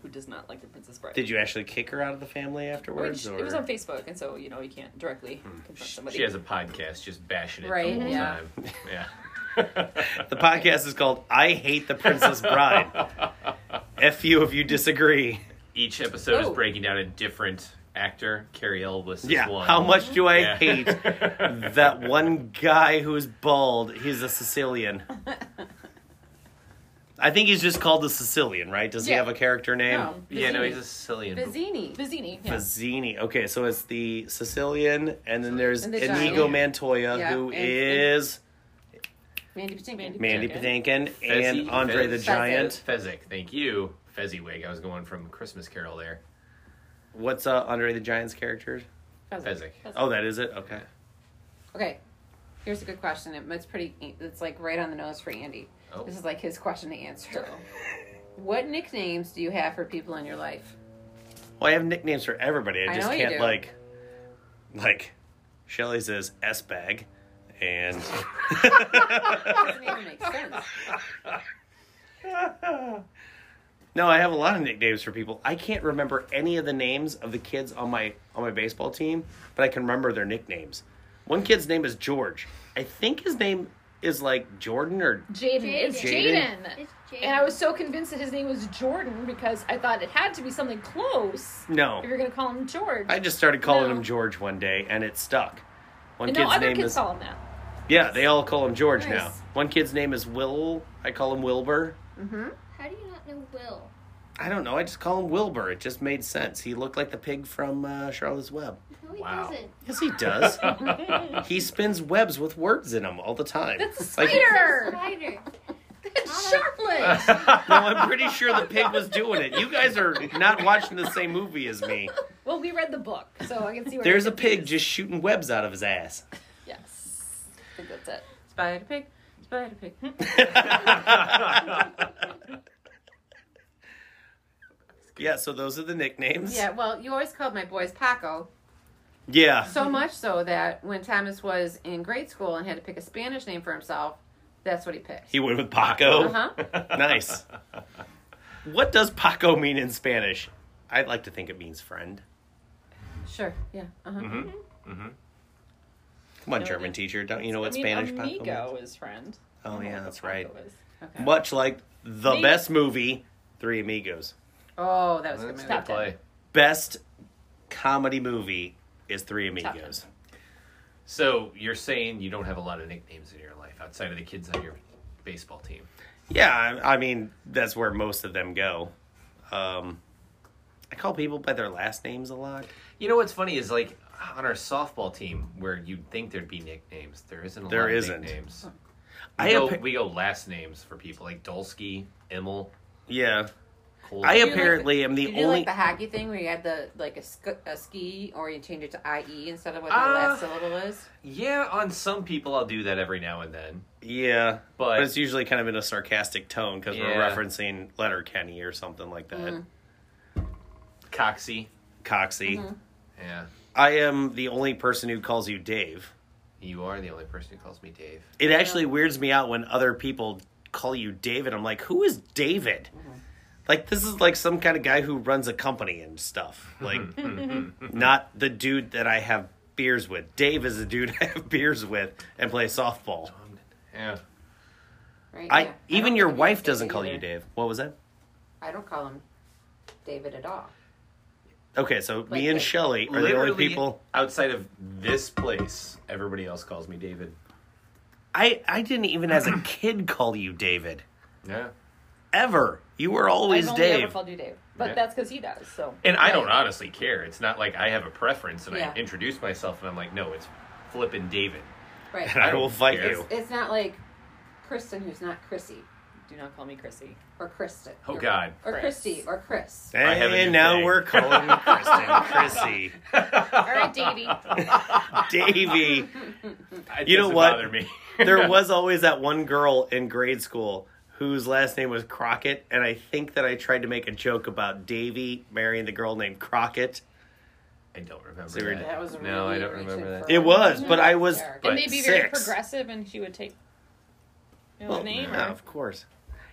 G: who does not like the Princess Bride.
C: Hmm. Did you actually kick her out of the family afterwards?
G: Which
C: or? Hmm.
G: it was on Facebook, and so you know you can't directly confront somebody.
B: She has a podcast, just bashing it
E: Right,
B: the whole
E: yeah.
B: time. Yeah.
C: The podcast is called "I Hate the Princess Bride." F you if you disagree.
B: Each episode is
E: Oh.
B: breaking down a different actor. Carrie Elwes is
C: Yeah.
B: one.
C: How much do I
B: Yeah.
C: hate that one guy who's bald? He's a Sicilian. I think he's just called the Sicilian, right? Does he
D: Yeah.
C: have a character name?
E: No.
B: Yeah, no,
E: Vizzini.
B: he's a Sicilian.
E: Vizzini.
D: Vizzini.
E: Yeah.
C: Fazzini. Okay, so it's the Sicilian, and then there's
E: And the
C: Inigo
E: giant.
C: Montoya,
E: Yeah,
C: who
E: and-
C: is
E: Mandy Patinkin.
C: Mandy Patinkin and
B: Fezzi-
C: Andre the
B: Fez-
C: Giant.
B: Fezzik, thank you. Fezziwig. I was going from Christmas Carol there.
C: What's uh, Andre the Giant's character?
B: Fezzik.
C: Oh, that is it. Okay.
E: Okay, here's a good question. It- It's pretty. It's like right on the nose for Andy.
B: Oh.
E: This is like his question to answer. What nicknames do you have for people in your life?
C: Well, I have nicknames for everybody. I
E: I
C: just
E: know you
C: can't
E: do.
C: like, like, Shelly says S bag, and
E: Doesn't even make sense.
C: no, I have a lot of nicknames for people. I can't remember any of the names of the kids on my on my baseball team, but I can remember their nicknames. One kid's name is George. I think his name is like Jordan or
D: Jaden. It's
C: Jaden.
D: Jaden.
H: It's Jaden.
D: And I was so convinced that his name was Jordan because I thought it had to be something close.
C: no.
D: If you're gonna call him George.
C: I just started calling
D: No.
C: him George one day, and it stuck. One
D: and
C: kid's
D: no other
C: name
D: kids
C: is
D: call him that.
C: yeah. They all call him George
D: Nice.
C: now. One kid's name is Will. I call him Wilbur.
H: How do you not know Will?
C: I don't know. I just call him Wilbur. It just made sense. He looked like the pig from uh, Charlotte's Web.
H: No, he
B: Wow.
H: doesn't.
C: Yes, he does. he spins webs with words in them all the time.
D: That's a
C: Like-
H: It's
D: spider.
H: a spider.
D: That's Charlotte.
C: no, I'm pretty sure the pig was doing it. You guys are not watching the same movie as me.
D: Well, we read the book, so I can see where
C: There's a
D: you're
C: pig
D: confused.
C: just shooting webs out of his ass.
D: Yes. I think that's it.
E: Spider pig. Spider pig.
C: yeah, so those are the nicknames.
E: Yeah. Well, you always called my boys Paco.
C: Yeah.
E: So much so that when Thomas was in grade school and had to pick a Spanish name for himself, that's what he picked.
C: He went with Paco.
E: Uh huh.
F: Uh-huh.
C: Nice. What does Paco mean in Spanish? I'd like to think it means friend.
E: Sure. Yeah. Uh huh.
C: Mm-hmm. Come on,
F: No,
C: German
F: no.
C: teacher, don't you know
F: I
C: what
F: mean,
C: Spanish Paco
F: amigo
C: means?
F: is friend. I
C: Oh
F: don't know
C: yeah,
F: what
C: that's
F: Paco
C: right.
F: is.
E: Okay.
C: Much like the
F: Amigo.
C: best movie, Three Amigos.
E: Oh, that was a good.
B: That's
E: movie.
B: good play.
C: Best comedy movie is Three Amigos.
B: So you're saying you don't have a lot of nicknames in your life outside of the kids on your baseball team.
C: Yeah, I, I mean that's where most of them go. Um, I call people by their last names a lot.
B: You know what's funny is like on our softball team where you'd think there'd be nicknames, there isn't a
C: There
B: lot
C: isn't.
B: of nicknames. We,
C: I
B: go,
C: appa-
B: we go last names for people like Dolsky, Immel,
C: Yeah,
B: Cole.
C: I
E: like
C: apparently am
E: Did
C: the
E: you do
C: only.
E: like the hockey thing where you had the like a, sk- a ski or you change it to IE instead of what the
B: Uh,
E: last
C: Ah.
E: syllable is?
B: yeah, on some people I'll do that every now and then.
C: Yeah,
B: But-
C: but it's usually kind of in a sarcastic tone because we're
B: Yeah.
C: referencing Letter Kenny or something like that.
B: Coxie.
C: Coxie.
B: Yeah.
C: I am the only person who calls you Dave.
B: You are the only person who calls me Dave.
C: It actually weirds me out when other people call you David. I'm like, who is David? Like this is like some kind of guy who runs a company and stuff. Like not the dude that I have beers with. Dave is the dude I have beers with and play softball.
B: Yeah.
E: Right?
C: I
E: Yeah.
C: even
E: don't
C: your
E: think you
C: wife
E: say
C: doesn't
E: it
C: call you
E: either.
C: Dave. What was that?
E: I don't call him David at all.
C: Okay, so
E: Like,
C: me and
E: like,
C: Shelly are the only
B: Literally
C: people
B: outside of this place, everybody else calls me David.
C: I I didn't even as a kid call you David.
B: Yeah.
C: Ever. You were
D: I've
C: always
D: only ever
C: Dave.
D: called you Dave, but
B: Yeah.
D: that's because he does. So
B: And I don't honestly care. It's not like I have a preference and
E: Yeah.
B: I introduce myself and I'm like, no, it's flippin' David.
E: Right.
C: And I will fight
B: Yes.
C: you.
E: It's not like Kristen, who's not Chrissy,
F: Do not call me Chrissy.
E: or Kristen.
B: Oh,
E: or,
B: God.
E: Or
F: Chris.
E: Christy, or Chris.
B: I have a
C: And
B: new
C: now
B: thing.
C: we're calling Kristen
D: all right, Davey.
C: Chrissy. Davy.
B: It
C: You know
B: doesn't
C: what?
B: Bother me.
C: There was always that one girl in grade school whose last name was Crockett, and I think that I tried to make a joke about Davy marrying the girl named Crockett.
B: I don't remember.
C: So we're-
B: that.
E: That was really
B: no, I don't
E: reaching
B: remember that.
E: for-
C: It was, but I was.
B: But
D: and they'd be very
C: six.
D: progressive, and she would take.
F: You know
C: Well,
F: the name?
C: yeah,
F: or-
C: of course.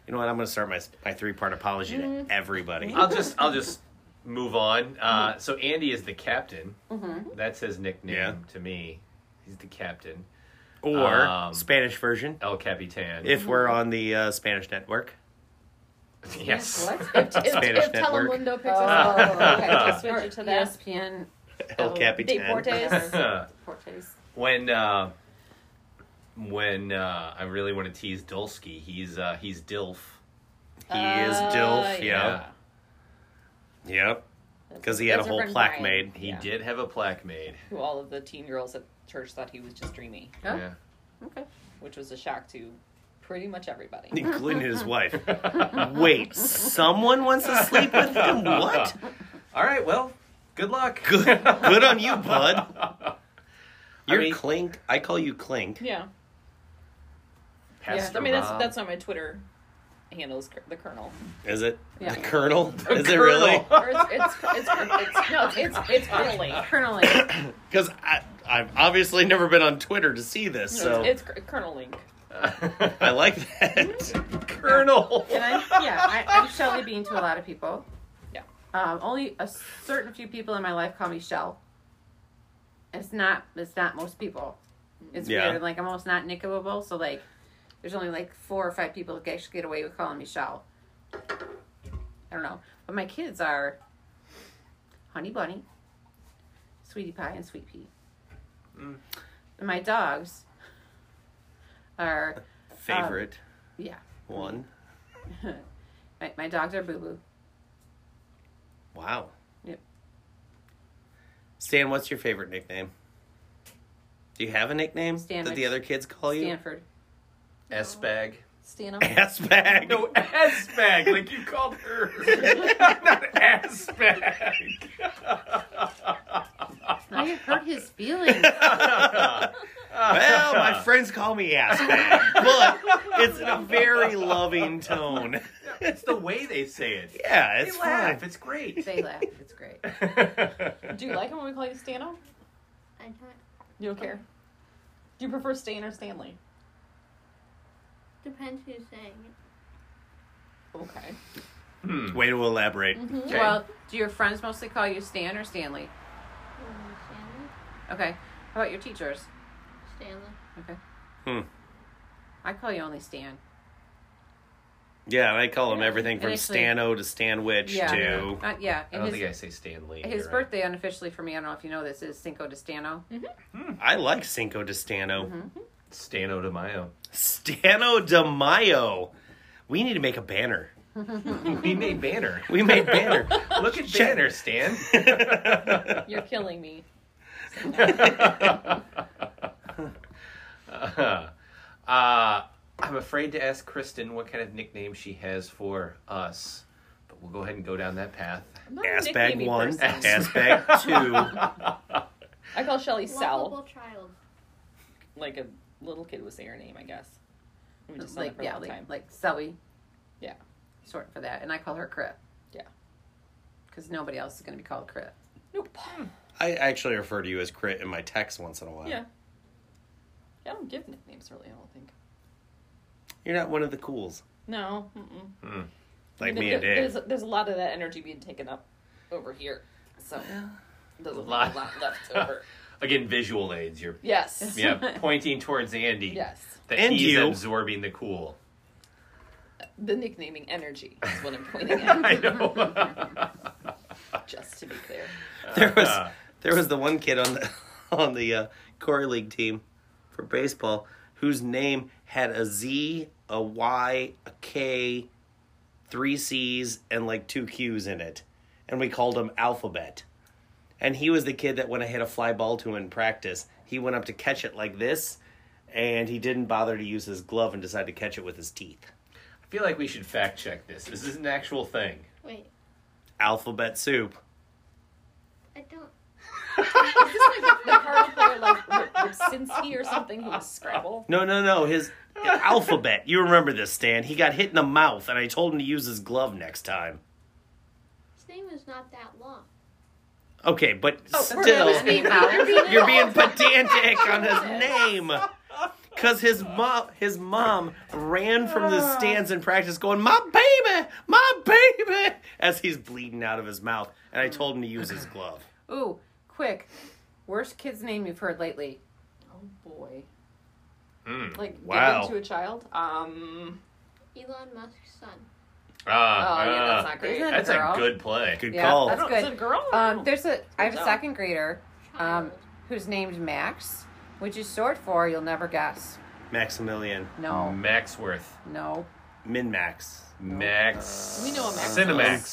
C: You know what? I'm going to start my my three part apology to everybody.
B: I'll just I'll just move on.
E: Mm-hmm.
B: Uh, so Andy is the captain. That's his nickname
C: Yeah.
B: to me. He's the captain.
C: Or
B: Um,
C: Spanish version,
B: El Capitan.
C: if we're on the uh, Spanish network.
B: yes.
E: What?
D: If,
C: Spanish
D: if
C: network.
D: Telemundo picks us up,
E: Oh, okay.
D: Just switch it to
E: Or
D: that.
E: ESPN.
C: El
D: De
C: Capitan.
D: Portes.
E: Portes.
B: when uh, when uh, I really want to tease Dulski, he's uh, he's Dilf.
C: He is
E: Uh,
C: Dilf.
E: yeah.
C: Yeah. Yep. Because he had a
E: That's our
C: whole
E: friend
C: plaque
E: Brian.
C: made.
B: He
E: Yeah.
B: did have a plaque made.
F: who all of the teen girls at church thought he was just dreamy,
E: Oh.
B: Yeah.
F: which was a shock to pretty much everybody.
C: including his wife. Wait, someone wants to sleep with him? What?
B: All right. Well, good luck.
C: Good, good on you, bud. You're
B: mean-
C: Clink. I call you Clink.
G: Yeah.
B: Pastor
G: I mean, that's
B: Rob.
G: that's not my Twitter.
F: Handles cur- the colonel.
C: Is it
G: Yeah.
C: the Colonel? Is it
B: Colonel.
C: really?
G: Or it's it's it's, it's, no, it's it's curly.
E: Colonel.
C: Because I've obviously never been on Twitter to see this, so
G: It's, it's Colonel Link.
C: I like
G: Um,
C: that. Colonel.
E: And I'm, yeah, I, I'm Shelly Bean to a lot of people.
F: Yeah.
E: Um, only a certain few people in my life call me Shell. It's not. It's not most people. It's
C: Yeah.
E: weird. Like I'm almost not nickable. So like, there's only like four or five people that actually get away with calling me Shell. I don't know, but my kids are Honey Bunny, Sweetie Pie, and Sweet Pea. And my dogs are
C: Favorite
E: yeah.
C: one.
E: My, my dogs are Boo Boo.
C: Wow.
E: Yep.
C: Stan, what's your favorite nickname? Do you have a nickname
E: Stan
C: that the
E: Mc-
C: other kids call you?
E: Stanford.
B: S bag.
G: Stand up.
C: Ass bag.
B: No ass bag, like you called her. Not ass bag.
E: I hurt his feelings.
C: Well, my friends call me ass bag, but it's in a very loving tone.
B: It's the way they say it.
C: Yeah,
B: They
C: it's
B: laugh.
C: fine.
B: It's great.
E: they laugh. It's great.
G: Do you like it when we call you Stano?
H: I don't.
G: You don't care. Do you prefer Stan or Stanley?
H: Depends who's saying it.
G: Okay.
B: Hmm.
C: Way to elaborate.
B: Okay.
E: Well, do your friends mostly call you Stan or Stanley?
H: Um, Stanley.
E: Okay. How about your teachers?
H: Stanley.
E: I call you only Stan.
C: Yeah, I call him everything from
E: Initially-
C: Stano to Stan Witch
E: Yeah.
C: to.
E: Uh, yeah.
B: I
E: And
B: don't
E: his,
B: think I say Stanley.
E: his
B: you're right.
E: birthday unofficially for me, I don't know if you know this, is Cinco de Stano.
C: I like Cinco de Stano.
B: Stano de Mayo.
C: Stano de Mayo. We need to make a banner.
B: We made banner.
C: We made banner.
B: Look at
C: Check.
B: banner, Stan.
G: You're killing me.
B: uh, I'm afraid to ask Kristen what kind of nickname she has for us, but we'll go ahead and go down that path.
G: I'm not a
C: Ass bag
G: nicknamey
C: one,
G: person.
C: ass bag two.
G: I call Shelly Sal,
H: Lovable child.
F: Like a little kid would say her name, I guess. We just like,
E: Like,
F: for a
E: yeah,
F: long
E: like,
F: time.
E: like Zoe.
F: Yeah.
E: Short for that. And I call her Crip.
F: Yeah.
E: Because nobody else is going to be called Crip.
G: Nope.
C: I actually refer to you as Crit in my text once in a while.
G: hmm. Yeah. I don't give nicknames really. I don't think.
C: You're not one of the cools
G: No. Mm-mm.
C: like
G: There-
C: me and
G: there-
C: Dave.
G: There's there's a lot of that energy being taken up over here, so there's a
B: Lot.
G: lot, lot left over.
B: Again, visual aids. You're
G: Yes.
B: yeah, pointing towards Andy.
G: Yes.
B: That
C: And
B: he's
C: you.
B: absorbing the cool.
G: The nicknaming energy is what I'm pointing at.
B: I know.
G: just to be clear.
C: There was there was the one kid on the on the uh, Corey League team for baseball whose name had a Z, a Y, a K, three C's, and like two Q's in it, and we called him Alphabet. And he was the kid that when I hit a fly ball to him in practice, he went up to catch it like this, and he didn't bother to use his glove and decided to catch it with his teeth.
B: I feel like we should fact check this. This is an actual thing.
H: Wait,
C: Alphabet soup.
H: I don't.
G: Is this like the card player like R- Ripsinski or something who was Scrabble?
C: No, no, no. His alphabet. You remember this, Stan? He got hit in the mouth, and I told him to use his glove next time.
H: His name is not that long.
C: Okay, but
E: Oh, we're gonna
C: still,
E: be mouth.
C: you're being pedantic on his name. Cause his mom, his mom ran from
E: Ah.
C: the stands in practice, going, "My baby, my baby," as he's bleeding out of his mouth, and I told him to use his glove.
E: Ooh, quick. Worst kid's name you've heard lately.
G: Oh boy.
B: Mm.
G: Like
C: Hmm, Wow.
G: given to a child?
F: Mm.
G: Um
H: Elon Musk's son.
G: Oh
B: Ah,
G: yeah, that's
B: ah.
G: not great.
E: Isn't
B: That's a
E: Girl.
B: good play.
C: Good
E: Yeah,
C: call.
E: that's
G: Oh,
E: good.
G: Is it a girl? or
E: Um,
G: no?
E: there's a. I have a
G: Turns out.
E: second grader um,
H: Child.
E: who's named Max, which is short for you'll never guess.
C: Maximilian.
E: No,
B: Maxworth.
E: no,
C: Minmax.
B: Max.
G: We know a Max.
B: Cinemax.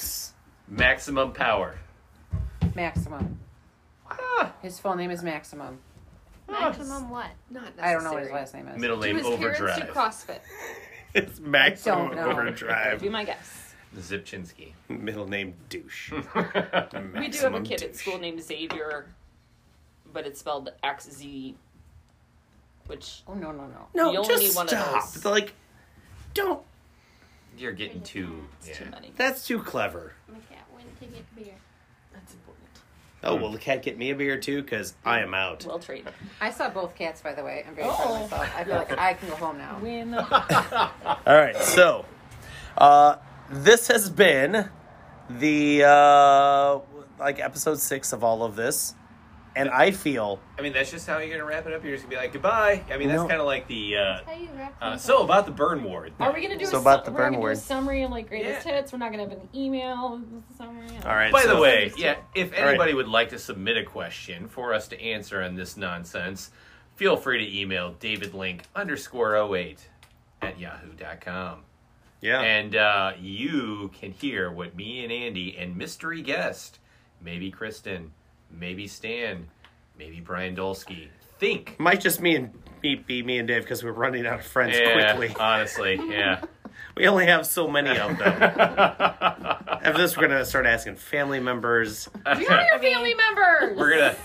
C: Cinemax.
B: Maximum power.
E: Maximum. His full name is Maximum. oh.
H: Maximum what?
G: Not necessary.
E: I don't know what his last name is.
B: Ah, Middle
G: To
B: name
G: his parents to
B: Overdrive.
G: CrossFit.
C: It's Maximum
E: don't know.
G: Be
C: Overdrive.
G: my guess.
B: Zipchinski.
C: Middle name douche.
F: We do have a
C: Maximum
F: kid at
C: douche.
F: school named Xavier, but it's spelled X Z, which
E: Oh no no no.
C: No,
F: You only
C: just
F: need one of
C: stop.
F: those.
C: Like, don't.
B: You're getting too.
F: is too
B: Yeah.
F: many.
C: That's too clever.
H: My cat went to get beer.
F: That's important.
C: Oh well, the cat get me a beer too, cause I am out.
F: Well traded.
E: I saw both cats by the way. I'm very
G: Oh.
E: proud of myself. I feel like I can go home now.
C: All right, so uh, this has been the uh, like episode six of all of this, and I feel
B: I mean, that's just how you're gonna wrap it up. You're just gonna be like, goodbye. I mean, that's
C: No.
B: kind of like the. Uh,
H: How you wrap
B: uh,
H: things
B: so
H: up?
B: about the burn ward.
G: Are we gonna do
C: So
G: a,
C: about
G: su-
C: the
G: we're
C: burn
G: gonna do
C: word.
G: a summary of like greatest
B: Yeah.
G: hits? We're not gonna have an email summary.
C: all right.
B: By the
C: so-
B: way, yeah, if
C: right.
B: anybody would like to submit a question for us to answer on this nonsense, feel free to email davidlink underscore 08 at yahoo.com.
C: yeah,
B: And uh, you can hear what me and Andy and mystery guest, maybe Kristen, maybe Stan, maybe Brian Dolsky, think.
C: might just me and be, be me and Dave because we're running out of friends
B: Yeah,
C: quickly.
B: honestly, yeah.
C: We only have so many of them. After this, we're gonna start asking family members.
G: You're your family members.
B: We're gonna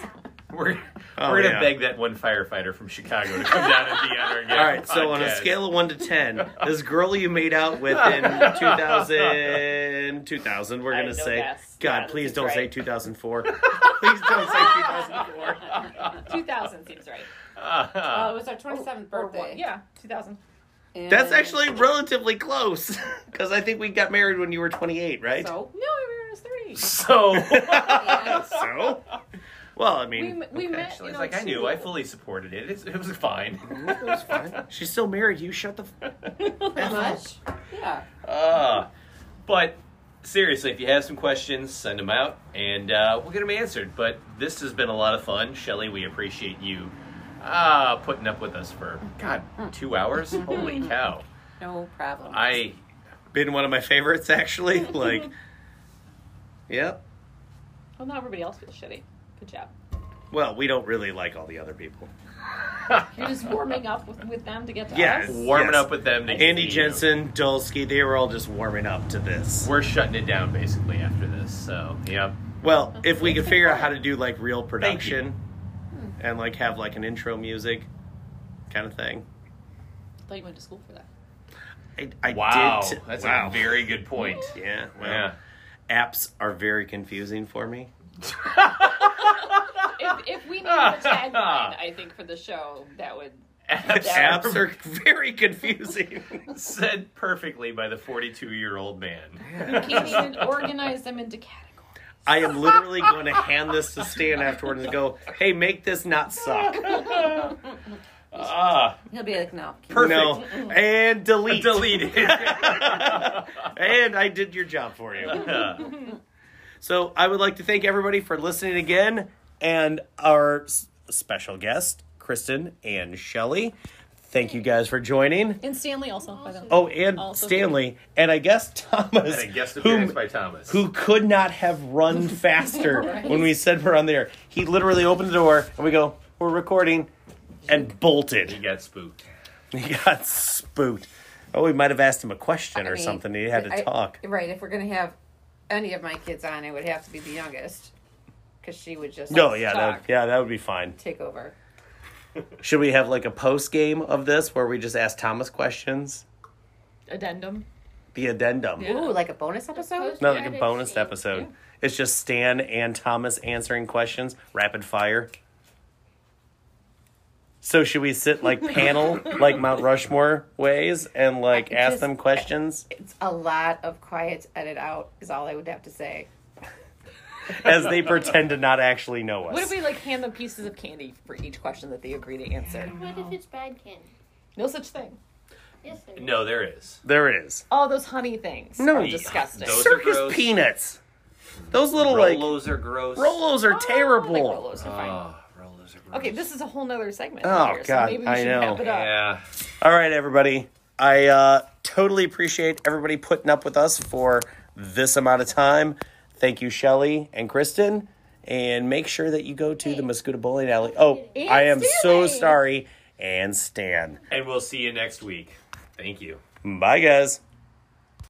B: we're,
C: Oh,
B: we're gonna
C: yeah.
B: beg that one firefighter from Chicago to come down and be on our
C: All right, so on a scale of one to ten, this girl you made out with in 2000, 2000 we're
F: I
C: gonna
F: know
C: say,
F: that's-
C: God,
F: yeah,
C: please
F: that's
C: don't say
F: right.
C: 2004. please don't say 2004.
F: 2000 seems right.
E: Uh, it
B: Uh-huh.
E: was our 27th
G: Or
E: birthday.
G: one- Yeah, 2000.
E: And
C: That's actually relatively close because I think we got married when you were 28, right?
E: so.
G: No, I was
E: Oh.
G: 30.
B: so
E: And
C: So? well, I
G: We,
C: mean,
G: m- we met.
B: actually,
G: in
B: it's like I
G: 02.
B: knew, I fully supported it. It's, it was fine.
C: it was fine. She's still married. You shut the. F-
E: pretty much. Yeah.
B: Uh, but seriously, if you have some questions, send them out, and uh, we'll get them answered. But this has been a lot of fun, Shelly. We appreciate you uh, putting up with us for God two hours. Holy cow!
E: No problem.
B: I
C: Been one of my favorites, actually. Like, yep.
G: Well, now everybody else feels shitty. Good job.
C: Well, we don't really like all the other people.
G: You're just warming up with, with them to get to
C: Yeah.
G: us.
B: warming
C: Yes.
B: up with them. To
C: Andy
B: you know,
C: Jensen, Dolsky, they were all just warming up to this.
B: We're shutting it down basically after this. So yep.
C: Well, if we could figure out how to do like
B: Thank
C: real
B: you. Hmm.
C: production and like have like an intro music kind of thing.
G: I thought you went to school for that.
C: I, I
B: wow,
C: did. t-
B: that's
C: wow.
B: a very good point.
C: yeah. Well,
B: Yeah.
C: apps are very confusing for me.
F: If, if we needed a tagline, I think, for the show, that would.
C: apps are very confusing.
B: said perfectly by the 42 year old man.
G: You can't even organize them into categories.
C: I am literally going to hand this to Stan afterwards and go, "Hey, make this not suck."
B: Ah,
E: He'll be like, no.
B: perfect.
C: No, and delete.
B: Deleted.
C: and I did your job for you. So I would like to thank everybody for listening again and our s- special guest, Kristen and Shelly. Thank you guys for joining.
G: And Stanley also, by the way.
C: Oh, and
G: Also
C: Stanley, and I guess Thomas,
B: and a guest appearance
C: whom-
B: by Thomas.
C: who could not have run faster when we said we're on the air. He literally opened the door, and we go, "We're recording," and bolted.
B: He got spooked.
C: He got spooked. Oh, we might have asked him a question or
E: I mean,
C: something. He had to
E: I-
C: talk.
E: Right. If we're going to have any of my kids on, it would have to be the youngest. Because she would just
C: No, Oh, yeah, that,
E: talk,
C: yeah, that would be fine.
E: take over.
C: Should we have like a post game of this where we just ask Thomas questions?
G: Addendum.
C: The addendum,
E: Ooh, like a bonus episode?
C: not like a
H: Yeah.
C: bonus episode. It's just Stan and Thomas answering questions, rapid fire. So should we sit like panel, like Mount Rushmore ways, and like ask
E: Just-
C: them questions
E: It's a lot of quiets edit out, is all I would have to say.
C: as they pretend to not actually know us?
G: What if we like hand them pieces of candy for each question that they agree to answer?
H: What if it's bad candy?
G: No such thing.
H: Yes, there is.
B: No, there is.
C: there is
G: All those honey things.
C: No,
G: are
C: yeah.
G: disgusting.
B: Those are
C: circus
B: gross.
C: peanuts. Those little like
B: Rolos are gross.
C: Rolos are
G: Oh, like
C: terrible.
G: Rolos are fine.
B: Oh, Rolos are gross.
G: Okay, this is a whole nother segment.
C: Oh,
G: here, so
C: God,
G: maybe we
C: I
G: should
C: know.
G: wrap it up.
B: Yeah.
C: All right, everybody. I uh, totally appreciate everybody putting up with us for this amount of time. Thank you, Shelly and Kristen. And make sure that you go to the Muscuda Bowling Alley. Oh, I am so sorry. And Stan.
B: And we'll see you next week. Thank you.
C: Bye, guys.